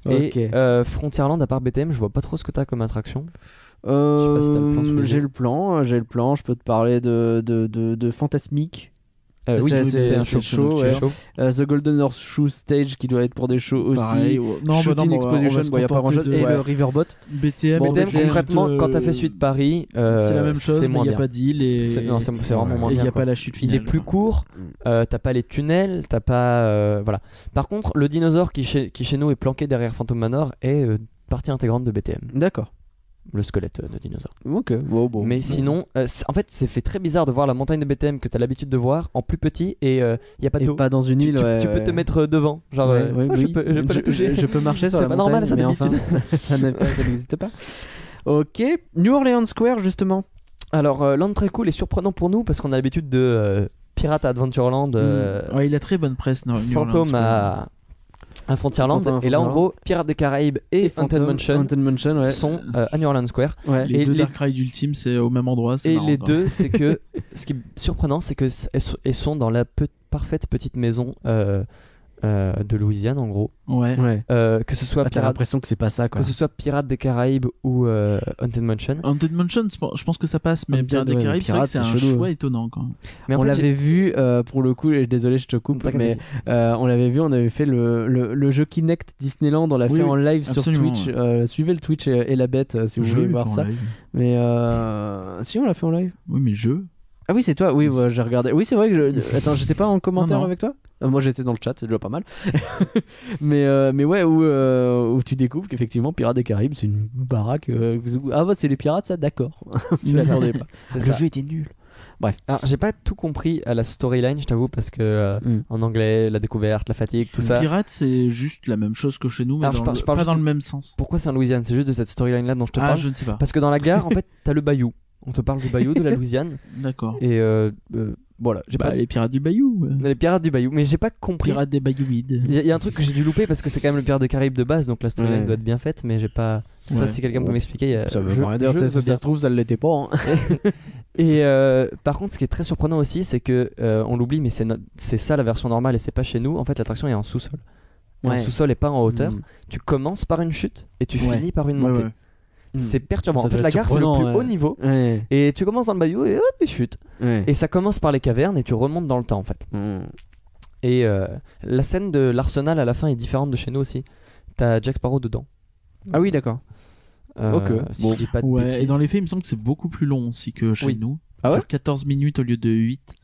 Ok.
Et euh, Frontierland, à part BTM, je vois pas trop ce que t'as comme attraction.
Euh,
sais pas si t'as le plan sous les yeux.
J'ai le plan, euh, j'ai le plan. Je peux te parler de, de, de, de Fantasmic,
Euh,
oui,
oui,
c'est-
oui,
c'est-
bien
c'est
sûr,
chaud,
donc,
ouais.
c'est chaud.
euh, The Golden Horseshoe Stage qui doit être pour des shows aussi.
Pareil, ouais. Non, bah
Shooting
non, bah, on va-
Exposition,
on
bon, y a pas
grand
grand chose. Et
ouais.
le Riverbot.
BTM,
Bon,
Mais t'aimes
BTM,
juste,
concrètement, quand t'as fait
euh,
Suite Paris, euh,
c'est la même chose, mais
c'est
il
moins
n'y a
bien.
pas d'île et
C'est- non, c'est c'est vraiment moins
et il
bien.
n'y a
quoi.
pas la chute
Il
finale.
est plus
quoi.
court, euh, t'as pas les tunnels, t'as pas. euh, voilà. Par contre, le dinosaure qui chez, qui chez nous est planqué derrière Phantom Manor est euh, partie intégrante de BTM,
D'accord.
le squelette euh, de dinosaure.
Ok. Bon, bon.
Mais sinon, euh, c'est- en fait, c'est fait très bizarre de voir la montagne de BTM que t'as l'habitude de voir en plus petit et il y a pas
Et
d'eau.
pas dans une
Tu,
île.
tu-
ouais,
tu peux
ouais.
te mettre devant, genre
Ouais,
euh,
ouais,
ah, je
oui.
peux, je peux la toucher.
je peux marcher sur
C'est
la
pas
montagne,
normal, ça,
mais enfin, ça n'a- ça n'existe pas. Ok, New Orleans Square justement.
Alors, euh, Land Très Cool est surprenant pour nous parce qu'on a l'habitude de euh, Pirate Adventureland, euh,
Mm. Ouais, il a très bonne presse. non, New
Fantôme
Orleans, quoi.
à, à Frontierland.
Fantôme à
et là, en
Frontierland.
gros, Pirates des Caraïbes et, Haunted
Phantom-
Mansion
Haunted Mansion, ouais.
sont euh, à New Orleans Square.
Ouais.
Les
et
deux
les-
Dark Ride ultimes, c'est au même endroit. c'est
Et
marrant,
les
quoi.
deux, c'est que ce qui est surprenant, c'est que c- elles sont- elles sont dans la pe- parfaite petite maison euh, euh, de Louisiane, en gros.
Ouais.
Ouais.
Euh, que ce soit
Ah, T'as
Pirate-
l'impression que c'est pas ça quoi. Oh,
que ce soit Pirates des Caraïbes ou euh, Haunted Mansion.
Haunted Mansion, je pense- je pense que ça passe, mais
Haunted,
Pirates des
ouais,
Caraïbes, c'est vrai que
Pirates,
c'est
c'est
un
chelou,
choix
ouais.
étonnant. quoi.
Mais en
on
fait, j'ai-
l'avait vu euh, pour le coup, et désolé je te coupe,
T'inquiète,
mais
vas-y.
euh, on l'avait vu, on avait fait le, le, le jeu Kinect Disneyland, on l'a
Oui,
fait
oui,
en live sur
absolument,
Twitch.
ouais.
Euh, suivez le Twitch et, et la bête euh, si vous
Jeu,
voulez
ils
voir
font
ça.
en live.
Mais euh, si on l'a fait en live.
Oui, mais jeu.
Ah oui, c'est toi, oui, ouais, j'ai regardé. Oui, c'est vrai que je... Attends, j'étais pas en commentaire
Non, non.
avec toi Euh, Moi j'étais dans le chat, c'est déjà pas mal. mais, euh, mais ouais, où, euh, où tu découvres qu'effectivement Pirates des Caraïbes c'est une baraque. euh, Ah ouais, c'est les pirates ça, d'accord. tu
C'est ça.
l'attendais pas.
c'est
Le
ça.
jeu était nul.
Alors, j'ai pas tout compris à la storyline, je t'avoue, parce que euh,
Mm.
en anglais, la découverte, la fatigue, tout ça.
Pirate, c'est juste la même chose que chez nous, mais
Alors, je
dans
parle-
le-
je parle
pas dans
juste-
le même sens.
Pourquoi c'est en Louisiane C'est juste de cette storyline-là dont je te
Ah,
parle.
je ne sais pas.
Parce que dans la gare, en fait, t'as le bayou. On te parle du bayou de la Louisiane.
D'accord.
Et euh, euh, voilà, j'ai
Bah,
pas.
les pirates du Bayou. euh.
Les pirates du bayou, mais j'ai pas compris.
Pirates des Bayouides.
Il y, a- il y a un truc que j'ai dû louper parce que c'est quand même le Pirate des Caraïbes de base, donc la storyline
Ouais.
doit être bien faite, mais j'ai pas. Ça,
Ouais.
si quelqu'un peut m'expliquer. euh,
Ça veut
je-
rien dire,
je
tu sais,
veux
si ça
bien.
se trouve ça l'était pas. hein.
Et euh, par contre, ce qui est très surprenant aussi, c'est que euh, on l'oublie, mais c'est no- c'est ça la version normale et c'est pas chez nous. En fait, l'attraction est en sous-sol. Et En
Ouais.
sous-sol et pas en hauteur.
Mm.
Tu commences par une chute et tu
Ouais.
finis par une
Ouais,
montée.
ouais.
Mm.
C'est perturbant.
Ça
en fait,
doit
la
être
gare, c'est le plus
surprenant,
haut
ouais.
niveau.
Ouais,
Et tu commences dans le bayou et oh, des chutes.
ouais.
Et ça commence par les cavernes et tu remontes dans le temps en fait.
Mm.
Et euh, la scène de l'arsenal à la fin est différente de chez nous aussi. T'as Jack Sparrow dedans.
Ah oui, d'accord.
Euh,
Ok.
Si
Bon.
je dis pas de
Ouais,
bêtises.
et dans les faits, il me semble que c'est beaucoup plus long aussi que chez
Oui.
nous.
Ah ouais
Genre 14 minutes au lieu de 8.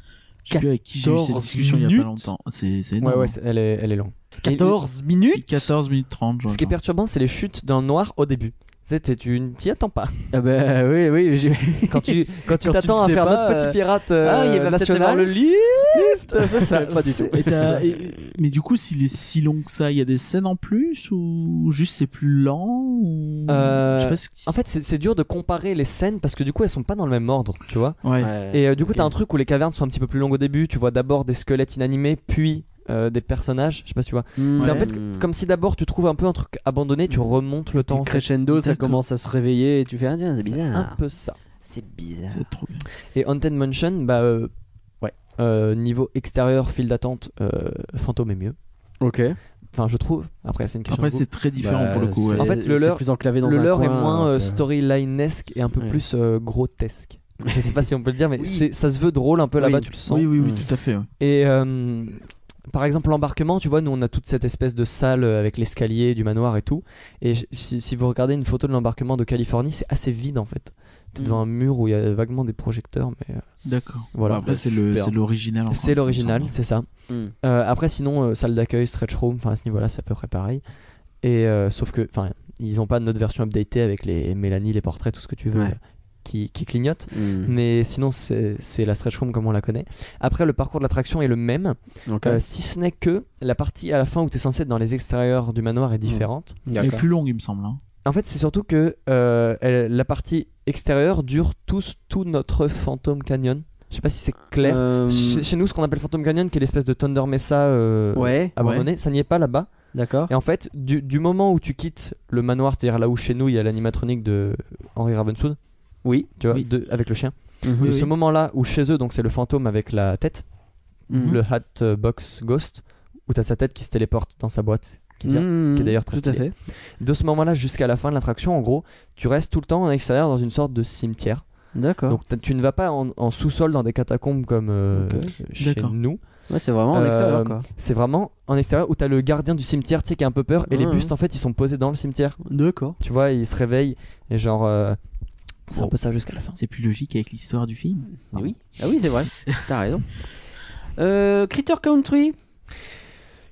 Je sais plus avec qui j'ai eu cette
14
discussion il y a
minutes
pas longtemps. C'est c'est
Ouais,
énorme.
ouais, c'est- elle est, elle est longue. Et-
14 minutes
14 minutes 30. Genre,
Ce qui est perturbant, c'est les chutes dans le noir au début. Tu sais, t'es- tu ne t'y attends pas.
Ah bah oui, oui. j'ai-
Quand tu quand tu
Quand tu
t'attends
le
à
sais
faire
pas,
notre petit pirate euh,
ah, il va peut-être y avoir
national.
le lift
C'est ça,
Pas du tout.
c'est
Et t'as-
ça.
et- mais du coup, s'il est si long que ça, il y a des scènes en plus ou juste c'est plus lent ou...
Euh,
Je sais pas ce qui-
En fait, c'est c'est dur de comparer les scènes parce que du coup, elles sont pas dans le même ordre, tu vois.
Ouais.
Et euh, du coup,
ok.
t'as un truc où les cavernes sont un petit peu plus longues au début. Tu vois d'abord des squelettes inanimés, puis euh, des personnages. Je sais pas si tu vois.
Mm.
C'est en
Ouais.
fait que- comme si d'abord tu trouves un peu un truc abandonné, tu remontes le temps.
Et
en fait.
crescendo, ça
D'accord.
commence à se réveiller et tu fais ah tiens, c'est
C'est un
bizarre.
peu ça.
C'est bizarre.
C'est trop bien.
Et Haunted Mansion, bah. euh,
Ouais.
euh, niveau extérieur, file d'attente, euh, fantôme est mieux.
Ok.
Enfin, je trouve. Après, c'est une question.
Après,
de goût.
c'est très différent
Bah,
pour le coup.
c'est-
ouais.
En fait, le
c'est
leur-
plus enclavé dans
le
un
leur est
coin,
moins euh,
alors que-
storylinesque et un peu
Ouais.
plus euh, grotesque. Je sais pas si on peut le dire, mais
Oui.
c'est- ça se veut drôle un peu
Oui.
là-bas, tu le sens.
Oui, oui, oui,
Mm.
tout à fait. ouais.
Et euh, par exemple, l'embarquement, tu vois, nous on a toute cette espèce de salle euh, avec l'escalier, du manoir et tout. Et je- si, si vous regardez une photo de l'embarquement de Californie, c'est assez vide en fait. T'es
Mm.
devant un mur où il y a vaguement des projecteurs, mais euh,
D'accord.
voilà.
Bah, après,
Bah,
c'est le-
super.
c'est l'original. encore,
C'est l'original,
il me semble.
c'est ça.
Mm.
Euh, après, sinon, euh, salle d'accueil, stretch room, enfin à ce niveau-là, c'est à peu près pareil. Et euh, sauf que, enfin, ils ont pas notre version updatée avec les Mélanie, les portraits, tout ce que tu veux,
Ouais.
euh, qui, qui clignote.
Mm.
Mais sinon, c'est c'est la stretch room comme on la connaît. Après, le parcours de l'attraction est le même,
Ok.
euh, si ce n'est que la partie à la fin où tu es censé être dans les extérieurs du
Mm.
manoir est différente.
Elle est plus longue, il me semble. hein.
En fait, c'est surtout que euh, elle- la partie extérieure dure tous tout notre Phantom Canyon. Je sais pas si c'est clair.
Euh,
Chez, chez nous, ce qu'on appelle Phantom Canyon, qui est l'espèce de Thunder Mesa euh,
Ouais.
abandonné, ça n'y est pas là-bas.
D'accord.
Et en fait, du, du moment où tu quittes le manoir, c'est-à-dire là où chez nous il y a l'animatronique de Henry Ravenswood,
Oui.
tu vois,
Oui.
de- avec le chien,
Mhm.
de ce moment-là où chez eux, donc c'est le fantôme avec la tête,
Mhm.
le Hat euh, Box Ghost, où t'as sa tête qui se téléporte dans sa boîte, Artésia,
Mmh,
qui est d'ailleurs très
Tout à
stylé.
fait.
De ce moment-là jusqu'à la fin de l'attraction, en gros, tu restes tout le temps en extérieur dans une sorte de cimetière.
D'accord.
Donc t- tu ne vas pas en, en sous-sol dans des catacombes comme euh,
Ok.
chez
D'accord.
nous.
Ouais, c'est vraiment en extérieur
Euh,
quoi.
C'est vraiment en extérieur où t'as le gardien du cimetière tu sais, qui a un peu peur et les
Ouais,
bustes en fait ils sont posés dans le cimetière.
D'accord.
Tu vois, ils se réveillent et genre. euh, c'est un
Bon.
peu ça jusqu'à la fin.
C'est plus logique avec l'histoire du film.
Ah oui, ah oui c'est vrai, t'as raison. Euh, Critter Country,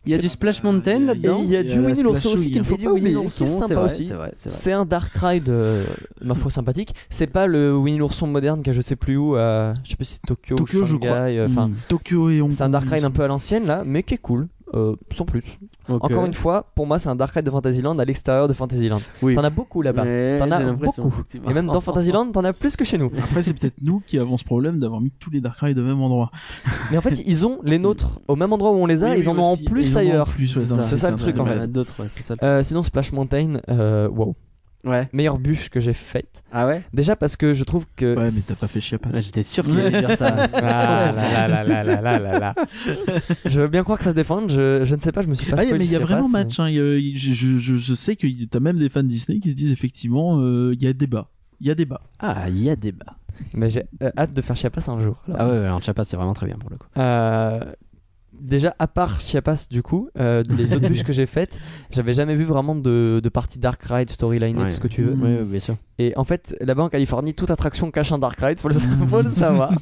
il y a du Splash Mountain
Et
Et
là-dedans.
il y a
il y a
du
la
Winnie l'ourson aussi
splashouille,
qu'il ne
hein.
faut
Et du
pas oublier,
Winnie
qui est
l'ourson,
sympa
c'est vrai,
aussi.
C'est vrai, c'est vrai.
C'est un dark ride, euh, ma foi sympathique. C'est pas le Winnie l'ourson moderne que je sais plus où, à, je sais plus si c'est Tokyo,
Tokyo,
ou
je crois.
Shanghai. euh, Enfin,
Hmm. Tokyo et Hong
c'est un dark
Kong,
ride
il
un peu à l'ancienne là, mais qui est cool, euh, sans plus.
Ok.
Encore une fois, pour moi, c'est un dark ride de Fantasyland à l'extérieur de Fantasyland.
Oui.
T'en as beaucoup là-bas.
Ouais,
T'en
j'ai
as
l'impression,
beaucoup.
effectivement.
Et même dans Fantasyland, t'en as plus que chez nous.
me semble. Après, c'est peut-être nous qui avons ce problème d'avoir mis tous les Dark Rides au même endroit.
Mais en fait, ils ont les nôtres au même endroit où on les a,
Oui,
ils en
oui,
ont en
aussi.
plus
Ils en ont en
ailleurs.
plus, ouais,
C'est
non,
ça.
mais
C'est
ça, le
un
truc, en
vrai
Il y en
fait.
a d'autres, ouais, c'est ça le
Euh, sinon, Splash Mountain, euh, wow.
Ouais.
Meilleure bûche que j'ai faite.
Ah ouais,
Déjà parce que je trouve que.
Ouais, mais t'as pas fait Chiapas.
Ouais, J'étais sûr qu'il allait dire ça.
Ah, là, là, là, là, là, là, là. Je veux bien croire que ça se défende, je, je ne sais pas, je me suis pas
Ah,
spoilé,
mais il y a
je sais
vraiment
pas,
match. hein, il y a- il- je, je- je- je sais que y- t'as même des fans Disney qui se disent effectivement, euh, il y a débat. Il y a débat.
Ah, il y a débat.
c'est- Mais j'ai euh, hâte de faire Chiapas un jour. alors.
Ah ouais, ouais, en Chapa, c'est vraiment très bien pour le coup.
Euh, déjà, à part Chiapas, du coup, euh, les autres bûches que j'ai faites, j'avais jamais vu vraiment de, de partie Dark Ride, storyline et
Ouais.
tout ce que tu veux.
Mm.
Oui, oui, bien sûr.
Et en fait, là-bas en Californie, toute attraction cache un Dark Ride, faut le, faut le savoir.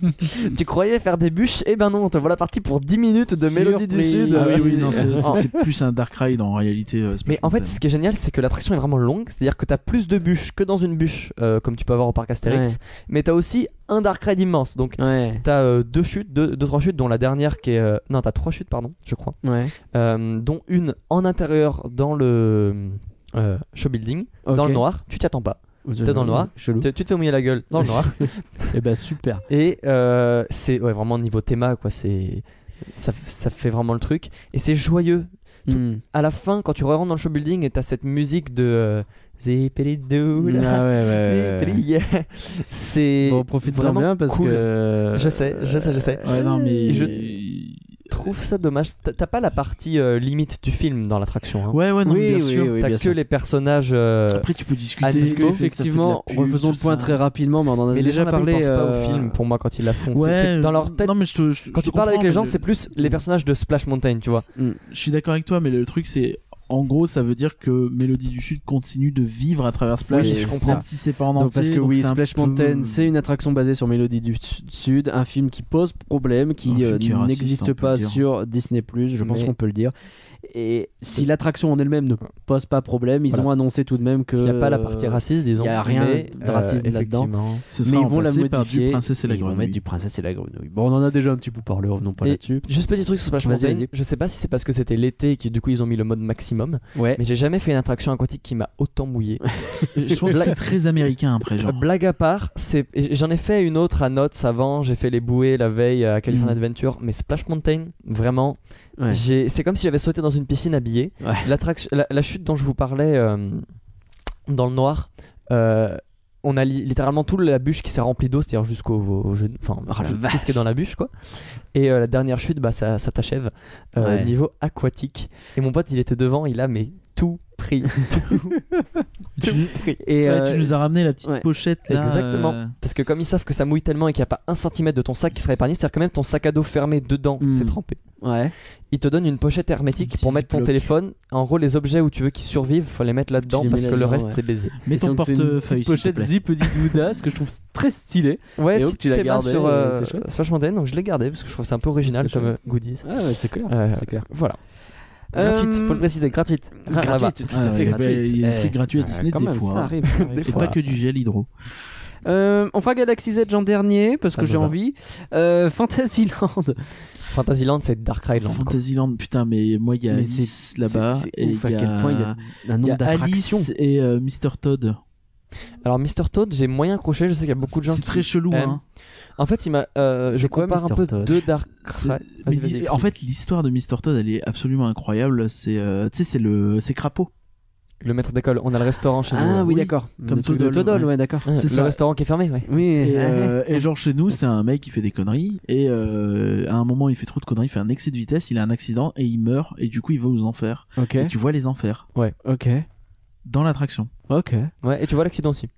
tu croyais faire des bûches, et ben non, on te voit la partie pour 10 minutes de Mélodie du
Surprise.
Sud.
Ah
oui, oui,
oui.
non, c'est-
En-
c'est c'est plus un Dark Ride en réalité. euh, Splash
Mais en fait,
Mountain.
ce qui est génial, c'est que l'attraction est vraiment longue, c'est-à-dire que t'as plus de bûches que dans une bûche, euh, comme tu peux avoir au parc Astérix,
Ouais.
mais t'as aussi un Dark Ride immense. Donc
Ouais,
t'as euh, deux chutes, deux, deux, trois chutes, dont la dernière qui est. euh, Non, t'as trois chutes, pardon, je crois.
ouais.
Euh, dont une en intérieur dans le euh, show building, dans
Ok.
le noir. Tu t'y attends pas.
T'es
dans le noir.
Chelou.
Tu, tu te fais mouiller la gueule dans le noir.
Et bah super.
Et euh, c'est ouais, vraiment niveau théma, quoi. C'est. Ça, ça fait vraiment le truc. Et c'est joyeux.
Hmm.
À la fin, quand tu rentres dans le show building et t'as cette musique de. Euh, Zipperidou, là.
Ah ouais, ouais, ouais, ouais.
Zipperi, yeah. C'est.
Bon, profite-en
vraiment
bien parce
cool.
que.
Je sais, je sais, je sais.
Ouais, non, mais.
Et je- Je trouve ça dommage. T'as- T'as pas la partie euh, limite du film dans l'attraction. hein.
Ouais, ouais, non,
Oui,
bien
oui,
sûr.
oui,
T'as
bien
que
sûr.
les personnages. euh,
Après, tu peux discuter.
Ah,
Parce
parce
que,
ça fait de la
effectivement,
pub,
refaisons le
tout
point
ça.
très rapidement, mais on en a
mais les
déjà
gens là-bas, ils
parlé.
pensent pas
euh,
au film pour moi quand ils la font. C'est-
Ouais,
c'est dans leur tête.
Non, mais je te- je-
Quand
je
tu
te
parles avec
comprends,
les gens,
mais
c'est plus les personnages de Splash Mountain, tu vois.
je suis d'accord avec toi, mais le truc c'est en gros, ça veut dire que Mélodie du Sud continue de vivre à travers Splash.
Oui,
je
c'est
comprends
ça.
si c'est pas en
Donc,
entier.
parce que
donc
oui,
c'est un
Splash
peu-
Mountain, c'est une attraction basée sur Mélodie du S- Sud, un film qui pose problème,
Un
qui
film
euh,
qui est raciste,
n'existe
on peut
pas
le dire.
sur Disney+, je pense
Mais-
qu'on peut le dire. Et si l'attraction en elle-même ne pose pas problème, ils
Voilà.
ont annoncé tout de même que...
Parce qu'il n'y a pas la partie
euh,
raciste, disons.
y a rien
mais,
de raciste
euh,
là-dedans.
effectivement.
Ce
Mais
sera
ils vont la
remplacé
modifier.
par du Princesse et la
ils vont
Grenouille.
mettre du Princesse et la Grenouille. Bon, on en a déjà un petit peu parlé, revenons pas
Et-
là-dessus.
Juste petit truc sur Splash
Vas-y,
Mountain.
vas-y.
Je sais pas si c'est parce que c'était l'été et que du coup ils ont mis le mode maximum,
Ouais.
mais j'ai jamais fait une attraction aquatique qui m'a autant mouillé.
Eh. Je pense que
Blague-
c'est très américain après, genre.
Blague à part, c'est et j'en ai fait une autre à Notes avant, j'ai fait les bouées la veille à California
Mm.
Adventure, mais Splash Mountain, vraiment,
Ouais.
j'ai- c'est comme si j'avais sauté dans une piscine habillée.
Ouais.
L'attraction- La, la chute dont je vous parlais euh, dans le noir, euh, on a li- littéralement toute la bûche qui s'est remplie d'eau, c'est-à-dire jusqu'au au genou, enfin
Oh la
tout- tout
vache.
ce qui est dans la bûche quoi. Et euh, la dernière chute, bah, ça, ça t'achève euh,
Ouais.
niveau aquatique. Et mon pote, il était devant, il a mais tout pris, tout, tout pris.
Et,
Ouais,
euh,
tu nous as ramené la petite
ouais.
pochette là.
Exactement.
euh,
Parce que comme ils savent que ça mouille tellement et qu'il n'y a pas un centimètre de ton sac qui serait épargné, c'est-à-dire que même ton sac à dos fermé dedans
Mm.
c'est trempé.
ouais.
Ils te donnent une pochette hermétique
Petit
pour mettre ton
Ziploc.
téléphone. En gros, les objets où tu veux qu'ils survivent, faut les mettre
Tu
là-dedans
les
parce
mets
que le
là-dedans,
reste
ouais.
c'est baisé.
Mets
Et
ton
donc, c'est une
portefeuille.
petite
s'il te
pochette
plaît.
Zip dit Gouda, ce que je trouve très stylé.
Ouais,
Et donc,
petite
tu l'as
théma
gardé,
sur
euh,
euh,
c'est chouette.
Splash Mountain, donc je l'ai gardé parce que je trouve que c'est un peu original
C'est
comme
chouette.
euh, goodies.
Ah ouais, c'est clair.
Euh,
c'est clair.
Voilà.
Euh,
Gratuite, faut le préciser, gratuite. Rare là-bas.
Gratuite, tout à
Ah,
fait
eh ben,
gratuite.
il y a des
Eh,
trucs gratuits à
euh,
Disney,
quand
des
même,
fois,
Ça
hein.
arrive. ça arrive.
Et pas que du gel hydro.
Euh, on fera Galaxy's Edge en dernier parce
Ah,
Ça
que
me
j'ai
va.
envie. Euh, Fantasyland.
Fantasyland, c'est Dark Ride Land. quoi.
Fantasyland, putain, mais moi il y a
Mais
Alice là-bas.
c'est- c'est
et
ouf à
il y a-
quel point il y a un
il y
nombre
a
d'attractions.
Alice et euh, Mr. Todd.
Alors, Mister Toad, j'ai moyen accroché. Je sais qu'il y a beaucoup de gens
C'est
qui.
très chelou,
aiment.
hein.
En fait, il m'a. euh,
C'est
je
quoi,
compare
Mr.
un peu
Toad
deux Dark
C'est-
Ride.
mais
Vas-y, vas-y.
en
explique.
fait, l'histoire de Mr. Todd, elle est absolument incroyable. C'est, euh, tu sais, c'est le, c'est Crapaud.
Le maître d'école, on a le restaurant chez nous.
Ah oui,
Oui,
d'accord.
comme
de Todol,
Todol,
Todol,
ouais.
ouais, d'accord.
Ah,
c'est
le
ça.
restaurant qui est fermé, ouais.
Oui.
Et,
ah, ouais.
euh, et genre chez nous, c'est un mec qui fait des conneries et euh, à un moment il fait trop de conneries, il fait un excès de vitesse, il a un accident et il meurt et du coup il va aux enfers.
Ok,
Et tu vois les enfers
ok,
dans l'attraction.
ok,
Ouais, et tu vois l'accident aussi.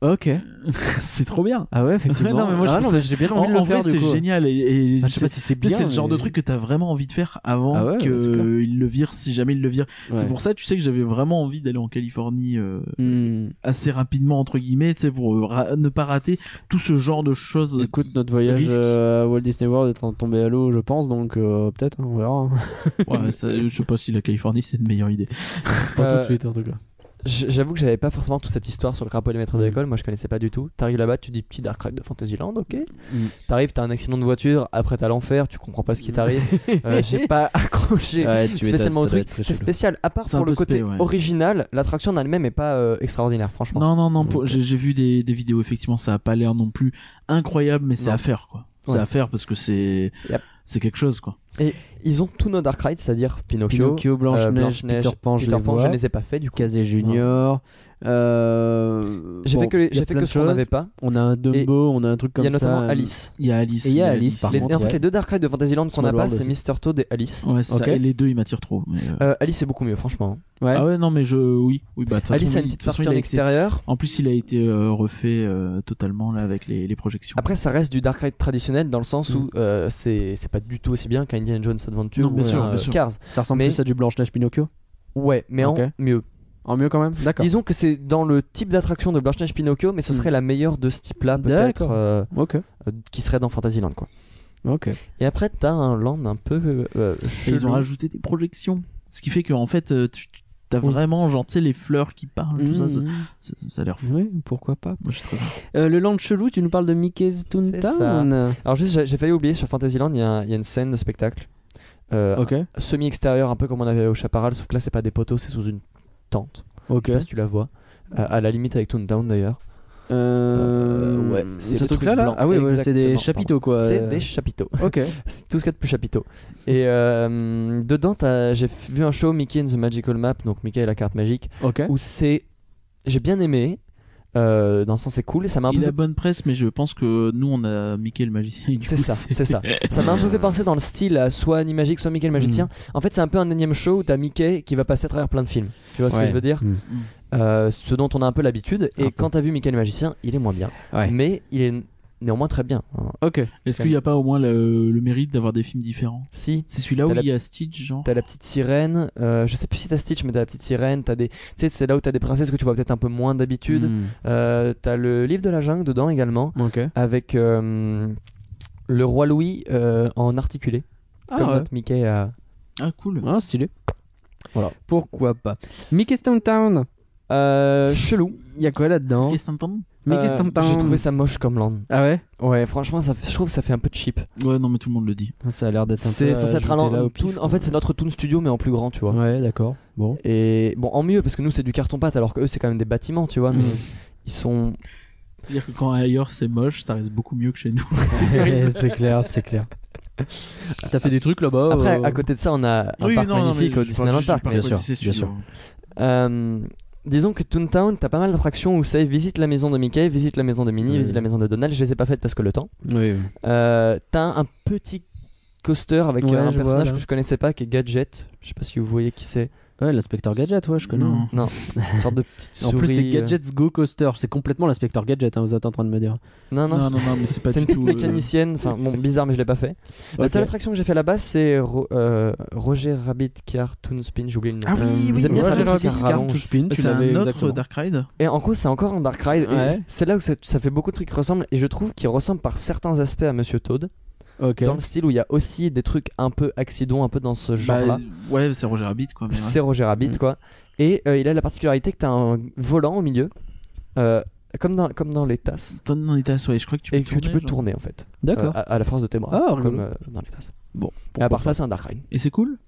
ok.
c'est trop bien.
Ah ouais, effectivement.
Non, mais moi, je
Ah
trouve
mais j'ai bien
En,
envie de
en
le
vrai,
faire
c'est
du coup.
génial et, et
Ah, je sais pas
c'est-
si c'est
tu sais,
bien.
c'est le genre de
mais-
truc que t'as vraiment envie de faire avant
Ah ouais,
qu'il
c'est clair.
le vire, si jamais il le vire.
Ouais.
C'est pour ça, tu sais que j'avais vraiment envie d'aller en Californie euh,
Hmm.
assez rapidement entre guillemets, tu sais, pour euh, ra- ne pas rater tout ce genre de choses.
Écoute,
qui-
notre voyage
risque.
euh, à Walt Disney World est en train de tomber à l'eau, je pense, donc euh, peut-être, on verra.
Ouais, ça, je sais pas si la Californie c'est une meilleure idée.
Pas tout
Euh,
de suite en tout cas.
J- J'avoue que j'avais pas forcément toute cette histoire sur le crapaud et les maîtres
Mm.
d'école. Moi, je connaissais pas du tout. T'arrives là-bas, tu dis petit Dark Ride de Fantasyland, ok.
Mm.
T'arrives, t'as un accident de voiture. Après, t'as l'enfer. Tu comprends pas ce qui t'arrive. Euh, J'ai pas accroché
Ouais, tu
spécialement au
m'étonnes, ça doit
truc.
être très
C'est
chelou.
spécial. À part
C'est un
pour le
peu spé,
côté
ouais.
original, l'attraction en elle-même est pas euh, extraordinaire, franchement.
Non, non, non, pour-
Ok.
j'ai j'ai vu des, des vidéos, effectivement, ça a pas l'air non plus incroyable, mais c'est
Non.
à faire, quoi. C'est
Ouais.
à faire parce que c'est
Yep.
c'est quelque chose, quoi.
Ils ont tous nos Dark Rides, c'est-à-dire Pinocchio,
Pinocchio,
euh,
Blanche-Neige,
Blanche-Neige,
Peter Pan, je les vois.
je les ai pas fait du coup.
Casey Junior. euh,
J'ai
bon,
fait que, les-
y a
j'ai fait
plein
que
de
ce qu'on
choses.
avait pas.
On a un Dumbo, on a un truc
Il
comme
y
ça.
a notamment
euh,
Alice.
Il y a Alice.
Et il y a Alice, par
Les,
contre,
en fait,
ouais.
les deux Dark Rides de Fantasyland qu'on
Small
a pas,
World
c'est
aussi.
Mr. Toad et Alice.
Ouais, c'est
Ok.
ça. Et les deux, ils m'attirent trop. mais, euh,
Euh, Alice est beaucoup mieux, franchement.
Ouais.
Ah ouais, non, mais je. Oui, oui, bah, de toute façon,
Alice a
oui,
une
de
petite
toute façon,
partie en
il a été-
extérieur.
En plus, il a été euh, refait euh, totalement, là, avec les, les projections.
Après, ça reste du Dark Ride traditionnel dans le sens
Mm.
où euh, c'est c'est pas du tout aussi bien qu'un Indiana Jones Adventure
Non, bien
ou
sûr,
un,
bien sûr.
Cars.
Ça ressemble
Mais-
plus à du Blanche-Neige Pinocchio.
Ouais, mais
Ok.
en mieux.
En mieux quand même D'accord.
Disons que c'est dans le type d'attraction de Blanche-Neige Pinocchio, mais ce
Mm.
serait la meilleure de ce type-là, peut-être,
D'accord.
euh,
Ok.
euh, qui serait dans Fantasyland, quoi.
Ok.
Et après, t'as un land un peu. euh,
Et ils
chelou.
ont rajouté des projections. Ce qui fait qu'en fait, euh, tu tu- t'as
Oui. Mmh.
vraiment, genre, tu sais, les fleurs qui parlent, tout ça, ça,
Mhm.
ça- ça a l'air fou.
Oui, pourquoi pas.
Moi, je suis très
Euh, le land chelou, tu nous parles de Mickey's Toontown
Alors, juste, j'ai j'ai failli oublier sur Fantasyland, il y, a un- il y a une scène de spectacle. Euh,
Ok.
Semi-extérieur, un peu comme on avait au Chaparral, sauf que là, c'est pas des poteaux, c'est sous une tente.
Ok.
Je sais pas si tu la vois. Euh, à la limite avec Toontown d'ailleurs.
Euh...
Euh, ouais, c'est
ce
des
truc
trucs
là, là
blancs.
Ah oui, ouais, c'est des
Exactement,
chapiteaux quoi.
C'est
Euh,
des chapiteaux.
Ok.
C'est tout ce qu'il y a de plus chapiteau. Et euh, dedans, t'as- j'ai f- vu un show Mickey and the Magical Map, donc Mickey et la carte magique,
Ok.
où c'est. J'ai bien aimé. euh, dans le sens, c'est cool. et Ça m'a un peu.
Il a
fait-
bonne presse, mais je pense que nous, on a Mickey le magicien. et du
C'est
coup,
ça, c'est ça. Ça m'a un peu fait penser dans le style à soit Animagique, soit Mickey le
Mm.
Magicien. En fait, c'est un peu un énième show où t'as Mickey qui va passer à travers plein de films. Tu vois ce que
Ouais.
je veux dire
Mm.
Euh, Ce dont on a un peu l'habitude.
Un
Et
peu.
quand t'as vu Mickey le Magicien, il est moins bien.
Ouais.
Mais il est néanmoins très bien. hein.
Ok.
Est-ce qu'il n'y a pas au moins le, le mérite d'avoir des films différents
Si.
C'est celui-là où
T'as la-
il y a Stitch, genre
T'as la petite sirène, euh, je sais plus si t'as Stitch, mais t'as la petite sirène, t'as des, tu sais, c'est là où t'as des princesses que tu vois peut-être un peu moins d'habitude.
Hmm.
Euh, t'as le livre de la jungle dedans également,
Ok.
avec euh, le roi Louis euh, en articulé,
Ah,
comme
ouais.
notre Mickey euh, a.
Ah, cool.
Ah, stylé.
Voilà.
Pourquoi pas. Mickey's Toontown.
Euh, chelou.
Il y a quoi là-dedans
Qu'est-ce que t'entends
Mickey's
Euh,
Toontown.
J'ai trouvé ça moche comme land.
Ah ouais
Ouais, franchement, ça fait- je trouve que ça fait un peu cheap.
Ouais, non, mais tout le monde le dit.
Ah, Ça a l'air d'être un peu.
C'est ça,
ajouté
un land.
là au
Toon-
pif.
en fait, c'est notre Toon Studio, mais en plus grand, tu vois.
Ouais, d'accord. Bon.
Et bon, en mieux, parce que nous, c'est du carton-pâte, alors que eux, c'est quand même des bâtiments, tu vois.
Mm.
Mais ils sont.
C'est-à-dire que quand ailleurs c'est moche, ça reste beaucoup mieux que chez nous.
Ouais, c'est clair, c'est clair. T'as fait des trucs là-bas
Après,
euh,
à côté de ça, on a un parc magnifique au Disneyland Park.
bien sûr, bien sûr.
Euh, disons que Toontown, t'as pas mal d'attractions où ça visite la maison de Mickey, visite la maison de Minnie,
Oui.
visite la maison de Donald. Je les ai pas faites parce que le temps.
Oui. oui.
Euh, t'as un petit coaster avec
Ouais,
euh, un
je vois,
personnage
là.
que je connaissais pas qui est Gadget. Je sais pas si vous voyez qui c'est.
Ouais, l'inspecteur Gadget, ouais, je connais.
Non.
Non, une sorte de petite
En
souris.
plus, c'est
euh,
Gadget's Go Coaster. C'est complètement l'inspecteur Gadget, hein, vous êtes en train de me dire.
Non, non,
Non,
c'est-
non, non, mais c'est pas
c'est
du
une petite
tout. euh,
mécanicienne. Enfin, bon, bizarre, mais je l'ai pas fait. La
Ok.
seule attraction que j'ai fait là-bas, c'est Ro- euh, Roger Rabbit Car Toon Spin. J'ai oublié le nom.
euh,
Ah oui, oui,
Ils aiment bien
ouais,
faire des
Roger
trucs qui
Rabbit
rallongent.
to spin, tu
C'est un
l'avais
autre
exactement.
Dark Ride.
Et encore, c'est encore un Dark Ride. et
Ouais.
c- C'est là où ça, ça fait beaucoup de trucs qui ressemblent. Et je trouve qu'il ressemble par certains aspects à Monsieur Toad.
Ok.
Dans le style où il y a aussi des trucs un peu accidents, un peu dans ce genre-là.
Bah, ouais, c'est Roger Rabbit, quoi. mais ouais.
c'est Roger Rabbit,
Mm.
quoi. Et euh, il a la particularité que t'as un volant au milieu. euh, comme dans, comme dans les tasses.
T'en es dans les tasses, ouais, je crois que tu peux
Et que tu peux
genre.
tourner en fait, euh,
D'accord.
à, à la force de tes bras,
Ah,
comme
rigolo.
euh, dans les tasses.
Bon,
Et à part ça, c'est un dark ride.
Et c'est cool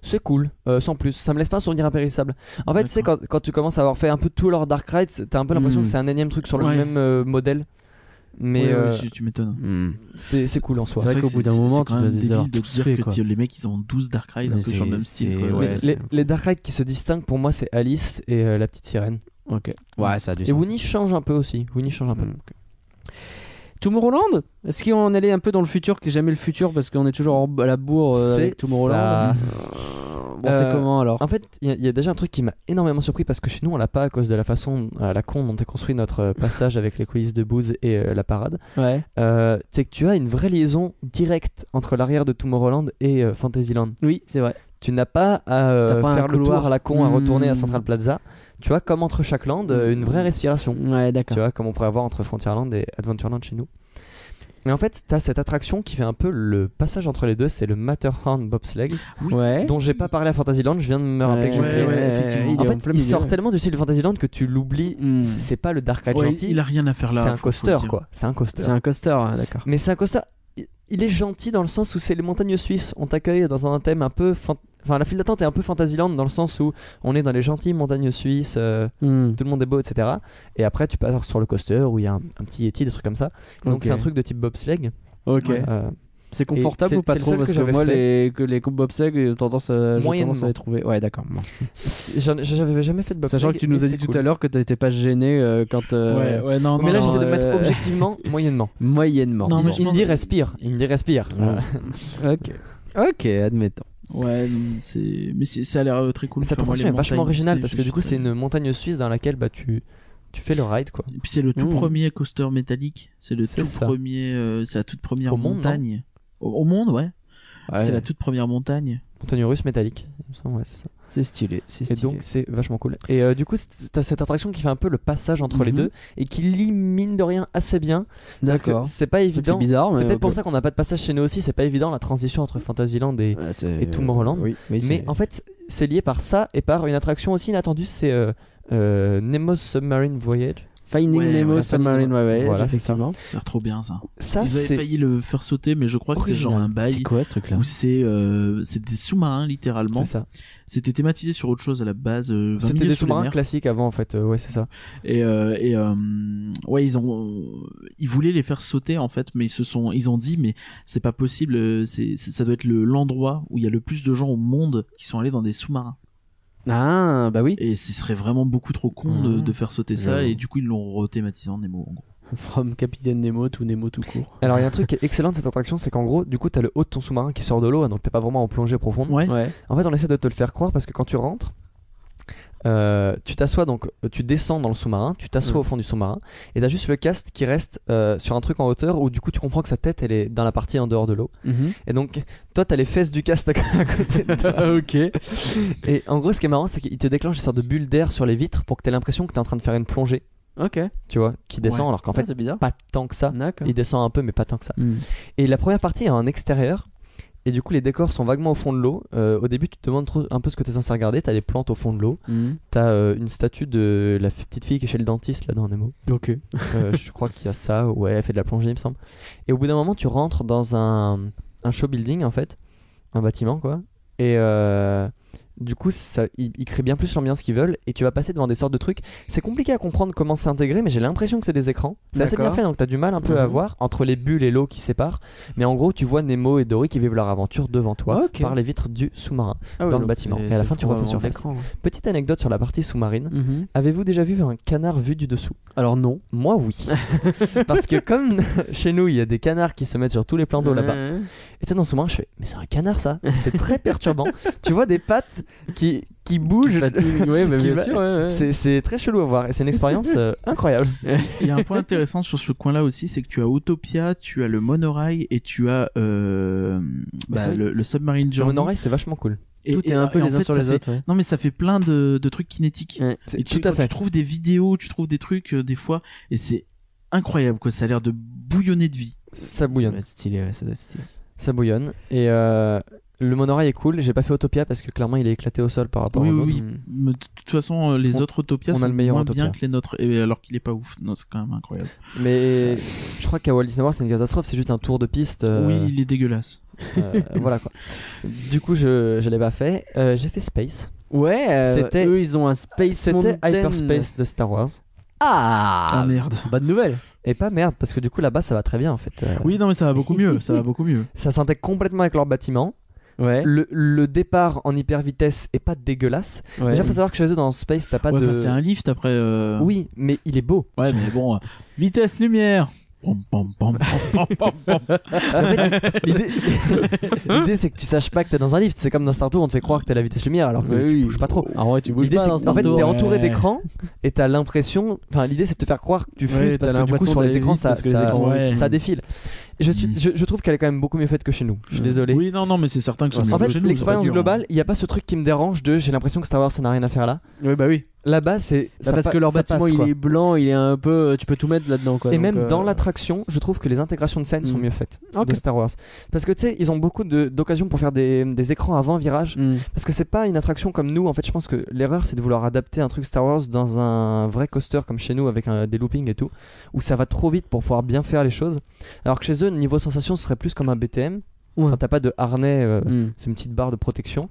C'est cool, euh, sans plus. Ça me laisse pas un souvenir impérissable. En fait, tu sais, quand, quand tu commences à avoir fait un peu tous leurs dark rides, c'est- t'as un peu l'impression
Mm.
que c'est un énième truc sur le
Ouais.
même euh, modèle. Mais
Ouais, ouais,
euh,
si, tu m'étonnes.
Hmm.
c'est c'est cool en soi.
C'est vrai
que
qu'au
c'est-
bout d'un
c'est-
moment,
c'est
tu
quand
dois
même
les avoir
débile de
tous
dire
faits,
que
quoi.
t'y- les mecs ils ont 12 Dark Ride un
Mais
peu sur le
c'est-
même style.
c'est-
quoi.
ouais,
les,
c'est-
les- les Dark Rides qui se distinguent pour moi, c'est Alice et euh, la petite sirène.
Ok. Ouais, ça a du
Et
sens.
Winnie change un peu aussi. Winnie change un peu.
Mm. Tomorrowland Est-ce qu'on allait un peu dans le futur, qui est jamais le futur, parce qu'on est toujours en- à la bourre euh, avec
C'est
Tomorrowland
ça.
Bon, c'est
Euh,
comment alors
En fait, il y a- il y, a déjà un truc qui m'a énormément surpris parce que chez nous, on l'a pas à cause de la façon à la con dont est construit notre euh, passage avec les coulisses de bouse et euh, la parade.
Ouais.
Euh, c'est que tu as une vraie liaison directe entre l'arrière de Tomorrowland et euh, Fantasyland.
Oui, c'est vrai.
Tu n'as pas à euh,
T'as pas un
faire le
couloir.
tour à la con à retourner à
Mm.
Central Plaza. Tu vois, comme entre chaque land, euh, une vraie respiration.
Ouais,
Tu
d'accord.
vois, comme on pourrait avoir entre Frontierland et Adventureland chez nous. Mais en fait, tu as cette attraction qui fait un peu le passage entre les deux, c'est le Matterhorn Bobsleigh,
Oui.
Ouais.
dont j'ai pas parlé à Fantasyland, je viens de me rappeler que j'ai
ouais,
oublié.
ouais, effectivement.
il est
En
en
fait,
plein
il
milieu,
sort
ouais.
tellement du style de Fantasyland que tu l'oublies.
Hmm.
C'est c'est pas le Dark Ride
Ouais,
gentil,
il a rien à faire là.
c'est un
faut- faut le
coaster
dire.
quoi. C'est un coaster.
C'est un coaster, ouais, d'accord.
Mais c'est un coaster. il- Il est gentil dans le sens où c'est les montagnes suisses. On t'accueille dans un thème un peu. fan- Enfin, la file d'attente est un peu Fantasyland dans le sens où on est dans les gentilles montagnes suisses, euh,
Hmm.
tout le monde est beau, etc. Et après, tu passes sur le coaster où il y a un, un petit Yeti, des trucs comme ça. Et Donc,
Ok.
c'est un truc de type bobsleigh.
Ok.
Ouais.
Euh,
C'est confortable
Et
ou pas
c'est- c'est le
trop
seul
Parce
que
que,
j'avais
moi,
fait.
les, que les coupes bobsleigh, j'ai tendance à, j'ai tendance à
Moyennement.
les trouver. Ouais, d'accord. bon.
c'est- j'en- J'avais jamais fait de bobsleigh.
Sachant que tu nous
mais
as dit
c'est
tout
cool.
à l'heure que t'étais pas gêné euh, quand. euh,
Ouais, ouais, non,
Mais là,
non,
je
j'essaie
euh,
de mettre objectivement, moyennement.
Moyennement.
Non, mais
disons.
je
Il me
pense-
dit respire. Il me dit respire. Euh,
Ouais. Ok. Ok, admettons.
Ouais, non, c'est. Mais c'est- ça a l'air euh, très cool.
Cette
Enfin, moi, les
attraction est vachement
montagnes,
originale
c'est-
parce
je
que du
suis
coup,
très-
c'est
euh,
une montagne suisse dans laquelle bah, tu, tu fais le ride quoi.
Et puis c'est le tout
Mmh.
premier coaster métallique. C'est le
C'est
tout
ça.
premier. euh, c'est la toute première
Au monde, Ah
montagne. au, au monde, ouais.
Ouais,
C'est la toute première montagne.
Montagne russe métallique. il me semble, ouais, c'est ça.
C'est stylé. C'est
Et
stylé.
donc c'est vachement cool. Et euh, du coup, c'est- t'as cette attraction qui fait un peu le passage entre les
Mhm.
deux et qui lie mine de rien assez bien. C'est-à-dire que
D'accord.
C'est pas
C'est
évident.
bizarre, mais.
C'est peut-être
ok.
pour ça qu'on n'a pas de passage chez nous aussi. C'est pas évident la transition entre Fantasyland et.
Ouais, c'est-
et Tomorrowland.
Oui, oui,
Mais
c'est-
en fait, c'est lié par ça et par une attraction aussi inattendue. C'est euh, euh, Nemo's Submarine Voyage.
Finding
Ouais,
Nemo,
voilà,
Submarine
Finding-
Way,
Voilà, c'est ça.
effectivement.
C'est trop bien ça.
Ça,
Ils avaient
c'est
failli le faire sauter, mais je crois que c'est genre un
Original.
C'est
bail
quoi ce truc-là
où c'est euh, c'est des sous-marins littéralement.
c'est ça.
C'était thématisé sur autre chose à la base. euh, 20
C'était
minutes
des
sous les
sous-marins
mers.
classiques avant en fait. Euh, ouais, c'est ça.
Et, euh, et euh, ouais, ils ont, ils voulaient les faire sauter en fait, mais ils se sont, ils ont dit, mais c'est pas possible. euh, C'est, c'est- ça doit être le l'endroit où il y a le plus de gens au monde qui sont allés dans des sous-marins.
Ah, bah oui.
Et ce serait vraiment beaucoup trop con de,
Mhm.
de faire sauter ça.
Ouais.
Et du coup, ils l'ont rethématisé en Nemo. En gros.
From Capitaine Nemo to Nemo tout court.
Alors il y a un truc qui est excellent de cette attraction, c'est qu'en gros, du coup, t'as le haut de ton sous-marin qui sort de l'eau, hein, donc t'es pas vraiment en plongée profonde.
Ouais.
Ouais.
En fait, on essaie de te le faire croire parce que quand tu rentres, euh, tu t'assois donc, euh, tu descends dans le sous-marin, tu
Mm.
t'assois au fond du sous-marin, et t'as juste le cast qui reste euh, sur un truc en hauteur où du coup tu comprends que sa tête elle est dans la partie en dehors de l'eau.
Mhm.
Et donc, toi t'as les fesses du cast à à côté de toi.
ok.
Et en gros, ce qui est marrant, c'est qu'il te déclenche une sorte de bulle d'air sur les vitres pour que t'aies l'impression que t'es en train de faire une plongée,
Ok.
tu vois, qui descend
Ouais.
alors qu'en
En fait,
fait,
c'est bizarre.
pas tant que ça.
D'accord.
Il descend un peu, mais pas tant que ça.
Hmm.
Et la première partie est en extérieur. Et du coup, les décors sont vaguement au fond de l'eau. Euh, au début, tu te demandes trop- un peu ce que tu es censé regarder. T'as des plantes au fond de l'eau.
Hmm.
T'as euh, une statue de la f- petite fille qui est chez le dentiste là dans Nemo.
Ok.
Euh, je crois qu'il y a ça. Ouais, elle fait de la plongée, il me semble. Et au bout d'un moment, tu rentres dans un, un show building en fait, un bâtiment quoi. Et euh, du coup, ça, ils, ils créent bien plus l'ambiance qu'ils veulent. Et tu vas passer devant des sortes de trucs. C'est compliqué à comprendre comment c'est intégré, mais j'ai l'impression que c'est des écrans. C'est assez bien
D'accord.
fait, donc t'as du mal un peu à
Mhm.
voir entre les bulles et l'eau qui séparent. Mais en gros, tu vois Nemo et Dory qui vivent leur aventure devant toi.
Ok.
Par les vitres du sous-marin.
Ah ouais,
dans le
donc
bâtiment.
c'est-
Et à la
c'est
fin, tu
trop
refais
avant
surface.
l'écran.
Petite anecdote sur la partie sous-marine.
Mhm.
Avez-vous déjà vu un canard vu du dessous
Alors non.
Moi oui. Parce que comme chez nous il y a des canards qui se mettent sur tous les plans d'eau
Ah,
là-bas,
Ouais.
et t'es dans ce moment je fais mais c'est un canard ça C'est très perturbant. tu vois des pattes qui, qui bougent.
Fatigue, ouais, bah,
Qui
bien
va-
sûr. ouais, ouais.
C'est c'est très chelou à voir et c'est une expérience euh, incroyable.
Il y a un point intéressant sur ce coin-là aussi, c'est que tu as Autopia, tu as le monorail et tu as euh, bah,
c'est-
le, le submarine
Genre
journey.
mon oreille c'est vachement cool.
Et-
Tout
et-
est un peu
et en
les uns
fait,
sur
ça
les
fait-
autres. ouais.
Non, mais ça fait plein de, de trucs kinétiques.
C'est-
Et tu,
Tout à
quand Tu
fait.
trouves des vidéos, tu trouves des trucs, euh, des fois, et c'est incroyable, quoi. Ça a l'air de bouillonner de vie.
Ça
Ça
bouillonne.
doit être stylé, ouais, ça doit être stylé.
Ça bouillonne. Et euh, le monorail est cool. J'ai pas fait Autopia parce que clairement il est éclaté au sol par rapport
Oui,
au
oui,
nôtre.
oui.
Mm.
Mais de toute façon, euh, les
On-
autres Utopias
on a
sont
le meilleur
moins
Autopia.
bien que les nôtres, et alors qu'il est pas ouf. Non, c'est quand même incroyable.
Mais je crois qu'à Walt Disney World c'est une catastrophe. C'est juste un tour de piste. euh,
Oui, il est dégueulasse.
euh, voilà quoi. Du coup je, je l'ai pas fait. Euh, J'ai fait Space.
Ouais, euh,
C'était-
eux ils ont un Space
C'était
Mountain.
Hyperspace de Star Wars.
Ah
Ah, merde.
Bonne nouvelle
Et pas merde, parce que du coup là-bas ça va très bien en fait. Euh,
Oui, non, mais ça va beaucoup mieux. Ça va beaucoup mieux.
Ça s'intègre complètement avec leur bâtiment.
Ouais.
Le, le départ en hyper vitesse est pas dégueulasse.
ouais.
Déjà, faut savoir que chez eux dans Space, t'as pas
Ouais,
de.
enfin, c'est un lift après.
hein.
euh,
Oui, mais il est beau.
Ouais, mais bon. euh, Vitesse lumière. Pom, pom, pom, pom, pom, pom, pom.
En fait, L'idée, l'idée, c'est que tu saches pas que t'es dans un lift. C'est comme dans Star Tour, on te fait croire que t'es à la vitesse lumière alors que
Ouais,
tu
oui.
bouges pas hein, trop.
Ah ouais, tu bouges
L'idée,
pas
c'est
dans
que- en fait,
tour.
t'es entouré
Ouais.
d'écrans et t'as l'impression. Enfin, l'idée, c'est de te faire croire que tu fuses
Ouais,
parce
t'as
que du coup,
l'impression
sur les
d'aller
écrans,
vite
ça,
parce que les
ça,
écrans,
ouais.
ça défile. Je, suis,
Mm.
je, je trouve qu'elle est quand même beaucoup mieux faite que chez nous. Je suis
Mm.
désolé.
Oui, non, non, mais c'est certain que ça
en
mieux
fait,
chez nous, ça
l'expérience
aurait dû, hein.
globale, il n'y a pas ce truc qui me dérange de j'ai l'impression que Star Wars ça n'a rien à faire là.
Ouais, bah oui.
Là-bas, c'est.
Bah,
ça
parce
pa-
que leur
ça
bâtiment
passe,
il
quoi.
est blanc, il est un peu. euh, Tu peux tout mettre là-dedans quoi.
Et
donc,
même
euh,
dans l'attraction, je trouve que les intégrations de scènes sont
Mm.
mieux faites
Ok.
de Star Wars. Parce que tu sais, ils ont beaucoup de- d'occasions pour faire des, des écrans avant virage.
Mm.
Parce que c'est pas une attraction comme nous. En fait, je pense que l'erreur, c'est de vouloir adapter un truc Star Wars dans un vrai coaster comme chez nous, avec un- des loopings et tout, où ça va trop vite pour pouvoir bien faire les choses. Alors que chez eux, niveau sensation, ce serait plus comme un BTM.
Ouais.
Enfin, t'as pas de harnais, euh,
Mm.
c'est une petite barre de protection.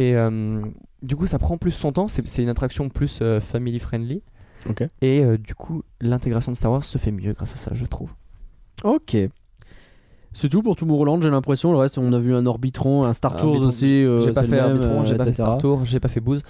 Et euh, du coup, ça prend plus son temps. C'est c'est une attraction plus euh, family friendly.
Ok.
Et euh, du coup, l'intégration de Star Wars se fait mieux grâce à ça, je trouve.
Ok. C'est tout pour Tomorrowland, j'ai l'impression. Le reste, on a vu un Orbitron, un Star
Un
Tours
Orbitron,
aussi. euh,
j'ai pas
c'est le
fait
même,
Arbitron,
euh,
j'ai pas fait
etc.
Star Tour, j'ai pas fait Booze.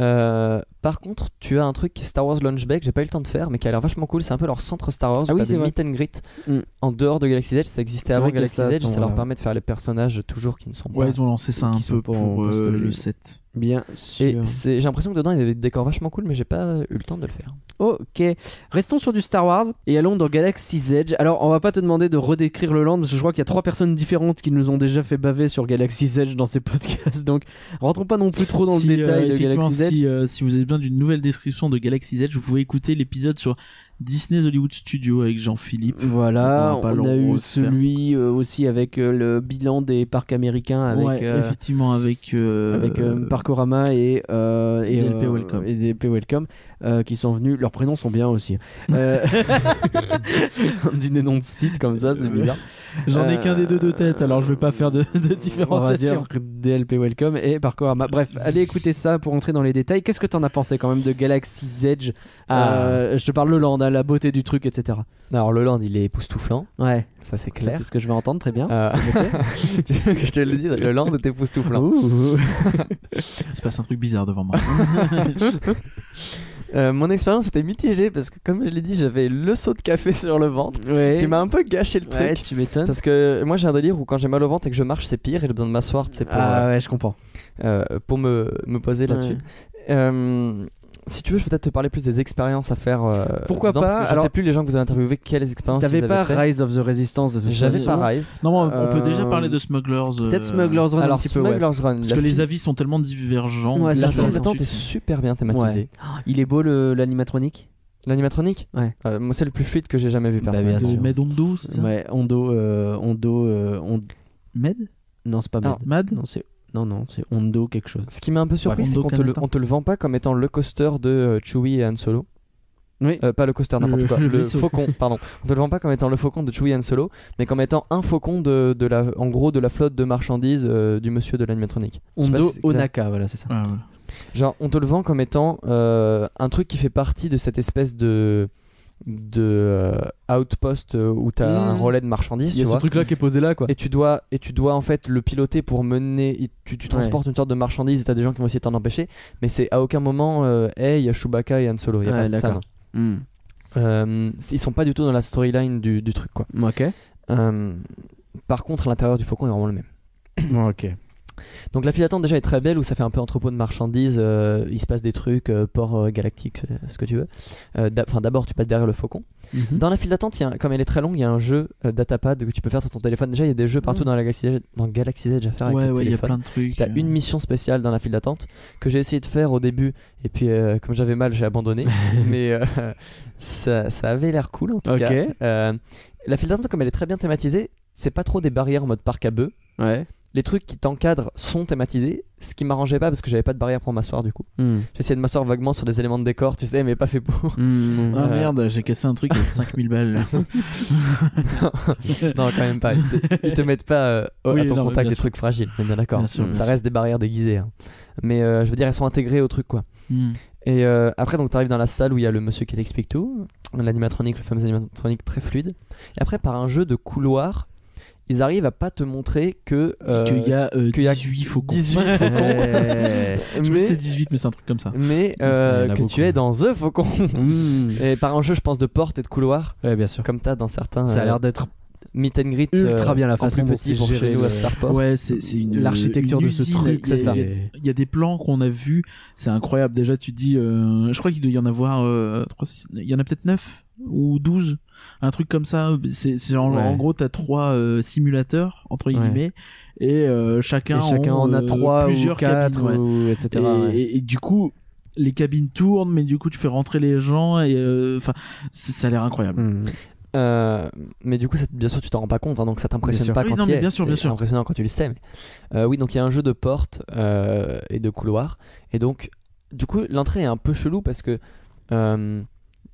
Euh, par contre, tu as un truc qui est Star Wars Launch Bay que j'ai pas eu le temps de faire, mais qui a l'air vachement cool. C'est un peu leur centre Star Wars.
Ah oui,
t'as
c'est
des
vrai.
meet and greet
Mm.
en dehors de Galaxy's Edge. Ça existait
C'est
avant
vrai qu'il y a
Galaxy's
ça à ce
Edge. Ça leur
moment-là.
permet de faire les personnages toujours qui ne sont
hein. Ouais,
pas.
ils ont lancé ça un
Qui sont
peu
pas
pour,
en
euh,
postologie.
le 7.
Bien sûr.
Et c'est- j'ai l'impression que dedans il y avait des décors vachement cool, mais j'ai pas eu le temps de le faire.
Ok, restons sur du Star Wars et allons dans Galaxy's Edge. Alors, on va pas te demander de redécrire le land parce que je crois qu'il y a trois personnes différentes qui nous ont déjà fait baver sur Galaxy's Edge dans ces podcasts. Donc, rentrons pas non plus trop dans
si,
le
euh,
détail de
effectivement,
Galaxy's Edge.
si, euh, si vous avez besoin d'une nouvelle description de Galaxy's Edge, vous pouvez écouter l'épisode sur Disney's Hollywood Studio avec Jean-Philippe.
Voilà,
On va pas
on, a
l'en
eu
refaire.
celui euh, aussi avec euh, le bilan des parcs américains avec
Ouais,
euh,
effectivement, avec. euh,
avec euh, Parkorama et, euh, et,
DLP
euh,
Welcome.
et DLP Welcome euh, qui sont venus. Leurs prénoms sont bien aussi. Euh, on dit des noms de sites comme ça, c'est bizarre.
J'en ai
Euh,
qu'un des deux de tête, alors je vais pas faire de, de
On va
différenciation.
dire que DLP Welcome et Parkorama. Bref, allez écouter ça pour entrer dans les détails. Qu'est-ce que t'en as pensé quand même de Galaxy's Edge
Ah.
Euh, Je te parle le land, hein, la beauté du truc, etc.
Alors le land il est époustouflant,
Ouais,
ça c'est
ça,
clair.
c'est ce que je vais entendre, très bien.
Euh, tu veux que je te le dise, le land est époustouflant.
Ouh.
Il se passe un truc bizarre devant moi.
Euh, mon expérience était mitigée parce que comme je l'ai dit, j'avais le seau de café sur le ventre
Ouais.
qui m'a un peu gâché le
Ouais,
truc.
tu m'étonnes.
Parce que moi j'ai un délire où quand j'ai mal au ventre et que je marche c'est pire et j'ai besoin de m'asseoir tu sais, pour,
Ah ouais, je comprends.
euh, euh, pour me, me poser là-dessus.
Ouais.
Euh, si tu veux je peux peut-être te parler plus des expériences à faire. euh,
Pourquoi
dedans,
pas,
Parce que je
alors-
sais plus les gens que vous avez interviewés quelles expériences ils
T'avais
avaient
pas
fait.
Rise of the Resistance de toute
J'avais
façon.
pas Rise.
non, on, on
Euh,
peut déjà parler de Smugglers. euh,
Peut-être Smuggler's Run un
Alors
petit peu. ouais.
Smuggler's Run.
Parce
la
que les
file-
avis sont tellement divergents.
Ouais,
La
sont
file
différents.
d'attente est super bien thématisée.
Ouais. Il est beau le- l'animatronique.
L'animatronique
Ouais.
Euh, Moi c'est le plus fluide que j'ai jamais vu
Bah,
personne.
bien sûr.
De Med Ondo, c'est ça
Ouais, Ondo, euh, Ondo, euh, Ond-
Med
non c'est pas
Alors,
Med.
Mad
Non c'est, non non c'est Ondo quelque chose.
Ce qui m'a un peu surpris,
Ouais,
c'est
Hondo
qu'on te, le-
Kanata.
on te le vend pas comme étant le coaster de euh, Chewie et Han Solo.
Oui.
Euh, pas le coaster, n'importe
Le-
quoi.
le
Le
vaisseau.
faucon, pardon. On te le vend pas comme étant le faucon de Chewie et Han Solo, mais comme étant un faucon de, de la, en gros, de la flotte de marchandises euh, du monsieur de l'animatronique. Je sais pas
Ondo
si c'est clair.
Onaka, voilà c'est ça.
Ah Ouais, voilà.
Genre, on te le vend comme étant euh, un truc qui fait partie de cette espèce de de euh, outpost euh, où t'as
Mhm.
un relais de marchandises,
Il y a
tu
ce
vois.
truc là qui est posé là quoi.
Et tu dois et tu dois en fait le piloter pour mener. et Tu, tu transportes une sorte de marchandise et t'as des gens qui vont essayer de t'en empêcher. Mais c'est à aucun moment. Euh, hey, il y a Chewbacca et Han Solo. Il y a
Ouais,
pas de ça.
Ah, d'accord. Hmm.
non. Euh, ils sont pas du tout dans la storyline du, du truc quoi.
Ok.
Euh, par contre, l'intérieur du faucon est vraiment le même.
ok.
Donc la file d'attente déjà est très belle où ça fait un peu entrepôt de marchandises. euh, il se passe des trucs, euh, port euh, galactique, euh, ce que tu veux. Euh, d'a- Enfin d'abord tu passes derrière le faucon.
Mhm.
Hmm.
Dans la file d'attente, il y a un- comme elle est très longue, il y a un jeu euh, datapad que tu peux faire sur ton téléphone. Déjà, il y a des jeux partout dans la Galaxy Edge, dans Galaxy Edge à faire avec
Hmm. Ouais,
ton
ouais, il y a
téléphone.
plein de trucs. euh.
T'as une mission spéciale dans la file d'attente que j'ai essayé de faire au début et puis euh, comme j'avais mal j'ai abandonné mais euh, ça, ça avait l'air cool en tout
Ok.
cas. Euh, la file d'attente comme elle est très bien thématisée c'est pas trop des barrières en mode parc à bœufs.
Ouais.
Les trucs qui t'encadrent sont thématisés ce qui m'arrangeait pas parce que j'avais pas de barrière pour m'asseoir du coup.
Hmm.
J'essayais de m'asseoir vaguement sur des éléments de décor tu sais mais pas fait pour.
Hmm.
Ah
Euh,
merde, j'ai cassé un truc avec 5000 balles. Hmm.
non quand même pas. Ils te, ils te mettent pas euh, au-
Oui,
à ton
non, mais
contact
bien
des
sûr.
trucs fragiles. On est Bien d'accord.
Bien sûr, bien
ça
sûr.
reste des barrières déguisées. hein. Mais euh, je veux dire elles sont intégrées au truc quoi.
Hmm.
Et euh, après, donc, t'arrives dans la salle où il y a le monsieur qui t'explique tout, l'animatronique, le fameux animatronique très fluide. Et après, par un jeu de couloir, ils arrivent à pas te montrer que. euh,
qu'il y a euh,
qu'il y a
18 faucons.
18
Ouais.
Je me
mais-
sais 18, mais c'est un truc comme ça.
mais
Il
euh,
y en a
que
beaucoup.
tu es dans The Faucon.
Mmh.
et par un jeu, je pense, de porte et de couloir,
Ouais, bien sûr.
comme t'as dans certains
Ça a
euh,
l'air d'être
meet and greet
ultra
euh,
bien la
en
façon
plus
dont
petit
c'est
pour
géré
chez nous à
le-
Starport.
Ouais, c'est c'est une
l'architecture
une
de ce
usine,
truc.
il y a-
C'est ça.
il y a- Il y a des plans qu'on a vus, c'est incroyable. Déjà, tu te dis, euh, je crois qu'il doit y en avoir, euh, trois, six, il y en a peut-être 9 ou 12, un truc comme ça. C'est c'est en,
Ouais.
en gros, t'as trois euh, simulateurs entre guillemets et euh, chacun
Et chacun
ont,
en a
euh,
trois ou
plusieurs
quatre,
cabines,
ou
ouais.
etc.
Et,
ouais.
et- et du coup, les cabines tournent, mais du coup, tu fais rentrer les gens et euh, enfin, c'est- ça a l'air incroyable.
Mmh.
Euh, mais du coup, ça, bien sûr, tu t'en rends pas compte, hein, donc ça
Bien
t'impressionne
sûr.
pas
Oui,
quand
non,
tu y
mais
es.
bien sûr,
C'est
bien sûr.
impressionnant quand tu le sais. mais- Euh, oui, donc il y a un jeu de porte euh, et de couloir, et donc du coup, l'entrée est un peu chelou parce que euh,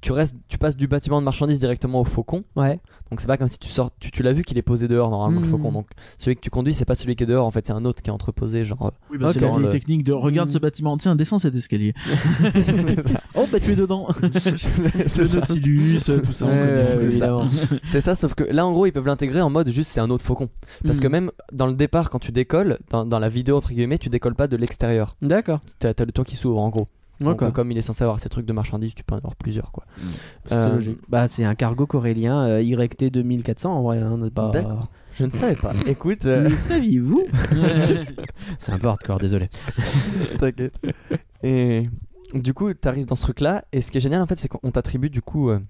tu restes, tu passes du bâtiment de marchandises directement au faucon.
Ouais.
Donc c'est pas comme si tu sors, tu, tu l'as vu qu'il est posé dehors normalement le
Mhm.
Hmm.
faucon. Donc celui que tu conduis, c'est pas celui qui est dehors, en fait, c'est un autre qui est entreposé, genre. euh,
Oui,
bah,
bah,
Ok.
c'est la vieille
Le-
technique de regarde
Mm.
ce bâtiment, tiens, descends cet escalier.
c'est ça.
Oh, bah tu es dedans.
C'est
le
ça.
Nautilus, tout ça. on
Ouais,
connaît.
ouais,
c'est ça.
évidemment.
C'est ça, sauf que là, en gros, ils peuvent l'intégrer en mode juste c'est un autre faucon. Parce que
Hmm.
Mmh.
même dans le départ, quand tu décolles, dans, dans la vidéo entre guillemets, tu décolles pas de l'extérieur.
D'accord.
T'as t'as le toit qui s'ouvre en gros. Donc,
D'accord.
comme il est censé avoir ces trucs de marchandises, tu peux en avoir plusieurs quoi.
C'est
Euh,
logique. Bah, c'est un cargo corélien euh, YT 2400 en vrai. hein, on est pas-
D'accord. Je ne savais pas. Écoute,
Mais
euh,
saviez-vous
C'est un peu hardcore, désolé.
t'inquiète. Et du coup, t'arrives dans ce truc là, et ce qui est génial en fait, c'est qu'on t'attribue du coup. euh,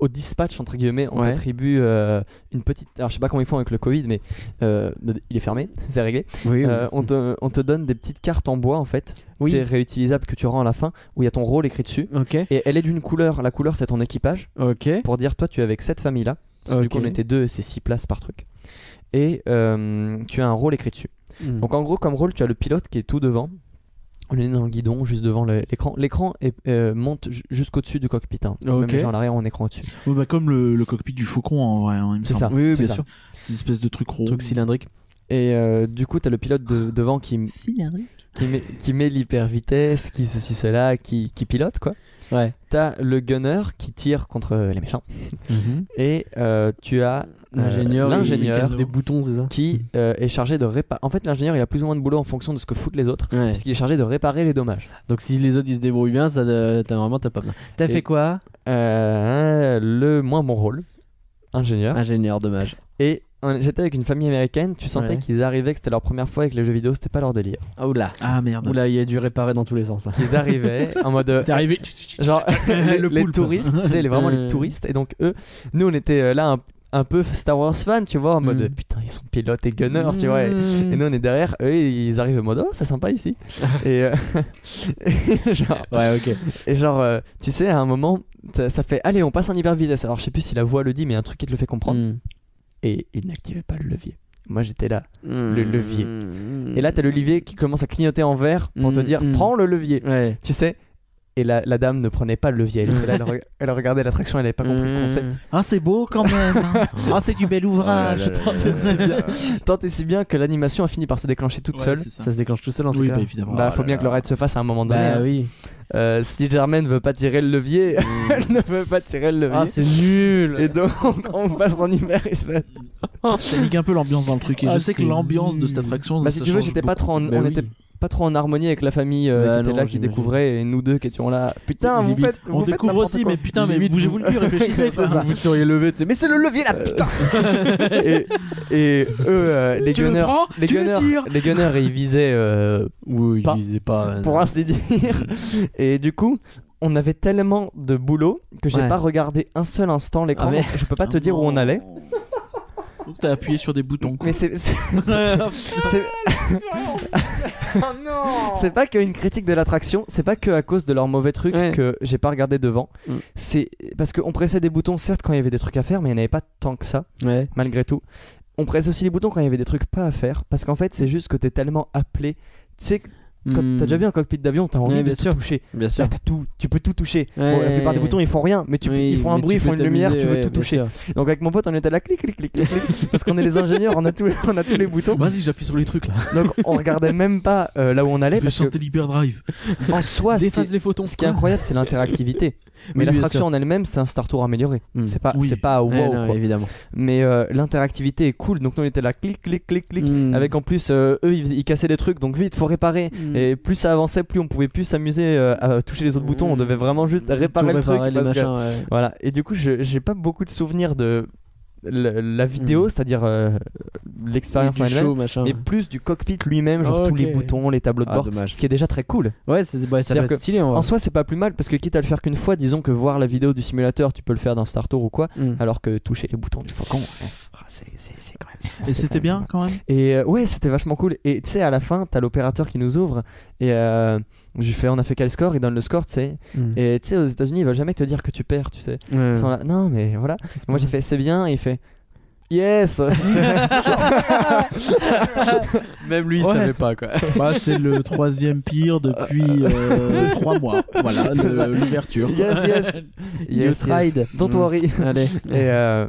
au dispatch entre guillemets on
Ouais.
t'attribue euh, une petite alors je sais pas comment ils font avec le covid mais euh, il est fermé c'est réglé
Oui,
Euh, on, te, on te donne des petites cartes en bois en fait.
Oui.
C'est réutilisable que tu rends à la fin où il y a ton rôle écrit dessus.
Ok,
Et elle est d'une couleur. La couleur c'est ton équipage
ok.
pour dire toi tu es avec cette famille là. Parce que du
Ok.
coup on était deux et c'est six places par truc. Et euh, tu as un rôle écrit dessus.
Hmm.
Donc en gros comme rôle tu as le pilote qui est tout devant. On est dans le guidon juste devant le- l'écran. L'écran est- euh, monte ju- jusqu'au-dessus du cockpit. hein. Même
Ok.
les gens à l'arrière ont écran au-dessus.
Ouais, bah, Comme le, le cockpit du faucon en vrai, hein, il me
C'est
semble.
ça.
oui, oui,
c'est
bien
ça.
sûr.
Cette espèce de truc rond.
Truc cylindrique.
Et euh, du coup tu as le pilote de- devant qui, qui met, qui met l'hyper vitesse, qui ceci cela, qui, qui pilote quoi.
Ouais.
T'as le gunner qui tire contre les méchants
Mhm.
et euh, tu as euh,
L'ingénieur, il- il
l'ingénieur
casse des boutons, c'est ça
qui euh, est chargé de réparer. En fait, l'ingénieur il a plus ou moins de boulot en fonction de ce que foutent les autres,
Ouais.
puisqu'il est chargé de réparer les dommages.
Donc si les autres ils se débrouillent bien, ça, euh, t'as- normalement t'as pas besoin. T'as
Et-
fait quoi
Euh, le moins bon rôle, ingénieur.
Ingénieur, dommage.
Et on- j'étais avec une famille américaine, tu sentais
Ouais.
qu'ils arrivaient, que c'était leur première fois et que les jeux vidéo c'était pas leur délire.
Ah, oula,
Ah merde.
oula, il a dû réparer dans tous les sens là.
Ils arrivaient en mode. euh,
T'es arrivé.
Genre les,
Le
les
poulpe.
touristes, tu sais, les- vraiment
Euh.
les touristes. Et donc eux, nous on était euh, là un, un peu Star Wars fan, tu vois, en mode
Mm.
euh, putain ils sont pilotes et gunners, tu vois. Et,
Mmh.
et nous on est derrière, eux ils arrivent en mode oh c'est sympa ici. et, euh, et genre,
Ouais, ok.
et genre, euh, tu sais, à un moment, ça ça fait allez on passe en hyper vitesse. Alors je sais plus si la voix le dit, mais un truc qui te le fait comprendre.
Hmm.
Et ils n'activaient pas le levier. Moi j'étais là.
Le
levier. Et là t'as le levier qui commence à clignoter en vert pour te
Mm,
dire
mm.
prends le levier
Ouais.
tu sais. Et la, la dame ne prenait pas le levier. Elle, était là, elle, re- elle regardait l'attraction, elle n'avait pas
Mm. Hmm.
compris le concept.
Ah c'est beau quand même. hein. Ah c'est du bel
Oh
ouvrage.
C'est bien. Tant et si bien que l'animation a fini par se déclencher toute
Ouais,
seule.
c'est ça.
Ça se déclenche tout seul en ce
Oui,
cas.
bah, évidemment.
Bah,
Oh
faut
là
bien
là.
que le ride se fasse à un moment donné.
Bah
hein.
oui. Hmm.
Euh, si Jermaine veut pas tirer le levier, elle ne veut pas tirer le
Ah,
levier.
c'est nul.
et donc, on passe en hiver. et se fait-
Ça nique un peu l'ambiance dans le truc. Et
Ah,
je sais que
c'est
l'ambiance de
nul.
cette attraction.
Bah,
Oh, ça
si tu veux,
change
j'étais pas trop en,
Bah
on
oui.
était pas trop en harmonie avec la famille euh,
Bah
qui
non,
était là, qui
j'imagine.
découvrait, et nous deux qui étions là. Putain, vous
Limite,
faites.
beaucoup. On
vous faites
découvre
n'importe
aussi,
quoi.
mais putain, mais
Limite,
bougez-vous le cul, réfléchissez. Euh,
C'est ça.
Vous seriez levé, tu sais, mais c'est le levier là, putain
et, et eux, euh, les
Tu le
gunners.
prends,
Les
tu le
gunners,
tires.
les gunners, ils visaient euh,
Oui,
Pas-
il disait pas. euh,
pour ainsi dire. Et du coup, on avait tellement de boulot que j'ai
Ouais.
pas regardé un seul instant l'écran.
Ah ouais.
donc Je peux pas te dire où on allait.
Donc t'as appuyé sur des boutons. quoi.
Mais c'est c'est c'est-
Oh
c'est pas qu'une critique de l'attraction, c'est pas que à cause de leur mauvais truc
Ouais.
que j'ai pas regardé devant.
Mm.
C'est parce qu'on pressait des boutons certes quand il y avait des trucs à faire, mais il n'y en avait pas tant que ça
Ouais.
malgré tout. On pressait aussi des boutons quand il y avait des trucs pas à faire parce qu'en fait c'est juste que t'es tellement appelé. Tu sais, que Quand
Hmm.
t'as déjà vu un cockpit d'avion, t'as envie
Ouais,
de
bien
tout
sûr.
toucher.
Bien sûr.
Là, t'as tout, tu peux tout toucher. Bon, la
Ouais.
plupart des boutons, ils font rien, mais tu, peux-
Oui,
ils font un
mais
bruit, ils
tu
font
peux
une lumière, tu
t'amuser,
veux
ouais,
tout
bien
toucher.
sûr.
Donc avec mon pote, on était là, clic, clic, clic, clic, clic, parce qu'on est les ingénieurs, on a, tous, on a tous les boutons.
Vas-y, j'appuie sur les trucs là.
Donc on regardait même pas euh, là où on allait,
Je vais
parce que
chanter l'hyperdrive.
en soi, ce qui,
Défasse les photons.
ce qui est incroyable, c'est l'interactivité. Mais
Oui,
la
bien
traction en elle-même, c'est un Star Tour amélioré.
Hmm.
C'est pas,
Oui.
c'est pas wow,
Ouais, non,
quoi.
évidemment.
Mais euh, l'interactivité est cool. Donc nous, on était là, clic, clic, clic, clic.
Hmm.
Avec en plus, euh, eux, ils, ils cassaient des trucs, donc vite, faut réparer.
Hmm.
Et plus ça avançait, plus on pouvait plus s'amuser euh, à toucher les autres boutons. On devait vraiment juste réparer
Mm. Tout
le truc.
Hmm. réparer, les
parce que-
machins, ouais.
Voilà. Et du coup, je- j'ai pas beaucoup de souvenirs de le- la vidéo,
Mm.
c'est-à-dire euh, l'expérience
Oui,
en
du
elle-même,
show, machin.
mais plus du cockpit lui-même, genre
Ah,
tous les
ok.
boutons, les tableaux de
Ah,
bord.
dommage.
Ce qui est déjà très cool.
Ouais, c'est ouais, ça
C'est-à-dire
peut être
que-
stylé en
En
vrai.
soi, c'est pas plus mal parce que quitte à le faire qu'une fois, disons que voir la vidéo du simulateur, tu peux le faire dans Star Tour ou quoi,
Hmm.
alors que toucher les boutons du faucon.
Ah, c'est- c'est c'est quand même.
Et
c'est
c'était
quand
bien quand même.
Et euh, ouais, c'était vachement cool. Et tu sais, à la fin, t'as l'opérateur qui nous ouvre et euh, je lui fais, on a fait quel score Il donne le score, tu sais.
Hmm.
Et tu sais, aux États-Unis, ils veulent jamais te dire que tu perds, tu sais.
Ouais.
Ils sont là, non, mais voilà. Moi j'ai fait c'est bien et il fait yes.
Même lui, il
Ouais.
savait pas quoi.
Bah, c'est le troisième pire depuis euh, trois mois. Voilà, le- l'ouverture.
Yes, yes. Yes,
tried.
Don't
Mm.
worry.
Allez.
Et euh,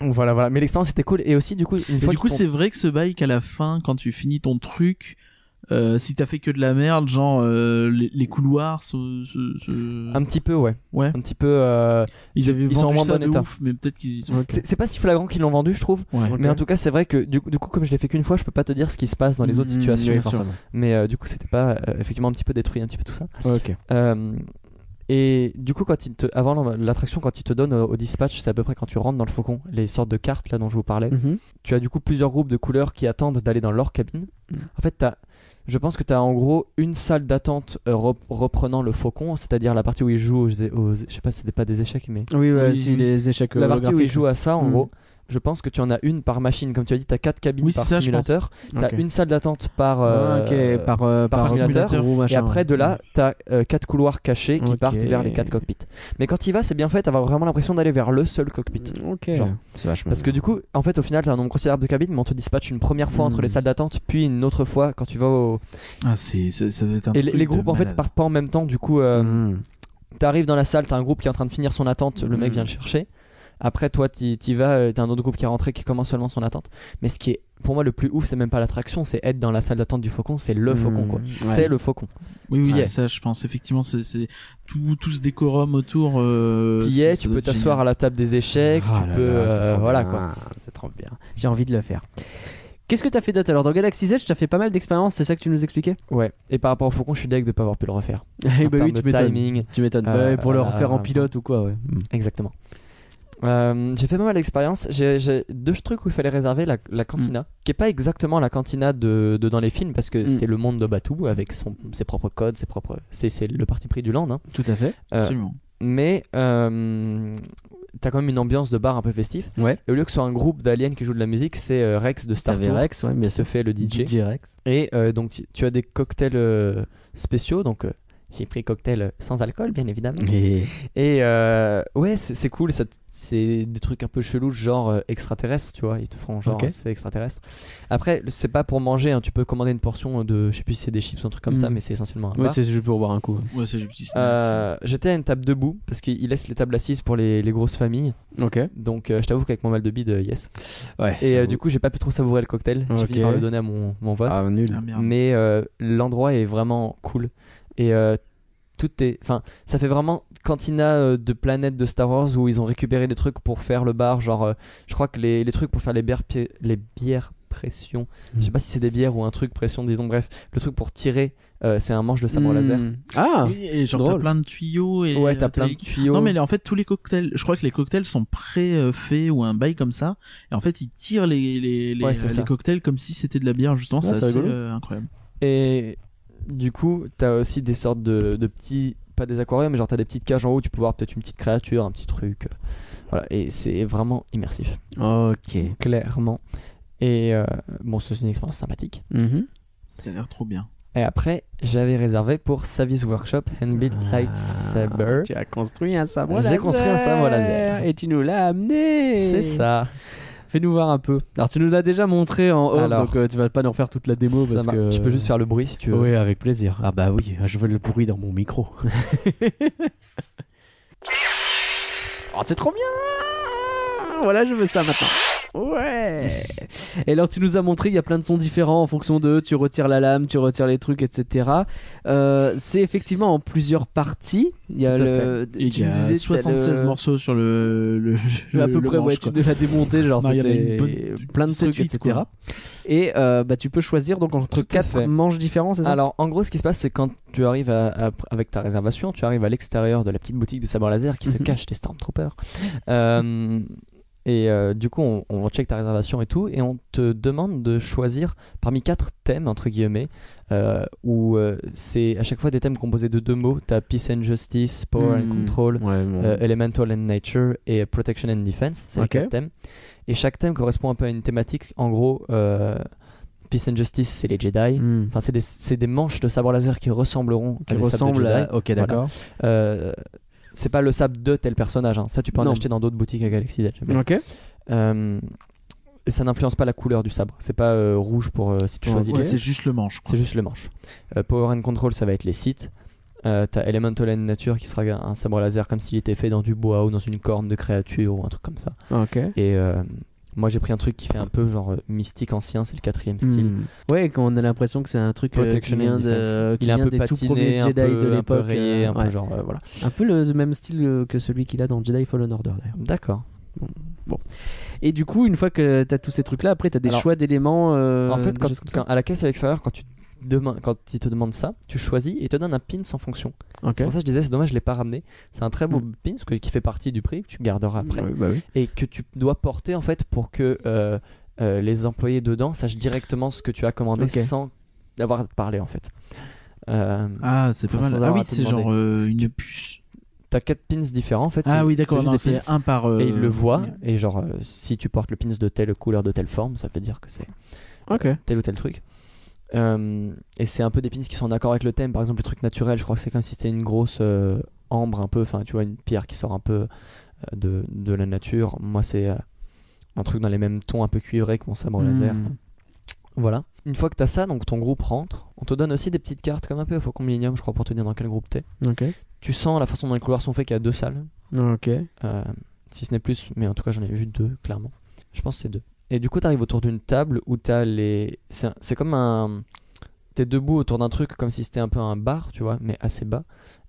donc voilà, voilà. Mais l'expérience était cool. Et aussi, du coup, une
Et
fois
du coup,
qu'ils
c'est vrai que ce bail qu'à la fin, quand tu finis ton truc, euh, si t'as fait que de la merde, genre euh, les, les couloirs, ce, ce- ce-
font- un petit peu, ouais.
Ouais.
Un petit peu. euh,
ils avaient
ils sont en
vendu
moins
ça
bon
de
état.
ouf, mais peut-être qu'ils sont.
C'est c'est pas si flagrant qu'ils l'ont vendu, je trouve.
Ouais.
Ok.
Mais en tout cas, c'est vrai que du coup, du coup, comme je l'ai fait qu'une fois, je peux pas te dire ce qui se passe dans les autres
Mm,
situations.
oui,
bien sûr.
forcément.
Mais euh, du coup, c'était pas euh, effectivement un petit peu détruit, un petit peu tout ça.
Ok.
Euh, et du coup, quand il te, avant l'attraction, quand ils te donnent au, au dispatch, c'est à peu près quand tu rentres dans le faucon, les sortes de cartes là dont je vous parlais.
Mhm.
tu as du coup plusieurs groupes de couleurs qui attendent d'aller dans leur cabine.
Mm.
En fait, t'as- je pense que tu as en gros une salle d'attente euh, rep- reprenant le faucon, c'est-à-dire la partie où ils jouent aux, é- aux é- je sais pas, c'était pas des échecs, mais
Oui, ouais,
Oui,
si
oui.
les échecs.
la partie où ils
holographiques.
jouent à ça, en
Mm.
gros. Je pense que tu en as une par machine, comme tu as dit, tu as quatre cabines
Oui,
par
c'est ça, je
simulateur, tu as
Ok.
une salle d'attente par,
Ah,
euh,
ok, par, euh,
par simulateur.
par roue,
et
machin, Mm.
après de là, tu as quatre couloirs cachés qui
Ok.
partent vers les quatre cockpits. Mais quand il va, c'est bien fait, tu vraiment l'impression d'aller vers le seul cockpit.
Ok.
Genre.
C'est vachement.
Parce que du coup, en fait, au final, t'as un nombre considérable de cabines, mais on te dispatche une première fois entre
Mm.
les salles d'attente, puis une autre fois quand tu vas au.
Ah, c'est, ça, ça doit être un
Et les,
truc
les
de
groupes, en fait,
malade.
partent pas en même temps. Du coup, euh,
Mm.
t'arrives dans la salle, t'as un groupe qui est en train de finir son attente, le mec
Mm.
vient le chercher. Après, toi, t'y t'y vas, euh, t'as un autre groupe qui est rentré qui commence seulement son attente. Mais ce qui est pour moi le plus ouf, c'est même pas l'attraction, c'est être dans la salle d'attente du faucon, c'est le
Mm.
faucon, quoi.
Ouais.
C'est le faucon.
Oui, oui,
T'y es.
c'est ça, je pense. Effectivement, c'est, c'est tout, tout ce décorum autour. Euh,
T'y
ça-
es,
ça
tu
doit
peux
être génial.
t'asseoir à la table des échecs,
Ah
tu
là
peux.
là, c'est
euh,
trop
voilà,
bien,
quoi.
C'est trop bien. J'ai envie de le faire. Qu'est-ce que t'as fait d'autre Alors, dans Galaxy's Edge, t'as fait pas mal d'expériences, c'est ça que tu nous expliquais
Ouais. Et par rapport au faucon, je suis deg de pas avoir pu le refaire.
Eh
En
bah
termes
oui,
de
tu m'étonnes.
timing,
Tu m'étonnes. Bah
Euh,
ouais, pour le
euh,
refaire en pilote ou quoi, ouais.
Exactement. Euh, j'ai fait pas mal d'expériences. J'ai j'ai deux trucs où il fallait réserver la,
Mm.
la cantina, qui est pas exactement la cantina de, de dans les films parce que
Mm.
c'est le monde de Batou avec son, ses propres codes, ses propres. C'est c'est le parti pris du land. hein.
Tout à fait.
euh,
Absolument.
Mais euh, t'as quand même une ambiance de bar un peu festif.
Ouais.
Et au lieu que ce soit un groupe d'aliens qui joue de la musique, c'est euh, Rex de Star
T'avais
Tour
Rex, ouais, bien
qui te
sûr.
fait le DJ.
Rex.
Et euh, donc tu as des cocktails euh, spéciaux. Donc euh, j'ai pris cocktail euh, sans alcool, bien évidemment.
Et-
Et euh, ouais, c'est c'est cool. ça t- C'est des trucs un peu chelous, genre euh, extraterrestres, tu vois. Ils te font genre
Ok.
c'est extraterrestre. Après, c'est pas pour manger. hein, tu peux commander une portion de, je sais plus si c'est des chips ou un truc comme ça,
Mm.
mais c'est essentiellement un
Ouais,
bar.
c'est juste pour boire un coup.
Ouais, c'est du petit snack.
Euh, J'étais à une table debout parce qu'ils laissent les tables assises pour les, les grosses familles.
Ok.
Donc, euh, je t'avoue qu'avec mon mal de bide, euh, yes.
Ouais.
Et euh, du coup, j'ai pas pu trop savourer le cocktail. J'ai
Ok.
fini par le donner à mon, mon pote.
ah, nul.
Ah, merde.
mais euh, l'endroit est vraiment cool. Et euh, tout est. Enfin, ça fait vraiment cantina euh, de planète de Star Wars où ils ont récupéré des trucs pour faire le bar. Genre, euh, je crois que les, les trucs pour faire les bières, pi- les bières pression. Je sais pas si c'est des bières ou un truc pression, disons. Bref, le truc pour tirer, euh, c'est un manche de sabre
Mm.
laser.
Ah
oui, et genre, t'as
drôle.
plein de tuyaux. Hmm. Et
ouais, t'as
euh,
plein de tuyaux.
Non mais les- en fait tous les cocktails, je crois que les cocktails sont pré-faits ou un bail comme ça. Et en fait ils tirent les les, les,
Ouais, c'est
les
ça.
cocktails comme si c'était de la bière justement.
Ouais,
c'est
c'est
assez
rigolo.
euh, incroyable.
Et du coup, t'as aussi des sortes de, de petits. Pas des aquariums, mais genre t'as des petites cages en haut où tu peux voir peut-être une petite créature, un petit truc. euh, Voilà, et c'est vraiment immersif.
Ok.
clairement. Et euh, bon, c'est une expérience sympathique.
Mhm.
Ça a l'air trop bien.
Et après, j'avais réservé pour Savvy's Workshop Handbuilt
Ah,
Lightsaber.
Tu as construit un sabre
J'ai
laser.
construit un sabre laser.
Et tu nous l'as amené.
C'est ça.
Fais-nous voir un peu. Alors, tu nous l'as déjà montré en off,
Alors.
donc euh, tu vas pas nous refaire toute la démo
Ça
parce
marche.
que.
Tu peux juste faire le bruit si tu veux.
Oui, avec plaisir. Ah bah oui, je veux le bruit dans mon micro. oh, c'est trop bien Voilà, je veux ça maintenant. Ouais Et alors tu nous as montré, il y a plein de sons différents en fonction de, tu retires la lame, tu retires les trucs, etc. Euh, c'est effectivement en plusieurs parties. Il y a
Tout à
le...
Et
tu
il y
disais, t'as
a
le-
76 morceaux sur le. le,
à peu
le
près,
manche,
ouais, tu
quoi.
devais la démonter, genre
Non, il y en a
c'était
une bonne-
plein de trucs,
7-8,
etc.
quoi.
Et euh, bah, tu peux choisir donc entre
Tout à
quatre
fait.
manches différentes, c'est ça
Alors, en gros, ce qui se passe, c'est quand tu arrives à- à- avec ta réservation, tu arrives à l'extérieur de la petite boutique de sabre laser qui se
Mhm.
cache des Stormtroopers. Euh, et euh, du coup, on, on check ta réservation et tout, et on te demande de choisir parmi quatre thèmes, entre guillemets, euh, où euh, c'est à chaque fois des thèmes composés de deux mots. Tu as Peace and Justice, Power and
Hmm.
Control,
Ouais, bon.
euh, Elemental and Nature et Protection and Defense, c'est
Ok.
les quatre thèmes. Et chaque thème correspond un peu à une thématique. En gros, euh, Peace and Justice, c'est les Jedi.
Hmm.
Enfin, c'est des, c'est des manches de sabre laser qui ressembleront à
qui
des sabres de
ressemble
Jedi.
à. Ok, d'accord.
Euh, c'est pas le sabre de tel personnage. hein. Ça, tu peux en
Non.
acheter dans d'autres boutiques à Galaxy Edge. mais-
Ok.
Euh, et ça n'influence pas la couleur du sabre. C'est pas euh, rouge pour euh, si tu choisis
Ouais,
les
C'est juste le manche. quoi.
c'est juste le manche. Euh, Power and Control, ça va être les sites. Euh, T'as Elemental and Nature qui sera un sabre laser comme s'il était fait dans du bois ou dans une corne de créature ou un truc comme ça.
Ok.
Et euh, moi j'ai pris un truc qui fait un peu genre euh, mystique ancien, c'est le quatrième style.
Hmm. Ouais, quand on a l'impression que c'est un truc euh, qui
Protection
vient
and
de,
Defense.
qui
il est un
vient
peu
des tout
patiné,
premiers
un
Jedi
peu,
de
un peu
l'époque.
rayé,
euh,
un peu
ouais.
genre euh, voilà.
Un peu le même style euh, que celui qu'il a dans Jedi Fallen Order d'ailleurs.
D'accord.
Et du coup, une fois que t'as tous ces trucs-là, après t'as des
Alors,
choix d'éléments. euh,
en fait,
des
quand,
choses comme ça.
quand- à la caisse à l'extérieur, quand tu demandes- quand ils te demandent ça, tu choisis et ils te donnent un pin sans fonction.
Ok.
C'est pour ça que je disais c'est dommage je l'ai pas ramené. C'est un très beau
Mm.
pin que- qui fait partie du prix que tu garderas après.
Ouais, bah oui.
et que tu dois porter en fait pour que euh, euh, les employés dedans sachent directement ce que tu as commandé
Ok.
sans avoir à te parler en fait. Euh,
Ah, c'est pas
Enfin,
mal.
sans
Ah
avoir
oui,
à te
c'est
demander.
genre euh, une puce.
T'as quatre pins différents en fait. c'est-
Ah oui, d'accord.
c'est juste
non,
des
C'est
pins.
un par. euh,
Et ils le voient et genre euh, si tu portes le pins de telle couleur de telle forme, ça veut dire que c'est
Ok.
tel ou tel truc. Euh, et c'est un peu des pins qui sont en accord avec le thème. Par exemple, le truc naturel, je crois que c'est comme si c'était une grosse euh, ambre un peu, enfin tu vois, une pierre qui sort un peu euh, de, de la nature. Moi, c'est euh, un truc dans les mêmes tons un peu cuivré que mon sabre laser.
Hmm.
Voilà. Une fois que t'as ça, donc ton groupe rentre, on te donne aussi des petites cartes comme un peu au Faucon Millennium, je crois, pour te dire dans quel groupe t'es.
Ok.
Tu sens la façon dont les couloirs sont faits qu'il y a deux salles,
Ok.
euh, si ce n'est plus, mais en tout cas j'en ai vu deux, clairement. Je pense que c'est deux. Et du coup, t'arrives autour d'une table où t'as les. C'est un- c'est comme un. T'es debout autour d'un truc comme si c'était un peu un bar, tu vois, mais assez bas.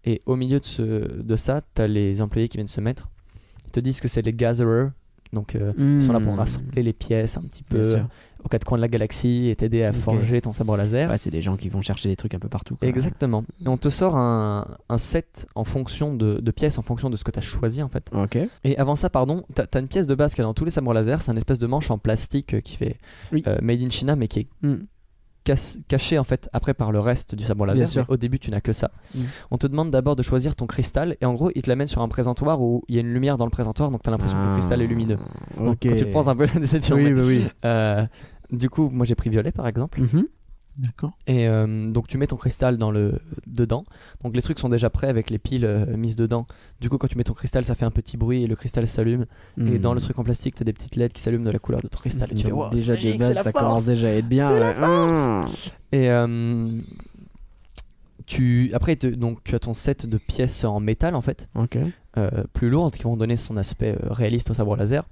Et au milieu de, ce... de ça, t'as les employés qui viennent se mettre. Ils te disent que c'est les gatherers, donc euh, ils sont là pour
Hmm.
rassembler les pièces un petit
Bien
peu
sûr.
aux quatre coins de la galaxie et t'aider à
Ok.
forger ton sabre laser.
Ouais, c'est des gens qui vont chercher des trucs un peu partout. quoi.
Exactement. Et on te sort un, un set en fonction de, de pièces, en fonction de ce que tu as choisi en fait.
Ok.
Et avant ça, pardon, tu as, une pièce de base qui est dans tous les sabres laser, c'est un espèce de manche en plastique euh, qui fait
Oui.
euh, made in China mais qui est
Hmm.
casse- cachée en fait après par le reste du sabre laser.
Bien sûr.
Mais Au début, tu n'as que ça.
Mm.
On te demande d'abord de choisir ton cristal et en gros, il te l'amène sur un présentoir où il y a une lumière dans le présentoir donc tu as l'impression que le
Ah.
cristal est lumineux. Donc,
Ok.
quand tu prends un peu la déception.
Oui,
mais,
bah oui.
euh, du coup, moi j'ai pris violet par exemple.
Mhm.
D'accord.
Et euh, donc tu mets ton cristal dans le dedans. Donc les trucs sont déjà prêts avec les piles euh, mises dedans. Du coup quand tu mets ton cristal ça fait un petit bruit et le cristal s'allume. Et
Hmm.
dans le truc en plastique t'as des petites LED qui s'allument de la couleur de ton cristal. Et tu
Donc,
fais wow, c'est
déjà de
magique, c'est
base,
la
ça
force.
commence déjà à être bien.
C'est la
ouais.
Et euh, tu après te- donc tu as ton set de pièces en métal en fait
Ah. Ok.
euh, plus lourdes qui vont donner son aspect euh, réaliste au sabre laser.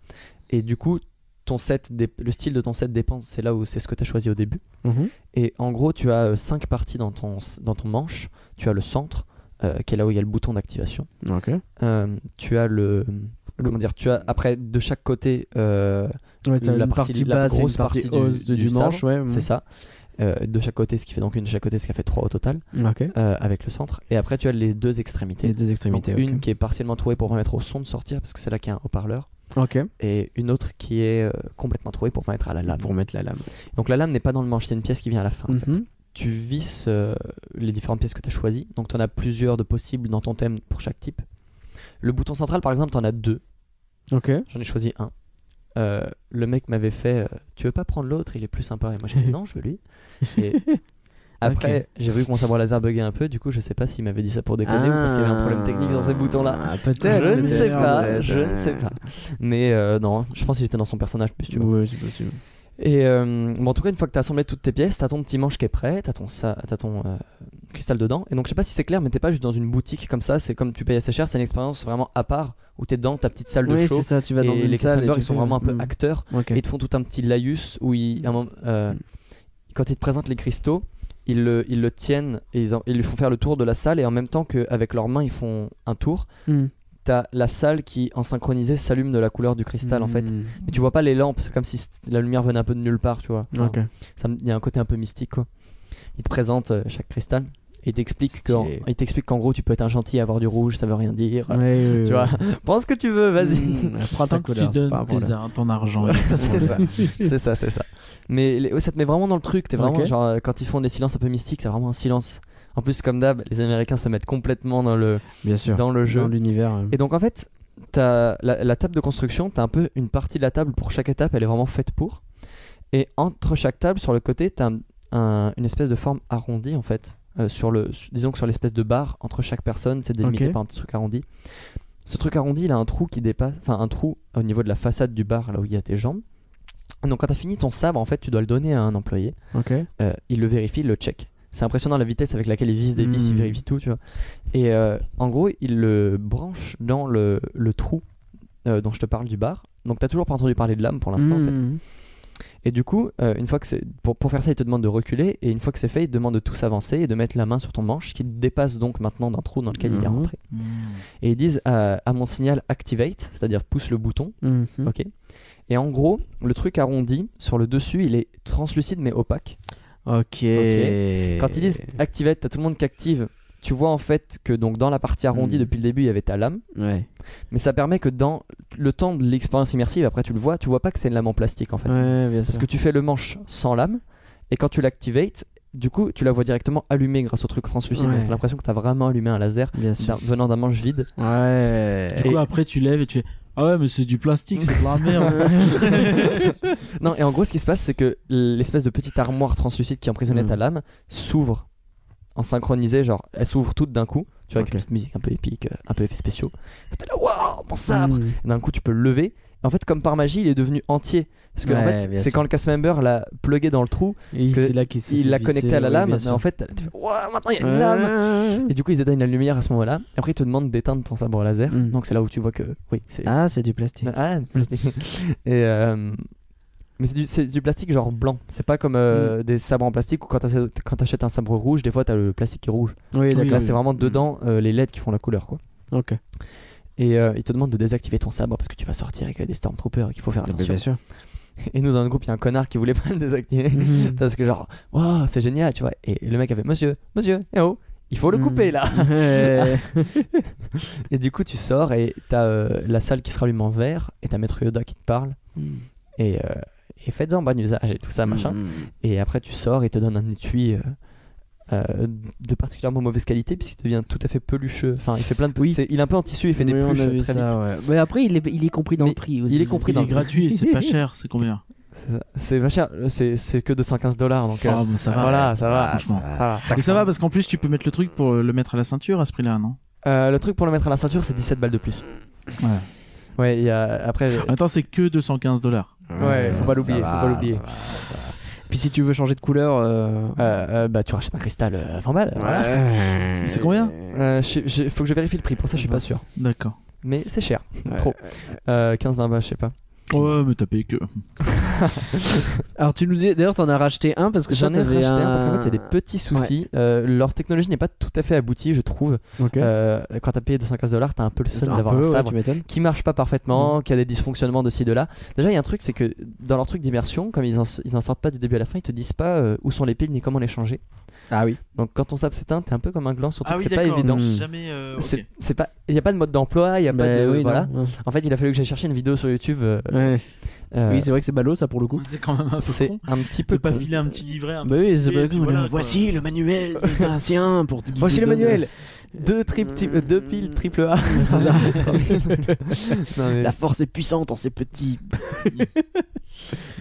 Et du coup ton set dé- le style de ton set dépend. C'est là où c'est ce que t'as choisi au début.
Mhm.
Et en gros, tu as 5 parties dans ton, dans ton manche. Tu as le centre, euh, qui est là où il y a le bouton d'activation.
Ok.
Euh, tu as le. Comment dire Tu as après de chaque côté, euh,
Ouais, t'as
La
une
partie-
partie
la
basse et une
grosse
partie
partie du-
hausse de-
du
du
sabre,
manche, ouais.
c'est ça. Euh, de chaque côté, ce qui fait donc une de chaque côté, ce qui a fait 3 au total,
Ok.
euh, avec le centre. Et après, tu as les deux extrémités.
Les deux
Donc,
extrémités. ok.
une qui est partiellement trouée pour permettre au son de sortir, parce que c'est là qu'il y a un haut-parleur.
Ok.
Et une autre qui est euh, complètement trouée pour permettre à la lame.
Pour mettre la lame.
Donc la lame n'est pas dans le manche, c'est une pièce qui vient à la fin. en fait.
Mhm.
tu visses euh, les différentes pièces que tu as choisies. Donc tu en as plusieurs de possibles dans ton thème pour chaque type. Le bouton central, par exemple, tu en as deux.
Ok.
J'en ai choisi un. Euh, le mec m'avait fait euh, Tu veux pas prendre l'autre Il est plus sympa. Et moi j'ai dit Non, je veux lui. Et Après, j'ai vu que mon sabre laser buguait un peu, du coup, je sais pas s'il m'avait dit ça pour déconner ou parce qu'il y avait un problème technique dans ces boutons-là.
Ah,
Je
Peut-être.
ne
peut-être,
sais pas,
peut-être.
je ne sais pas. Mais euh, non, je pense qu'il était dans son personnage plus, tu vois.
Ouais, c'est possible.
Et euh, bon, en tout cas, une fois que t'as assemblé toutes tes pièces, t'as ton petit manche qui est prêt, t'as ton, sa- t'as ton euh, cristal dedans. Et donc, je sais pas si c'est clair, mais t'es pas juste dans une boutique comme ça, c'est comme tu payes assez cher, c'est une expérience vraiment à part où t'es dans ta petite salle de
Oui,
show.
c'est ça, tu vas dans
et
une
les
salle.
cast members,
tu
ils sont
fais-
vraiment un peu
Mm.
acteurs
Ok.
et ils te font tout un petit laïus où ils, à un moment, euh,
Mm.
quand ils te présentent les cristaux, ils le, ils le tiennent et ils, en- ils lui font faire le tour de la salle et en même temps qu'avec leurs mains, ils font un tour.
Mm.
T'as la salle qui, en synchronisé, s'allume de la couleur du cristal en fait.
Mm.
Mais tu vois pas les lampes, c'est comme si c't- la lumière venait un peu de nulle part, tu vois. Genre,
Ok.
ça me- Il y a un côté un peu mystique, quoi. Il te présente euh, chaque cristal et il t'explique
Stylé.
qu'en il t'explique qu'en gros, tu peux être un gentil, avoir du rouge, ça veut rien dire.
Ouais, ouais, ouais,
Tu vois,
ouais.
prends ce que tu veux, vas-y.
Mm, Prends ta
Tant que tu
couleur. c'est pas un
donnes tes
problème.
ar- ton argent.
c'est ça, c'est ça, c'est ça. Mais les- ouais, ça te met vraiment dans le truc. T'es vraiment
Ok.
genre euh, quand ils font des silences un peu mystiques, t'as vraiment un silence. En plus, comme d'hab, les Américains se mettent complètement dans le
Bien sûr.
dans le jeu.
Dans l'univers. euh.
Et donc en fait, t'as la, la table de construction, t'as un peu une partie de la table pour chaque étape, elle est vraiment faite pour. Et entre chaque table, sur le côté, t'as un- un- une espèce de forme arrondie en fait. Euh, sur le, su- disons que sur l'espèce de barre entre chaque personne, c'est délimité
Ok.
par un petit truc arrondi. Ce truc arrondi, il a un trou qui dépasse, enfin un trou au niveau de la façade du bar, là où il y a tes jambes. Donc quand t'as fini ton sabre, en fait, tu dois le donner à un employé.
Ok.
Euh, il le vérifie, il le check. C'est impressionnant la vitesse avec laquelle il vise des vis, il
Mm.
vérifie tout, tu vois. Et euh, en gros, il le branche dans le, le trou euh, dont je te parle du bar. Donc t'as toujours pas entendu parler de l'âme pour l'instant, en fait.
Mm.
Et du coup, euh, une fois que c'est pour, pour faire ça, il te demande de reculer. Et une fois que c'est fait, il te demande de tous avancer et de mettre la main sur ton manche qui dépasse donc maintenant d'un trou dans lequel il est
Mhm.
rentré.
Mmh.
Et ils disent euh, à mon signal activate, c'est-à-dire pousse le bouton.
Mm.
Ok. Et en gros, le truc arrondi sur le dessus, il est translucide mais opaque.
Ok.
Quand ils disent activate, t'as tout le monde qui active. Tu vois en fait que donc dans la partie arrondie
Hmm.
depuis le début il y avait ta lame,
Ouais.
mais ça permet que dans le temps de l'expérience immersive, après tu le vois, tu vois pas que c'est une lame en plastique en fait.
Ouais, bien
Parce
sûr.
que tu fais le manche sans lame, et quand tu l'activates, du coup tu la vois directement allumée grâce au truc translucide.
Ouais.
Donc t'as l'impression que Bah. t'as vraiment allumé un laser
Bien
d'un-
sûr.
venant d'un manche vide.
Ouais.
Du coup, après, tu lèves et tu fais Ah ouais, mais c'est du plastique, c'est de la merde.
Non, et en gros ce qui se passe c'est que l'espèce de petite armoire translucide qui emprisonnait
Hmm.
ta lame s'ouvre en synchronisé, genre elle s'ouvre toute d'un coup, tu vois, avec
Ok.
une petite musique un peu épique, euh, un peu effets spéciaux. T'es là, waouh, mon sabre!
Mm.
Et d'un coup tu peux le lever. En fait, comme par magie, il est devenu entier. Parce que en
Ouais,
fait,
bien
c'est
sûr.
quand le cast member l'a plugué dans le trou,
Et
que
c'est là qu'il s'est
il l'a
vissé,
connecté à la
ouais,
lame.
bien
Mais
sûr.
en fait, tu fais Ouah, maintenant il y a une
Ouais,
lame.
ouais, ouais.
Et du coup, ils éteignent la lumière à ce moment-là. Après, ils te demandent d'éteindre ton sabre laser.
Mm.
Donc c'est là où tu vois que oui, c'est
Ah, c'est du plastique.
ah, du plastique. Et euh, mais c'est du, c'est du plastique genre blanc. C'est pas comme euh,
Mm.
des sabres en plastique où quand t'achètes quand t'achètes un sabre rouge, des fois t'as le plastique qui est rouge.
Oui, Mm.
Là,
d'accord.
c'est vraiment dedans euh, les LED qui font la couleur, quoi.
Ok. Ah,
Et euh, ils te demandent de désactiver ton sabre parce que tu vas sortir et qu'il y a des stormtroopers et qu'il faut faire
Donc,
attention.
bah, bien sûr.
Et nous, dans le groupe, il y a un connard qui voulait pas le désactiver.
Mhm.
Parce que, genre, wow, c'est génial, tu vois. Et le mec avait, monsieur, monsieur, eh oh, il faut le couper
Mm.
là.
Ouais.
Et du coup, tu sors et t'as euh, la salle qui se rallume en vert et t'as Maître Yoda qui te parle.
Mm.
Et, euh, et faites-en bon usage et tout ça, machin.
Mm.
Et après, tu sors et te donne un étui. euh, euh, de particulièrement mauvaise qualité puisqu'il devient tout à fait pelucheux enfin il fait plein de
Oui.
c'est- il est un peu anti-su il fait
Oui,
des
on a
peluches
vu
très
ça,
vite
ouais. Mais après, il est, il est compris dans
Mais
le prix aussi.
il est compris
Il
dans
est
le
gratuit, c'est pas cher, c'est combien
C'est ça. c'est pas cher c'est c'est que 215 dollars donc euh,
Oh,
Ah, mais ça va.
voilà ça va
franchement.
Ah,
ça va.
Et ça va parce qu'en plus, tu peux mettre le truc pour euh, le mettre à la ceinture à ce prix-là, non
Euh, le truc pour le mettre à la ceinture, c'est 17 balles de plus.
Ouais.
Ouais, il y a... après.
Attends, c'est que 215 dollars.
Ouais, faut pas l'oublier,
Ah, Ça
faut
va,
pas l'oublier.
ça va, ça va. Puis si tu veux changer de couleur. euh,
euh, euh, bah, tu rachètes un cristal euh, à 20 balles. voilà.
ouais.
C'est combien
Euh, je sais- je- faut que je vérifie le prix, pour ça je suis pas sûr.
D'accord.
Mais c'est cher, trop. Euh, 15-20 balles, je sais pas.
Ouais, mais t'as payé que.
Alors tu nous dis d'ailleurs t'en as racheté un parce que
J'en
toi,
ai
t'avais
racheté un
un
parce qu'en fait, il y a des petits soucis. Euh, leur technologie n'est pas tout à fait aboutie, je trouve.
Ok.
Euh, quand t'as payé 215 dollars, t'as un peu le seul
Un
d'avoir
peu,
un
ouais,
sabre.
tu Mm. m'étonnes.
qui marche pas parfaitement, qui a des dysfonctionnements de ci de là. Déjà, il y a un truc, c'est que dans leur truc d'immersion, comme ils en, ils en sortent pas du début à la fin, ils te disent pas euh, où sont les piles ni comment les changer.
Ah oui.
Donc quand ton sabre s'éteint, t'es un peu comme un gland, surtout
Ah
que c'est pas évident.
Mm.
Jamais. euh, ok.
C'est c'est pas, il y a pas de mode d'emploi, il y a pas
Bah
de
oui, non.
voilà.
Ouais.
En fait, il a fallu que j'aille chercher une vidéo sur YouTube. euh,
Ouais.
euh,
Oui, c'est vrai que c'est ballot ça pour le coup.
C'est quand même un peu
c'est
con.
un petit peu.
Peut pas
con.
filer un petit livret. Un
Bah
petit
oui, c'est
filet,
pas
puis
cool.
voilà,
mais
quoi.
Voici le manuel des anciens pour te guider
Voici le
dans-
manuel. Deux trip- type- euh, deux piles euh, triple A. non mais,
La force est puissante en ces petits.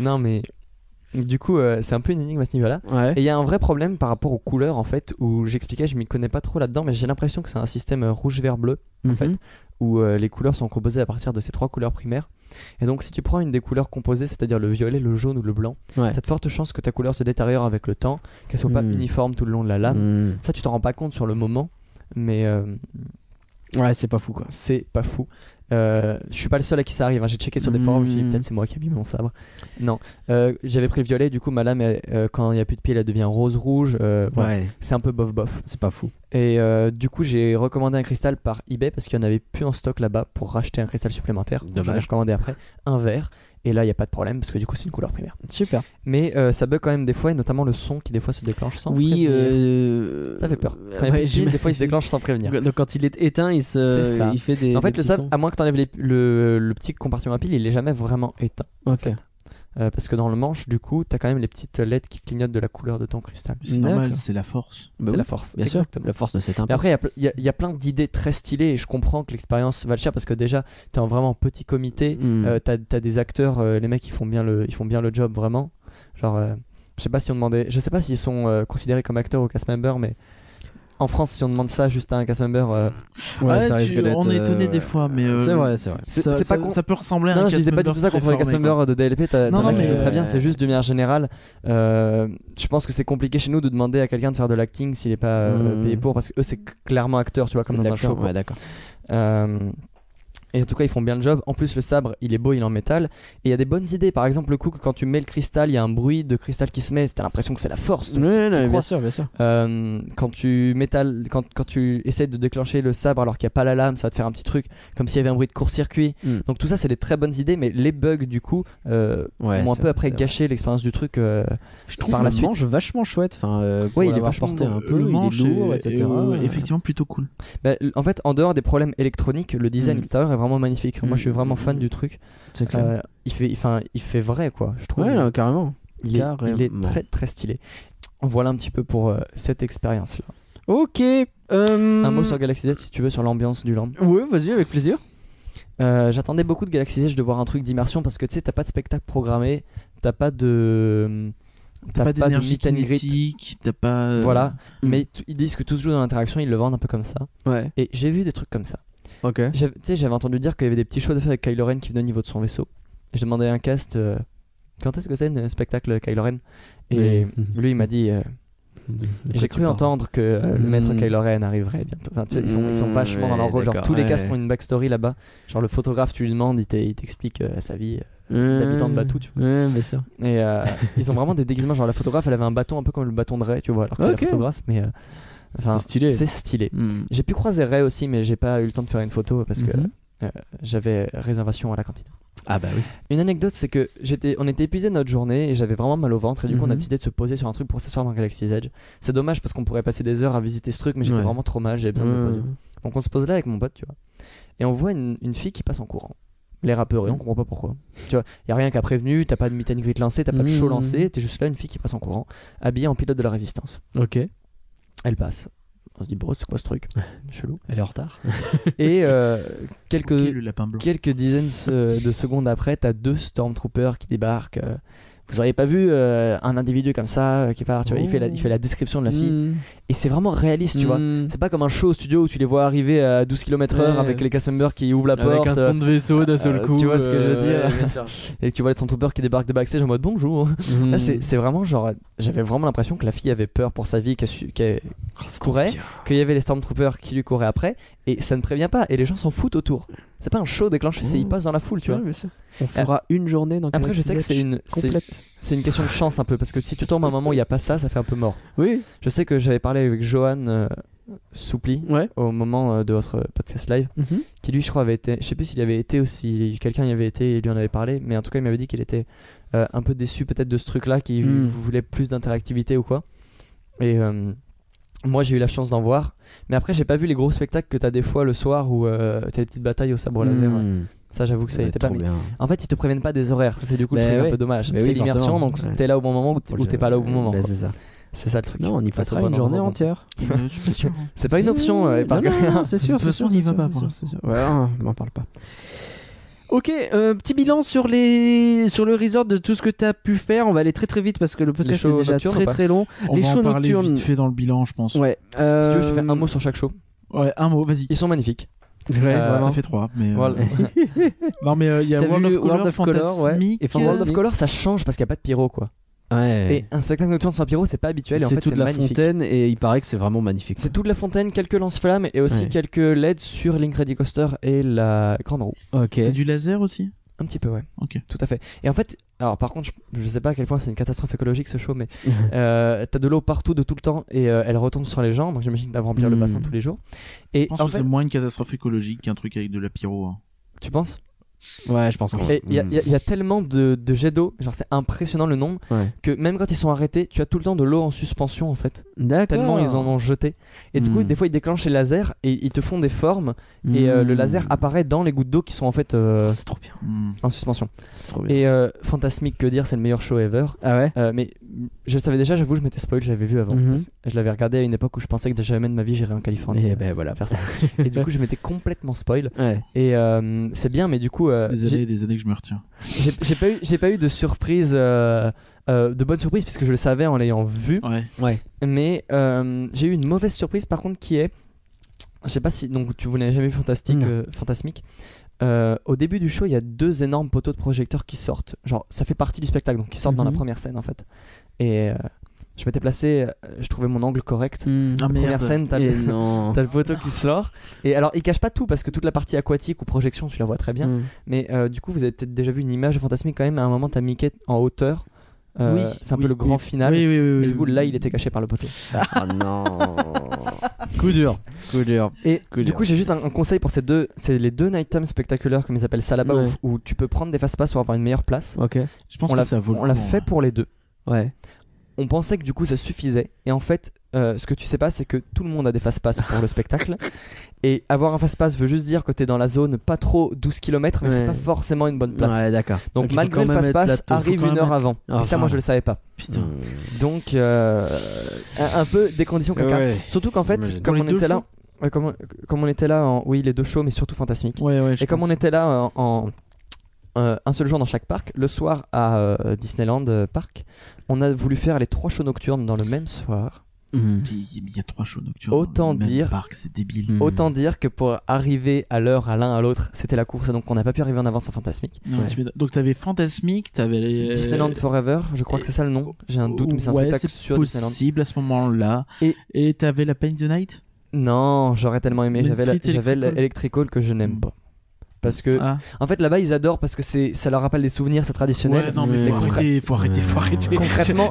non mais Donc, du coup, euh, c'est un peu une énigme à ce niveau-là.
Ouais.
Et il y a un vrai problème par rapport aux couleurs en fait, où j'expliquais, je m'y connais pas trop là-dedans, mais j'ai l'impression que c'est un système euh, rouge-vert-bleu en
Mhm.
fait, où euh, les couleurs sont composées à partir de ces trois couleurs primaires. Et donc, si tu prends une des couleurs composées, c'est-à-dire le violet, le jaune ou le blanc,
Ouais.
t'as de fortes chances que ta couleur se détériore avec le temps, qu'elle soit pas
Hmm.
uniforme tout le long de la lame.
Mm.
Ça, tu t'en rends pas compte sur le moment, mais euh,
Ouais, c'est pas fou quoi.
c'est pas fou. Euh, je suis pas le seul à qui ça arrive. hein. J'ai checké sur des forums, je me suis dit
Mhm.
peut-être c'est moi qui ai mis mon sabre. Non, Euh, j'avais pris le violet, du coup ma lame, elle- euh, quand il y a plus de pied, elle devient rose rouge. euh, voilà.
Ouais,
C'est un peu bof bof.
c'est pas fou.
Et euh, du coup j'ai recommandé un cristal par eBay parce qu'il y en avait plus en stock là-bas pour racheter un cristal supplémentaire. Donc, J'en ai
Dommage.
recommandé après un vert. Et là il y a pas de problème parce que du coup c'est une couleur primaire.
Super.
Mais euh, ça bug quand même des fois et notamment le son qui des fois se déclenche sans
Oui,
prévenir.
euh...
Ça fait peur.
euh,
Quand il y a
ouais,
plus de piles, des fois il se
j'imagine.
déclenche sans prévenir.
Donc quand il est éteint, il se,
C'est ça.
il fait des.
En fait,
des
le Ah,
petits
sable,
sons.
à moins que tu enlèves le, le petit compartiment à pile, il est jamais vraiment éteint.
Ok.
Euh, parce que dans le manche, du coup, tu as quand même les petites LED qui clignotent de la couleur de ton cristal.
C'est normal,
D'accord.
c'est la force.
Bah
c'est
oui,
la force.
Bien sûr.
exactement.
La force ne s'éteint pas.
Mais après, il y a ple- il y, a- il y a plein d'idées très stylées et je comprends que l'expérience va le cher parce que déjà, tu es en vraiment petit comité.
Mm.
Euh, t'as as des acteurs, euh, les mecs, ils font bien le, ils font bien le job vraiment. Genre, euh, je sais pas si on demandait, je sais pas s'ils sont euh, considérés comme acteurs ou cast members, mais en France, si on demande ça juste à un cast member, euh,
Ouais,
Ouais,
ça
tu-
risque d'être,
on est
euh,
étonné des
ouais.
fois, mais, euh,
C'est vrai, c'est vrai.
c'est
ça,
c'est pas
ça-
con.
ça peut ressembler à un
Non, je disais pas
cast
du tout ça
member
contre les
très
cast
formé, quoi.
members de DLP, t'as
Non,
t'en
non,
as qui
mais
jouent
je-
très bien, c'est juste de manière générale. euh, je pense que c'est compliqué chez nous de demander à quelqu'un de faire de l'acting s'il est pas euh,
Mm.
payé pour, parce que eux c'est c- clairement acteur, tu vois, comme
C'est de
dans un
l'acteur,
show. quoi.
Ouais, d'accord.
Euh, et en tout cas, ils font bien le job. En plus, le sabre, il est beau, il est en métal. Et il y a des bonnes idées. Par exemple, le coup que quand tu mets le cristal, il y a un bruit de cristal qui se met. T'as l'impression que c'est la force.
Ouais, ouais, ouais, bien
crois-
sûr, bien sûr.
Euh, quand tu métal, quand, quand tu essaies de déclencher le sabre alors qu'il n'y a pas la lame, ça va te faire un petit truc comme s'il y avait un bruit de court-circuit.
Mm.
Donc tout ça, c'est des très bonnes idées, mais les bugs du coup euh,
Ouais,
m'ont un
c'est
peu
vrai,
après
c'est vrai.
gâché l'expérience du truc. euh,
Je trouve
par la
le
suite.
manche vachement chouette. Enfin, euh, pour
Ouais, il est
l'avoir
vachement
porté
bon.
un peu,
le manche
il est lourd,
est-
etc.
est, euh,
Ouais.
effectivement plutôt cool.
bah, l- en fait, en dehors des problèmes électroniques, le design
Mm.
extérieur est vraiment magnifique. Moi, je suis
Mm,
vraiment
mm,
fan
mm.
du truc.
C'est clair.
Euh, il fait, enfin, il fait vrai quoi. Je trouve.
Ouais, là, carrément.
il, est, il est
carrément.
très très stylé. Voilà un petit peu pour euh, cette expérience là.
Ok. euh,
Un
Mm.
mot sur Galaxy Edge si tu veux sur l'ambiance du land.
Ouais, vas-y, avec plaisir.
Euh, j'attendais beaucoup de Galaxy's Edge de voir un truc d'immersion parce que tu sais, t'as pas de spectacle programmé, t'as pas de.
T'as pas
de
d'énergie
meet and greet.
kinétique, t'as pas. euh,
Voilà,
Mm.
mais t- ils disent que tout se joue dans l'interaction, ils le vendent un peu comme ça.
Ouais.
Et j'ai vu des trucs comme ça.
Ok.
J'ai- Tu sais, j'avais entendu dire qu'il y avait des petits shows de fait avec Kylo Ren qui venait au niveau de son vaisseau. Je demandais à un cast euh, quand est-ce que c'est le spectacle Kylo Ren Et
Oui.
lui, il m'a dit euh, J'ai
hein.
cru entendre que euh, le maître
Mm.
Kylo Ren arriverait bientôt. Enfin, tu sais, ils, sont, ils sont
Mm,
vachement dans leur
ouais,
rôle. Genre,
d'accord,
tous les
ouais.
castes ont une backstory là-bas. Genre, le photographe, tu lui demandes, il t'e- il t'explique euh, sa vie. d'habitants de Batou, tu
vois. Ouais, bien sûr.
Et euh, ils ont vraiment des déguisements. Genre la photographe, elle avait un bâton un peu comme le bâton de Ray, tu vois, alors que
Ok.
c'est la photographe, mais euh, enfin,
C'est stylé.
c'est stylé.
Mm.
J'ai pu croiser Ray aussi, mais j'ai pas eu le temps de faire une photo parce que
Mhm.
j'avais réservation à la cantine.
Ah, bah oui.
Une anecdote, c'est que j'étais, on était épuisé de notre journée et j'avais vraiment mal au ventre et du coup on
Mhm.
a décidé de se poser sur un truc pour s'asseoir dans Galaxy's Edge. C'est dommage parce qu'on pourrait passer des heures à visiter ce truc, mais j'étais
Ouais.
vraiment trop mal, j'avais besoin de me poser.
Mm.
Donc on se pose là avec mon pote, tu vois. Et on voit une, une fille qui passe en courant. L'air apeuré, on comprend pas pourquoi. Tu vois, y a rien qu'à prévenu, t'as pas de meet and greet lancé, t'as pas de show
Mhm.
lancé, t'es juste là une fille qui passe en courant, habillée en pilote de la résistance.
Ok.
Elle passe. On se dit, bro, c'est quoi ce truc Chelou.
Elle est en retard.
Et euh,
ok,
quelques,
le lapin blanc.
quelques dizaines se- de secondes après, t'as deux Stormtroopers qui débarquent. euh, vous auriez pas vu euh, un individu comme ça euh, qui part, tu vois, il fait, la, il fait la description de la fille.
Mm.
Et c'est vraiment réaliste, tu vois.
Mm.
C'est pas comme un show au studio où tu les vois arriver à 12 km/h
Ouais.
avec les cast members qui ouvrent la
Avec
porte
un son de vaisseau d'un seul
euh,
coup.
tu vois ce que je veux
euh,
dire
ouais, bien sûr.
et que tu vois les Stormtroopers qui débarquent des backstage en mode bonjour. Là, c'est
Mmh.
c'est vraiment genre, j'avais vraiment l'impression que la fille avait peur pour sa vie, qu'elle su- qu'elle-
Oh,
courait, qu'il y avait les Stormtroopers qui lui couraient après, et ça ne prévient pas, et les gens s'en foutent autour. C'est pas un show déclenché, c'est ils
Mmh.
passent dans la foule, tu vois.
On fera une journée dans
Après,
Galaxy
je sais que c'est
Edge
une, c'est
complète.
c'est une question de chance un peu, parce que si tu tombes à un moment où il n'y a pas ça, ça fait un peu mort.
Oui.
Je sais que j'avais parlé avec Johan euh, Soupli
Ouais.
au moment euh, de votre podcast live,
Mhm.
qui lui je crois avait été je sais plus s'il y avait été ou si quelqu'un y avait été et lui en avait parlé mais en tout cas il m'avait dit qu'il était euh, un peu déçu peut-être de ce truc là qu'il
Mm.
voulait plus d'interactivité ou quoi et euh, moi j'ai eu la chance d'en voir mais après j'ai pas vu les gros spectacles que t'as des fois le soir où euh, t'as des petites batailles au sabre laser
Mmh.
ça j'avoue que ça y
Ouais,
était pas
trop
mais-
bien.
en fait ils te préviennent pas des horaires ça, c'est du coup le
Bah
truc
ouais.
un peu dommage
Bah
c'est
oui,
l'immersion
forcément.
donc
Ouais.
t'es là au bon moment ou t- ou t'es pas là au bon moment
Bah,
quoi.
c'est ça.
c'est ça le truc
Non, on y
Faut être au
passera
bon
une
endroit au
journée
bon moment.
entière.
Euh, je suis pas sûr. hein.
c'est pas une option euh,
Mmh. Non,
épargne
non, non,
rien
c'est
De
sûr.
toute
c'est
façon,
sûr,
on n'y
c'est
va
sûr,
pas
c'est
pour
sûr,
l'instant.
c'est sûr. Ouais, on m'en parle pas. Ok, euh, petit bilan sur les sur le resort de tout ce que tu as pu faire. On va aller très très vite parce que le podcast est
shows
déjà
nocturnes
très
ou pas
très long.
On
Les
va en
shows
parler
nocturnes.
vite fait dans le bilan, je pense. Ouais,
Ouais.
Si tu
euh,
veux, je fais un mot sur chaque show.
un mot, vas-y.
Ils sont magnifiques.
ouais,
Euh,
vraiment.
Ça fait trois. Mais euh,
Voilà.
Non, mais euh, il y a
T'as
World
vu
of Color,
World of Color, ouais,
Fantasmic,
et Fan-
euh,
World of Color, ça change parce qu'il n'y a pas de pyro, quoi.
Ouais.
Et un spectacle nocturne sans pyro, c'est pas habituel. Et en
c'est
fait,
toute
c'est
la
magnifique.
fontaine et il paraît que c'est vraiment magnifique.
C'est toute la fontaine, quelques lance-flammes et aussi
Ouais.
quelques LED sur l'Incredicoaster Coaster et la grande roue.
Ok.
t'as du laser aussi
Un petit peu, ouais.
Ok.
Tout à fait. Et en fait, alors par contre, je, je sais pas à quel point c'est une catastrophe écologique ce show, mais euh, t'as de l'eau partout de tout le temps et euh, elle retombe sur les gens, donc j'imagine que t'as à remplir le
Hmm.
bassin tous les jours. Et
Je pense
en
que
fait,
c'est moins une catastrophe écologique qu'un truc avec de la pyro. hein.
tu penses
Ouais, je pense. qu'on-
Et
Hmm.
il y, a-
Mm.
il y a- il y a tellement de, de jets d'eau, genre c'est impressionnant le nombre,
Ouais.
que même quand ils sont arrêtés, tu as tout le temps de l'eau en suspension en fait.
D'accord.
Tellement ils en ont jeté. Et du coup,
Hmm.
des fois ils déclenchent les lasers et ils te font des formes et euh, le
Mm.
laser apparaît dans les gouttes d'eau qui sont en fait euh,
Oh, c'est trop bien.
Hmm.
en suspension.
C'est trop bien.
Et euh, fantasmique, que dire, c'est le meilleur show ever.
Ah ouais.
Euh, mais je le savais déjà, j'avoue, je m'étais spoil, je l'avais vu avant.
Mhm.
Parce que Je l'avais regardé à une époque où je pensais que jamais de ma vie j'irais en Californie.
Et
euh,
ben voilà.
faire ça. et du coup, je m'étais complètement spoil.
Ouais.
Et euh, c'est bien, mais du coup, euh,
Des années
j'ai
et des années que je me retiens.
j'ai- j'ai pas, eu- j'ai pas eu de surprise, euh, euh, de bonne surprise, puisque je le savais en l'ayant vu.
Ouais.
Mais euh, j'ai eu une mauvaise surprise, par contre, qui est. Je sais pas si. Donc, tu vous n'avez jamais vu Fantastique,
Non.
euh, Fantasmique. Euh, au début du show, il y a deux énormes poteaux de projecteurs qui sortent. Genre, ça fait partie du spectacle, donc qui sortent dans la
Mhm.
première scène en fait. Et euh, je m'étais placé, euh, je trouvais mon angle correct.
Mm.
Ah,
La première
merde.
scène, t'as
Et
le,
non.
t'as le poteau qui sort. Et alors, il cache pas tout parce que toute la partie aquatique ou projection, tu la vois très bien.
Mm.
Mais euh, du coup, vous avez peut-être déjà vu une image de Fantasmique quand même. À un moment, t'as Mickey en hauteur. Euh,
Oui,
c'est un
oui,
peu le grand
oui.
final.
Oui, oui, oui,
Et
oui,
du coup,
oui.
là, il était caché par le poteau.
Ah non. coup dur. Coup dur.
Et
Que
du
dire.
coup, j'ai juste un, un conseil pour ces deux, c'est les deux nighttime spectaculaires comme ils appellent ça là-bas,
Ouais.
où, où tu peux prendre des fast pass pour avoir une meilleure place.
Ok.
Je pense
on
que
l'a
ça vaut le
on l'a
coup,
fait
hein.
pour les deux.
Ouais.
On pensait que du coup ça suffisait, et en fait, euh, ce que tu sais pas, c'est que tout le monde a des fast pass pour le spectacle, et avoir un fast pass veut juste dire que t'es dans la zone pas trop 12 km, mais
Ouais.
c'est pas forcément une bonne place.
Ouais, d'accord.
Et
Donc
puis, faut
malgré
quand
le
même
fast
être là
pass,
tôt, faut
arrive
quand
une
même
heure
être-
avant.
Ah,
et ça, moi,
grave.
je le savais pas.
Putain.
Mm.
Donc euh, un, un peu des conditions caca.
Ouais.
Surtout qu'en fait,
J'imagine.
comme
Pour
on
les deux
était là,
shows
ouais, comme, comme on était là, en, oui, les deux shows, mais surtout fantasmique.
Ouais, ouais. je
Et comme
pense.
on était là en, en- euh, un seul jour dans chaque parc, le soir à euh, Disneyland euh, Park, on a voulu faire les trois shows nocturnes dans le même soir. Mmh.
Mm.
Il il y a trois shows nocturnes.
Autant
dans le même
dire-
parc, c'est débile.
Mm.
Autant dire que pour arriver à l'heure à l'un à l'autre, c'était la course, donc on n'a pas pu arriver en avance à Fantasmique.
Non,
Ouais.
tu m'étonnes. Donc t'avais Fantasmic, t'avais les... euh,
Disneyland Forever, je crois que c'est ça le nom. J'ai un doute, mais c'est un
ouais,
spectacle
c'est
sur Disneyland.
possible à ce moment-là.
Et-
Et t'avais la Paint the Night
Non, j'aurais tellement aimé.
Main
J'avais la-
Street
j'avais
Electrical.
l'Electrical que je n'aime pas. Parce que,
Hmm. Ah.
en fait, là-bas, ils adorent parce que c'est- ça leur rappelle des souvenirs, c'est traditionnel.
Ouais, non, mais faut
Euh, concrè-
arrêter, faut arrêter, faut arrêter.
Concrètement,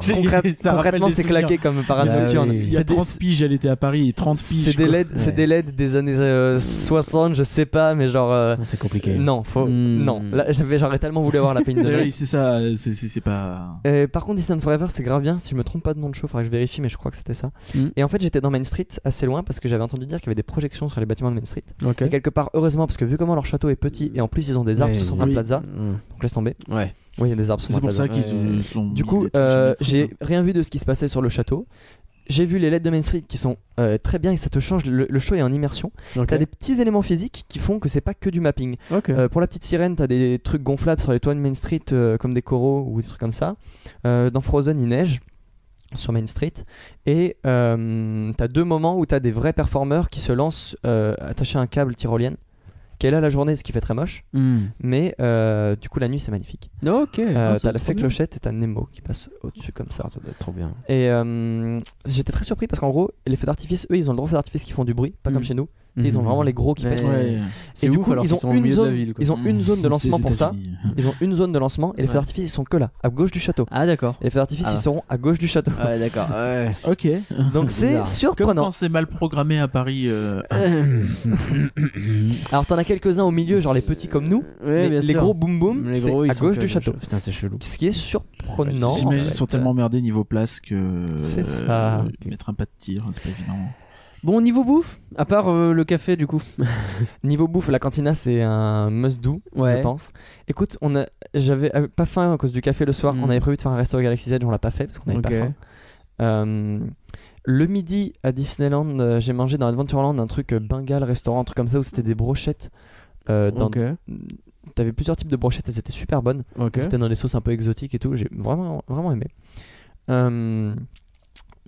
J'ai-
concrè-
ça rappelle
concrètement,
des
c'est claqué comme
souvenirs.
parade
Bah
nocturne.
oui.
Il y a
C'est des-
30 piges, elle était à Paris, et 30 piges.
C'est des,
quoi.
LED, c'est
Ouais.
des LED des années euh, 60, je sais pas, mais genre. euh,
Ah, C'est compliqué.
Non, faut.
Hmm.
Non, Là, j'avais- j'aurais tellement voulu avoir la peine de
Eh
LED.
Oui, c'est ça, euh, c'est- c'est c'est pas.
Euh, par contre, Disneyland Forever, c'est grave bien. Si je me trompe pas de nom de show, faudrait que je vérifie, mais je crois que c'était ça.
Hmm.
Et en fait, j'étais dans Main Street assez loin parce que j'avais entendu dire qu'il y avait des projections sur les bâtiments de Main Street.
Ok.
Et quelque part, heureusement, parce que vu comment leur château est petit et en plus ils ont des arbres
Ouais,
sur Santa
oui.
Plaza,
Mm.
donc laisse tomber.
Ouais.
Oui, il y a des arbres sur
C'est
Santa
pour
Plaza.
ça qu'ils
Ouais.
euh, sont.
Du coup,
ils étaient obligés
euh,
de se
j'ai
mettre
rien vu de ce qui se passait sur le château. J'ai vu les LED de Main Street qui sont euh, très bien et ça te change. Le, le show est en immersion.
Ok.
T'as des petits éléments physiques qui font que c'est pas que du mapping.
Ok.
Euh, pour la petite sirène, t'as des trucs gonflables sur les toits de Main Street euh, comme des coraux ou des trucs comme ça. Euh, dans Frozen, il neige sur Main Street. Et euh, t'as deux moments où t'as des vrais performeurs qui se lancent euh, attachés à un câble tyrolienne qui est là la journée, ce qui fait très moche.
Mm.
Mais euh, du coup, la nuit, c'est magnifique.
Ok.
Euh,
Ah, ça
t'as
va
la
trop
fée
bien.
clochette et t'as Nemo qui passe au-dessus comme ça.
Ça doit être trop bien.
Et euh, j'étais très surpris parce qu'en gros, les feux d'artifice, eux, ils ont le droit aux feux d'artifice qui font du bruit, pas
Mm.
comme chez nous. Tu sais, Ils ont vraiment les gros qui
Ouais.
pètent.
dedans. Ouais.
C'est
Et du
ouf,
coup,
alors
ils
qu'ils
ont
sont au
une
milieu de la
zone-
ville, quoi. Mmh.
ils ont une
Mmh,
zone de
C'est
lancement
les
pour ça.
États-Unis.
Ils ont une zone de lancement et les
Ouais.
feux d'artifice ils sont que là, à gauche du château.
Ah d'accord.
Et les feux d'artifice
Ah.
ils seront à gauche du château.
Ouais, d'accord. Ouais.
Ok.
Donc c'est
Bizarre.
Comme
surprenant.
quand c'est mal programmé à Paris. euh,
Alors t'en as quelques-uns au milieu, genre les petits comme nous,
Ouais,
mais
bien
les,
sûr.
gros boum boum,
Les
c'est
gros, ils
à
sont
gauche
que
du
de-
château.
Putain, c'est chelou.
Ce qui est surprenant. euh,
Ouais,
J'imagine
en
ils
fait.
sont tellement merdés niveau place que. euh,
C'est ça.
Mettre un pas de tir, c'est pas évident.
Bon, niveau bouffe, à part euh, le café du coup.
Niveau bouffe, la cantina c'est un must do,
Ouais.
je pense. Écoute, on a, j'avais euh, pas faim à cause du café le soir.
Mm.
On avait prévu de faire un resto au Galaxy Edge, on l'a pas fait parce qu'on avait
Ok.
pas faim. Euh, le midi à Disneyland, euh, j'ai mangé dans Adventureland un truc euh, Bengal restaurant, un truc comme ça où c'était des brochettes euh, dans
Ok.
T'avais plusieurs types de brochettes et c'était super bonne.
Ok.
C'était dans des sauces un peu exotiques et tout. J'ai vraiment, vraiment aimé. Euh,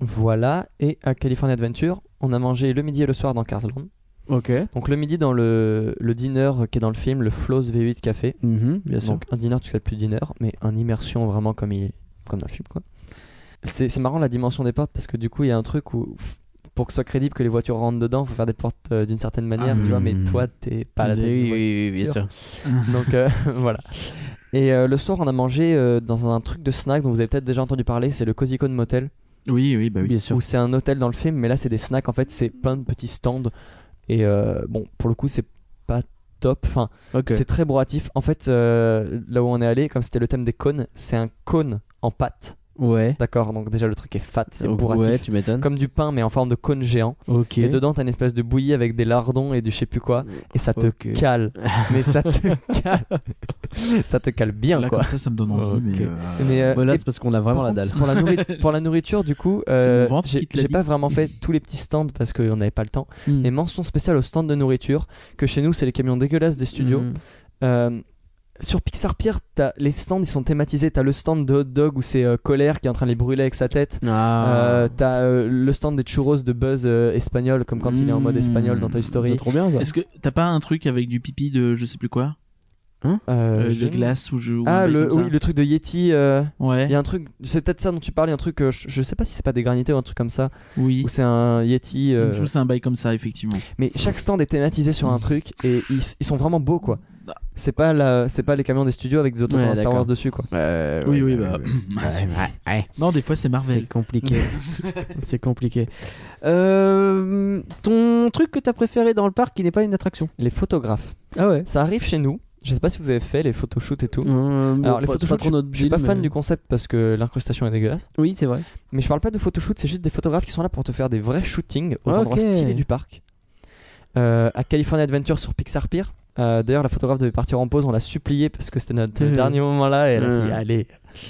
voilà. Et à California Adventure, on a mangé le midi et le soir dans Carsland.
Ok.
Donc le midi dans le, le dîner qui est dans le film, le Flo's V8 Café.
Mhm, bien sûr.
Donc un dîner, tout ça plus dîner, mais un immersion vraiment comme, il, comme dans le film. quoi. C'est c'est marrant la dimension des portes parce que du coup, il y a un truc où pour que ce soit crédible que les voitures rentrent dedans, faut faire des portes euh, d'une certaine manière, tu vois, mais
hmm.
toi, t'es pas à la
oui,
tête.
oui,
du voyage.
oui, bien sûr.
Donc euh, voilà. Et euh, le soir, on a mangé euh, dans un truc de snack dont vous avez peut-être déjà entendu parler, c'est le Cosicon Motel,
Oui, oui, bah oui.
Bien sûr.
où c'est un hôtel dans le film, mais là, c'est des snacks, en fait, c'est plein de petits stands. Et euh, bon, pour le coup, c'est pas top. Enfin,
Ok.
c'est très bourratif. En fait, euh, là où on est allé, comme c'était le thème des cônes, c'est un cône en pâte.
Ouais.
D'accord Donc déjà, le truc est fat, c'est
Donc,
bourratif.
ouais, tu m'étonnes.
Comme du pain, mais en forme de cône géant.
Ok.
Et dedans, t'as une espèce de bouillie avec des lardons et du je sais plus quoi. Et ça te
Ok.
cale. Mais ça te cale. ça te cale bien,
Là,
quoi.
comme ça, ça me donne envie,
Ok.
mais. euh,
Mais, euh,
Voilà,
et
c'est parce qu'on a
par
vraiment la dalle.
contre, pour, la nourri- pour la nourriture, du coup, euh,
C'est mon ventre
j'ai
qui te l'a
j'ai
dit.
pas vraiment fait tous les petits stands parce qu'on n'avait pas le temps.
Mm.
Et mention spéciale au stand de nourriture, que chez nous, c'est les camions dégueulasses des studios.
Mm.
Euh, sur Pixar Pier, t'as- les stands ils sont thématisés. T'as le stand de hot dog où c'est euh, Colère qui est en train de les brûler avec sa tête.
Ah.
Euh, t'as euh, le stand des churros de Buzz euh, espagnol, comme quand il est en
Hmm.
mode
Mm.
espagnol dans Toy Story.
C'est trop bien ça.
Est-ce que t'as pas un truc avec du pipi de je sais plus quoi
Euh,
euh,
je-
De glace ou je. ou un
Ah,
bail
le,
comme ça
oui, le truc de Yeti. euh, Il
Ouais.
y a un truc, c'est peut-être ça dont tu parles, il y a un truc, euh, je, je sais pas si c'est pas des granités ou un truc comme ça,
Oui.
ou c'est un Yeti. euh,
Je trouve que c'est un bail comme ça, effectivement.
mais chaque stand est thématisé sur un truc et ils, s- ils sont vraiment beaux quoi.
Bah.
C'est pas, la, c'est pas les camions des studios avec des autocollants
Ouais,
Star
d'accord.
Wars dessus quoi.
Euh,
Oui,
ouais,
oui,
ouais,
bah.
ouais. Ouais, ouais, ouais.
Non, des fois, c'est
C'est
Marvel.
compliqué. c'est compliqué. Euh, ton truc que t'as préféré dans le parc qui n'est pas une attraction.
Les photographes,
Ah ouais.
ça arrive chez nous, je sais pas si vous avez fait les photoshoots et tout.
Euh, bon,
Alors les
pas- c'est
photoshoots,
pas
je,
trop notre
je suis pas
deal,
fan
mais-
du concept parce que l'incrustation est dégueulasse.
Oui, c'est vrai.
Mais je parle pas de photoshoots, c'est juste des photographes qui sont là pour te faire des vrais shootings aux
Ah, Ok.
endroits stylés du parc. Euh, à California Adventure sur Pixar Pier. euh, D'ailleurs, la photographe devait partir en pause, on l'a suppliée parce que c'était notre
Mhm.
dernier moment là et elle a
Mhm.
dit Allez,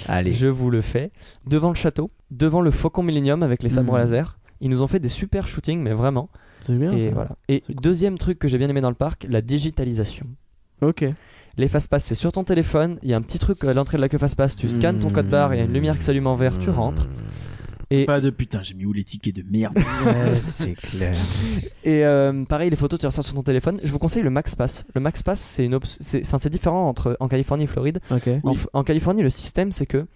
Allez.
je vous le fais. Devant le château, devant le Faucon Millennium avec les sabres
Mhm.
laser. Ils nous ont fait des super shootings, mais vraiment.
C'est bien.
et
Ah, ça.
voilà. Et
C'est cool.
deuxième truc que j'ai bien aimé dans le parc, la digitalisation.
Ok.
Les fast-pass, c'est sur ton téléphone. Il y a un petit truc à l'entrée de la queue fast-pass. Tu scannes ton code barre, il y a une lumière qui s'allume en vert,
Hmm.
tu rentres. Et,
Pas de putain, j'ai mis où les tickets de merde
c'est clair.
et euh, pareil, les photos, tu les ressors sur ton téléphone. Je vous conseille le Max Pass. Le Max Pass, c'est une obs- c'est enfin, c'est différent entre en Californie et Floride.
Ok.
En, F- en Californie, le système, c'est que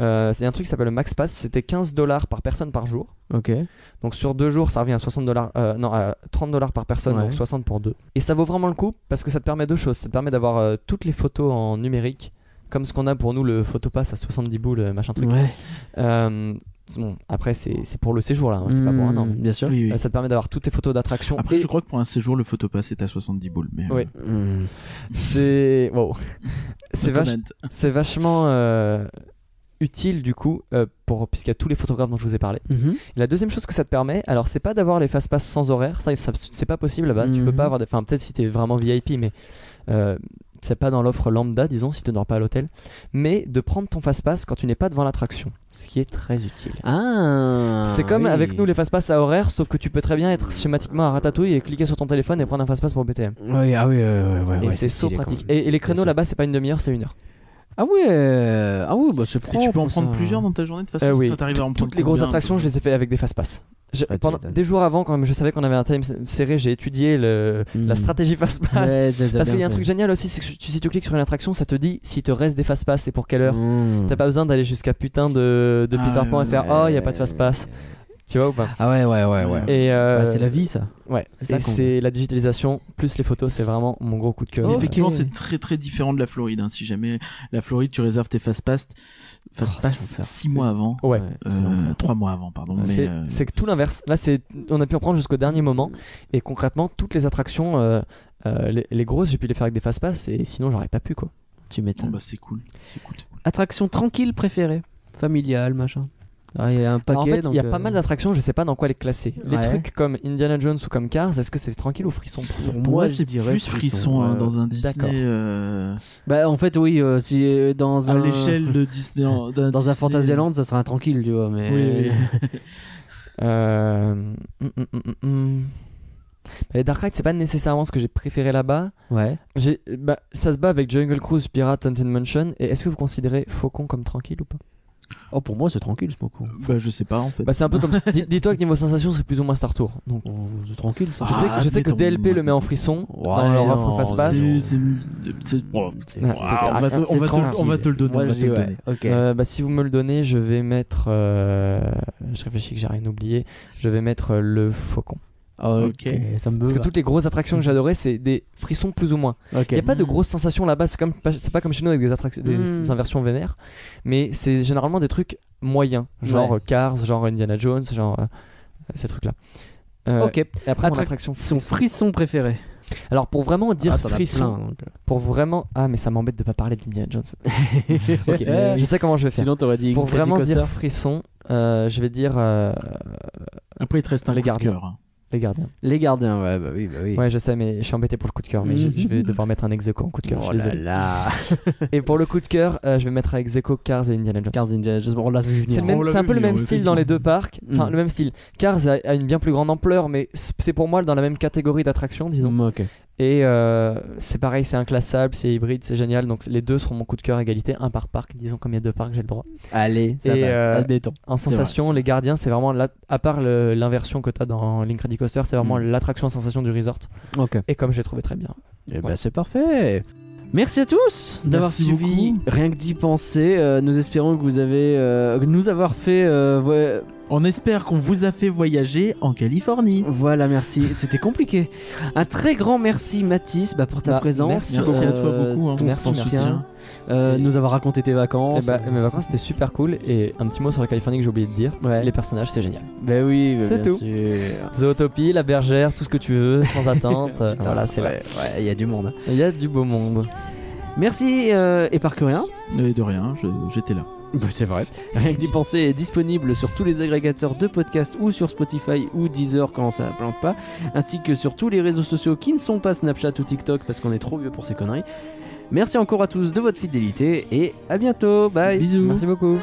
euh, c'est un truc qui s'appelle le Max Pass. C'était 15 dollars par personne par jour.
Ok.
Donc sur deux jours, ça revient à 60 dollars, euh, non, à 30 dollars par personne,
Ouais.
donc 60 pour deux. Et ça vaut vraiment le coup parce que ça te permet deux choses. Ça te permet d'avoir euh, toutes les photos en numérique, comme ce qu'on a pour nous le photopass à 70 boules, machin truc.
Ouais.
Euh, bon, après c'est c'est pour le séjour là, hein, c'est pas pour un an.
Mm, Bien sûr.
Oui, oui.
Euh, Ça te permet d'avoir toutes tes photos d'attraction.
Après,
et
je crois que pour un séjour, le photopass est à 70 boules. Mais euh,
Ouais. Hmm.
Mm.
c'est wow.
no
c'est vache-
comment.
c'est vachement euh, utile du coup euh, pour puisqu'il y a tous les photographes dont je vous ai parlé.
Mhm.
La deuxième chose que ça te permet, alors c'est pas d'avoir les fast-pass sans horaire, ça, ça- c'est pas possible là-bas, tu peux
Mhm.
pas avoir des. Enfin, peut-être si t'es vraiment VIP, mais euh, c'est pas dans l'offre lambda, disons, si tu dors pas à l'hôtel. Mais de prendre ton fast-pass quand tu n'es pas devant l'attraction, ce qui est très utile.
Ah.
c'est comme
oui.
avec nous les fast-pass à horaire, sauf que tu peux très bien être schématiquement à ratatouille et cliquer sur ton téléphone et prendre un fast-pass pour BTM.
Oui, ah oui, ouais, ouais, ouais,
et
ouais,
c'est so
stylé, quoi.
pratique. Et, et les créneaux
C'est-
là-bas, c'est pas une demi-heure, c'est une heure.
Ah ouais, euh, ah ouais, bah c'est
Et
propre.
tu peux en prendre
ça.
plusieurs dans ta journée de toute façon
Oh, Euh,
si
oui.
toi, t'arrives à en prendre
Toutes les grosses
combien,
attractions,
toi
je les ai fait avec des fast-pass. J'ai-
Ah, tu
pendant
m'étonnes.
des jours avant, quand je savais qu'on avait un time, serré, j'ai étudié le- la
Mm.
stratégie fast-pass.
Ouais, t'as- t'as
Parce qu'il y a
bien
un truc
fait.
génial aussi, c'est que tu- si tu cliques sur une attraction, ça te dit s'il te reste des fast-pass et pour quelle heure.
Mm.
T'as pas besoin d'aller jusqu'à putain de, de
Ah,
Peter Pan
ouais,
et faire
ouais,
oh, il y a pas de fast-pass. Tu vois ou pas
Ah ouais, ouais, ouais, ouais.
Et euh,
Bah, c'est la vie, ça.
Ouais,
C'est ça
et
qu'on
c'est la digitalisation plus les photos, c'est vraiment mon gros coup de cœur.
Oh,
Effectivement,
Ok.
c'est très très différent de la Floride. hein. Si jamais la Floride, tu réserves tes fast-pass
Oh,
fast
c'est l'enfer. Oh,
6 mois avant,
Ouais.
c'est l'enfer.
3 mois avant, pardon. mais,
C'est
euh,
c'est que tout l'inverse. Là, c'est on a pu en prendre jusqu'au dernier moment. Et concrètement, toutes les attractions, euh, euh, les, les grosses, j'ai pu les faire avec des fast-pass. Et sinon, j'aurais pas pu quoi.
Tu
bon,
m'étonnes.
bah, c'est cool. C'est cool, c'est cool.
Attraction tranquille préférée, familiale, machin. Ah, Il y a un paquet.
Alors, en fait,
donc,
il y a
euh,
pas mal d'attractions. Je sais pas dans quoi les classer. Les
Ouais.
trucs comme Indiana Jones ou comme Cars, est-ce que c'est tranquille ou frisson pour toi
Pour
Pour
moi, je
c'est
dirais
plus frisson hein,
ouais,
dans un
d'accord.
Disney. euh,
Bah, en fait, oui, euh, si euh, dans
à
un
l'échelle de Disney. en- d'un
dans un
Disney-
Fantasyland, ça sera un tranquille, tu vois. Mais
Oui, oui.
Euh, mm, mm, mm, mm, mm. Les Dark Ride, c'est pas nécessairement ce que j'ai préféré là-bas.
Ouais.
J'ai- bah, ça se bat avec Jungle Cruise, Pirate, Haunted Mansion. Et est-ce que vous considérez Faucon comme tranquille ou pas
Oh, pour moi, c'est tranquille, ce beaucoup.
Bah, je sais pas en fait.
Bah, c'est un peu comme. Dis- Dis-toi que niveau sensation, c'est plus ou moins Star Tour. Donc,
Oh, C'est tranquille, ça.
je sais,
Ah,
je sais que
mettons-
DLP le met en frisson dans
Ouais,
leur
non,
offre face-pass.
c'est-
C'est- c'est- c'est- oh,
Ah, C'est-
Ouais,
wow,
c'est-
on, va te,
c'est
on va te-
tranquille.
on va te le donner.
Moi,
on va
je
te
dis,
le
ouais,
donner.
ok.
Euh, bah, si vous me le donnez, je vais mettre. euh, Je réfléchis que j'ai rien oublié. Je vais mettre euh, le faucon.
Euh,
ok, ça me
Parce que
va.
toutes les grosses attractions que j'adorais, c'est des frissons plus ou moins.
Mm. Ok.
Il n'y a pas de grosses sensations là-bas, c'est comme pas- c'est pas comme chez nous avec des, attractions, des
Mm.
inversions vénères, mais c'est généralement des trucs moyens, genre
Ouais.
euh, Cars, genre Indiana Jones, genre euh, ces trucs-là. Euh,
Ok,
Et après, mon
Attrac-
attraction
son
frisson.
frisson préféré.
Alors pour vraiment dire
Ah, t'en as
frisson,
plein, donc.
pour vraiment... Ah mais ça m'embête de pas parler d'Indiana Jones. Ok,
Euh,
je sais comment je vais faire.
Sinon, t'aurais dit.
pour
Crazy
vraiment
Coaster.
dire frisson, euh, je vais dire euh,
Après, il te reste un
Les
coup de
gardiens.
cœur. hein.
les gardiens.
Les gardiens, ouais, bah oui, bah oui.
Ouais, je sais, mais je suis embêté pour le coup de cœur, mais je, je
Mhm.
vais devoir mettre un ex aequo en coup de cœur, je
Oh
suis
là
désolé.
là.
Et pour le coup de cœur, euh, je vais mettre un ex aequo Cars et Indiana Jones.
Cars Indiana Jones, on l'a vu venir.
C'est le même-
On l'a
c'est un
vu
peu le
venir,
même
ouais,
style dans les deux parcs, enfin
Mm.
le même style. Cars a, a une bien plus grande ampleur, mais c- c'est pour moi dans la même catégorie d'attraction, disons.
Mm, ok.
Et euh, c'est pareil, c'est inclassable, c'est hybride, c'est génial, donc les deux seront mon coup de cœur à égalité, un par parc, disons combien de parcs j'ai le droit.
Allez, ça
Et,
passe. Ah,
euh,
Admettons.
En
vrai,
sensation,
c'est vrai.
les gardiens, c'est vraiment, la- à part le- l'inversion que t'as dans Lincredi Coaster, c'est vraiment
Mm.
l'attraction sensation du resort,
Ok.
et comme j'ai trouvé très bien.
Eh ben, c'est parfait. Merci à tous d'avoir
Merci
suivi.
beaucoup.
Rien que d'y penser, euh, nous espérons que vous avez euh, que nous avoir fait. euh, vo-
On espère qu'on vous a fait voyager en Californie.
Voilà, merci. C'était compliqué. Un très grand merci, Mathis, bah, pour ta
Bah,
présence.
merci
Merci
euh,
à toi beaucoup.
ton
hein, pour ton
merci,
soutien,
soutien.
euh,
Et-
nous avoir raconté tes
Eh
vacances.
bah, mes vacances c'était super cool, et un petit mot sur la Californie que j'ai oublié de dire,
Ouais.
les personnages c'est génial.
Bah oui, bah,
C'est
bien
tout.
sûr.
Zootopie, la bergère, tout ce que tu veux, sans attente, euh,
Putain,
voilà, c'est là.
ouais, ouais, il y a du monde. hein.
Il y a du beau monde.
Merci euh, et par que rien.
Et de rien, je- j'étais là.
Bah, C'est vrai. Rien que d'y penser est disponible sur tous les agrégateurs de podcasts ou sur Spotify ou Deezer quand ça plante pas, ainsi que sur tous les réseaux sociaux qui ne sont pas Snapchat ou TikTok parce qu'on est trop vieux pour ces conneries. Merci encore à tous de votre fidélité et à bientôt. Bye.
Bisous.
Merci beaucoup.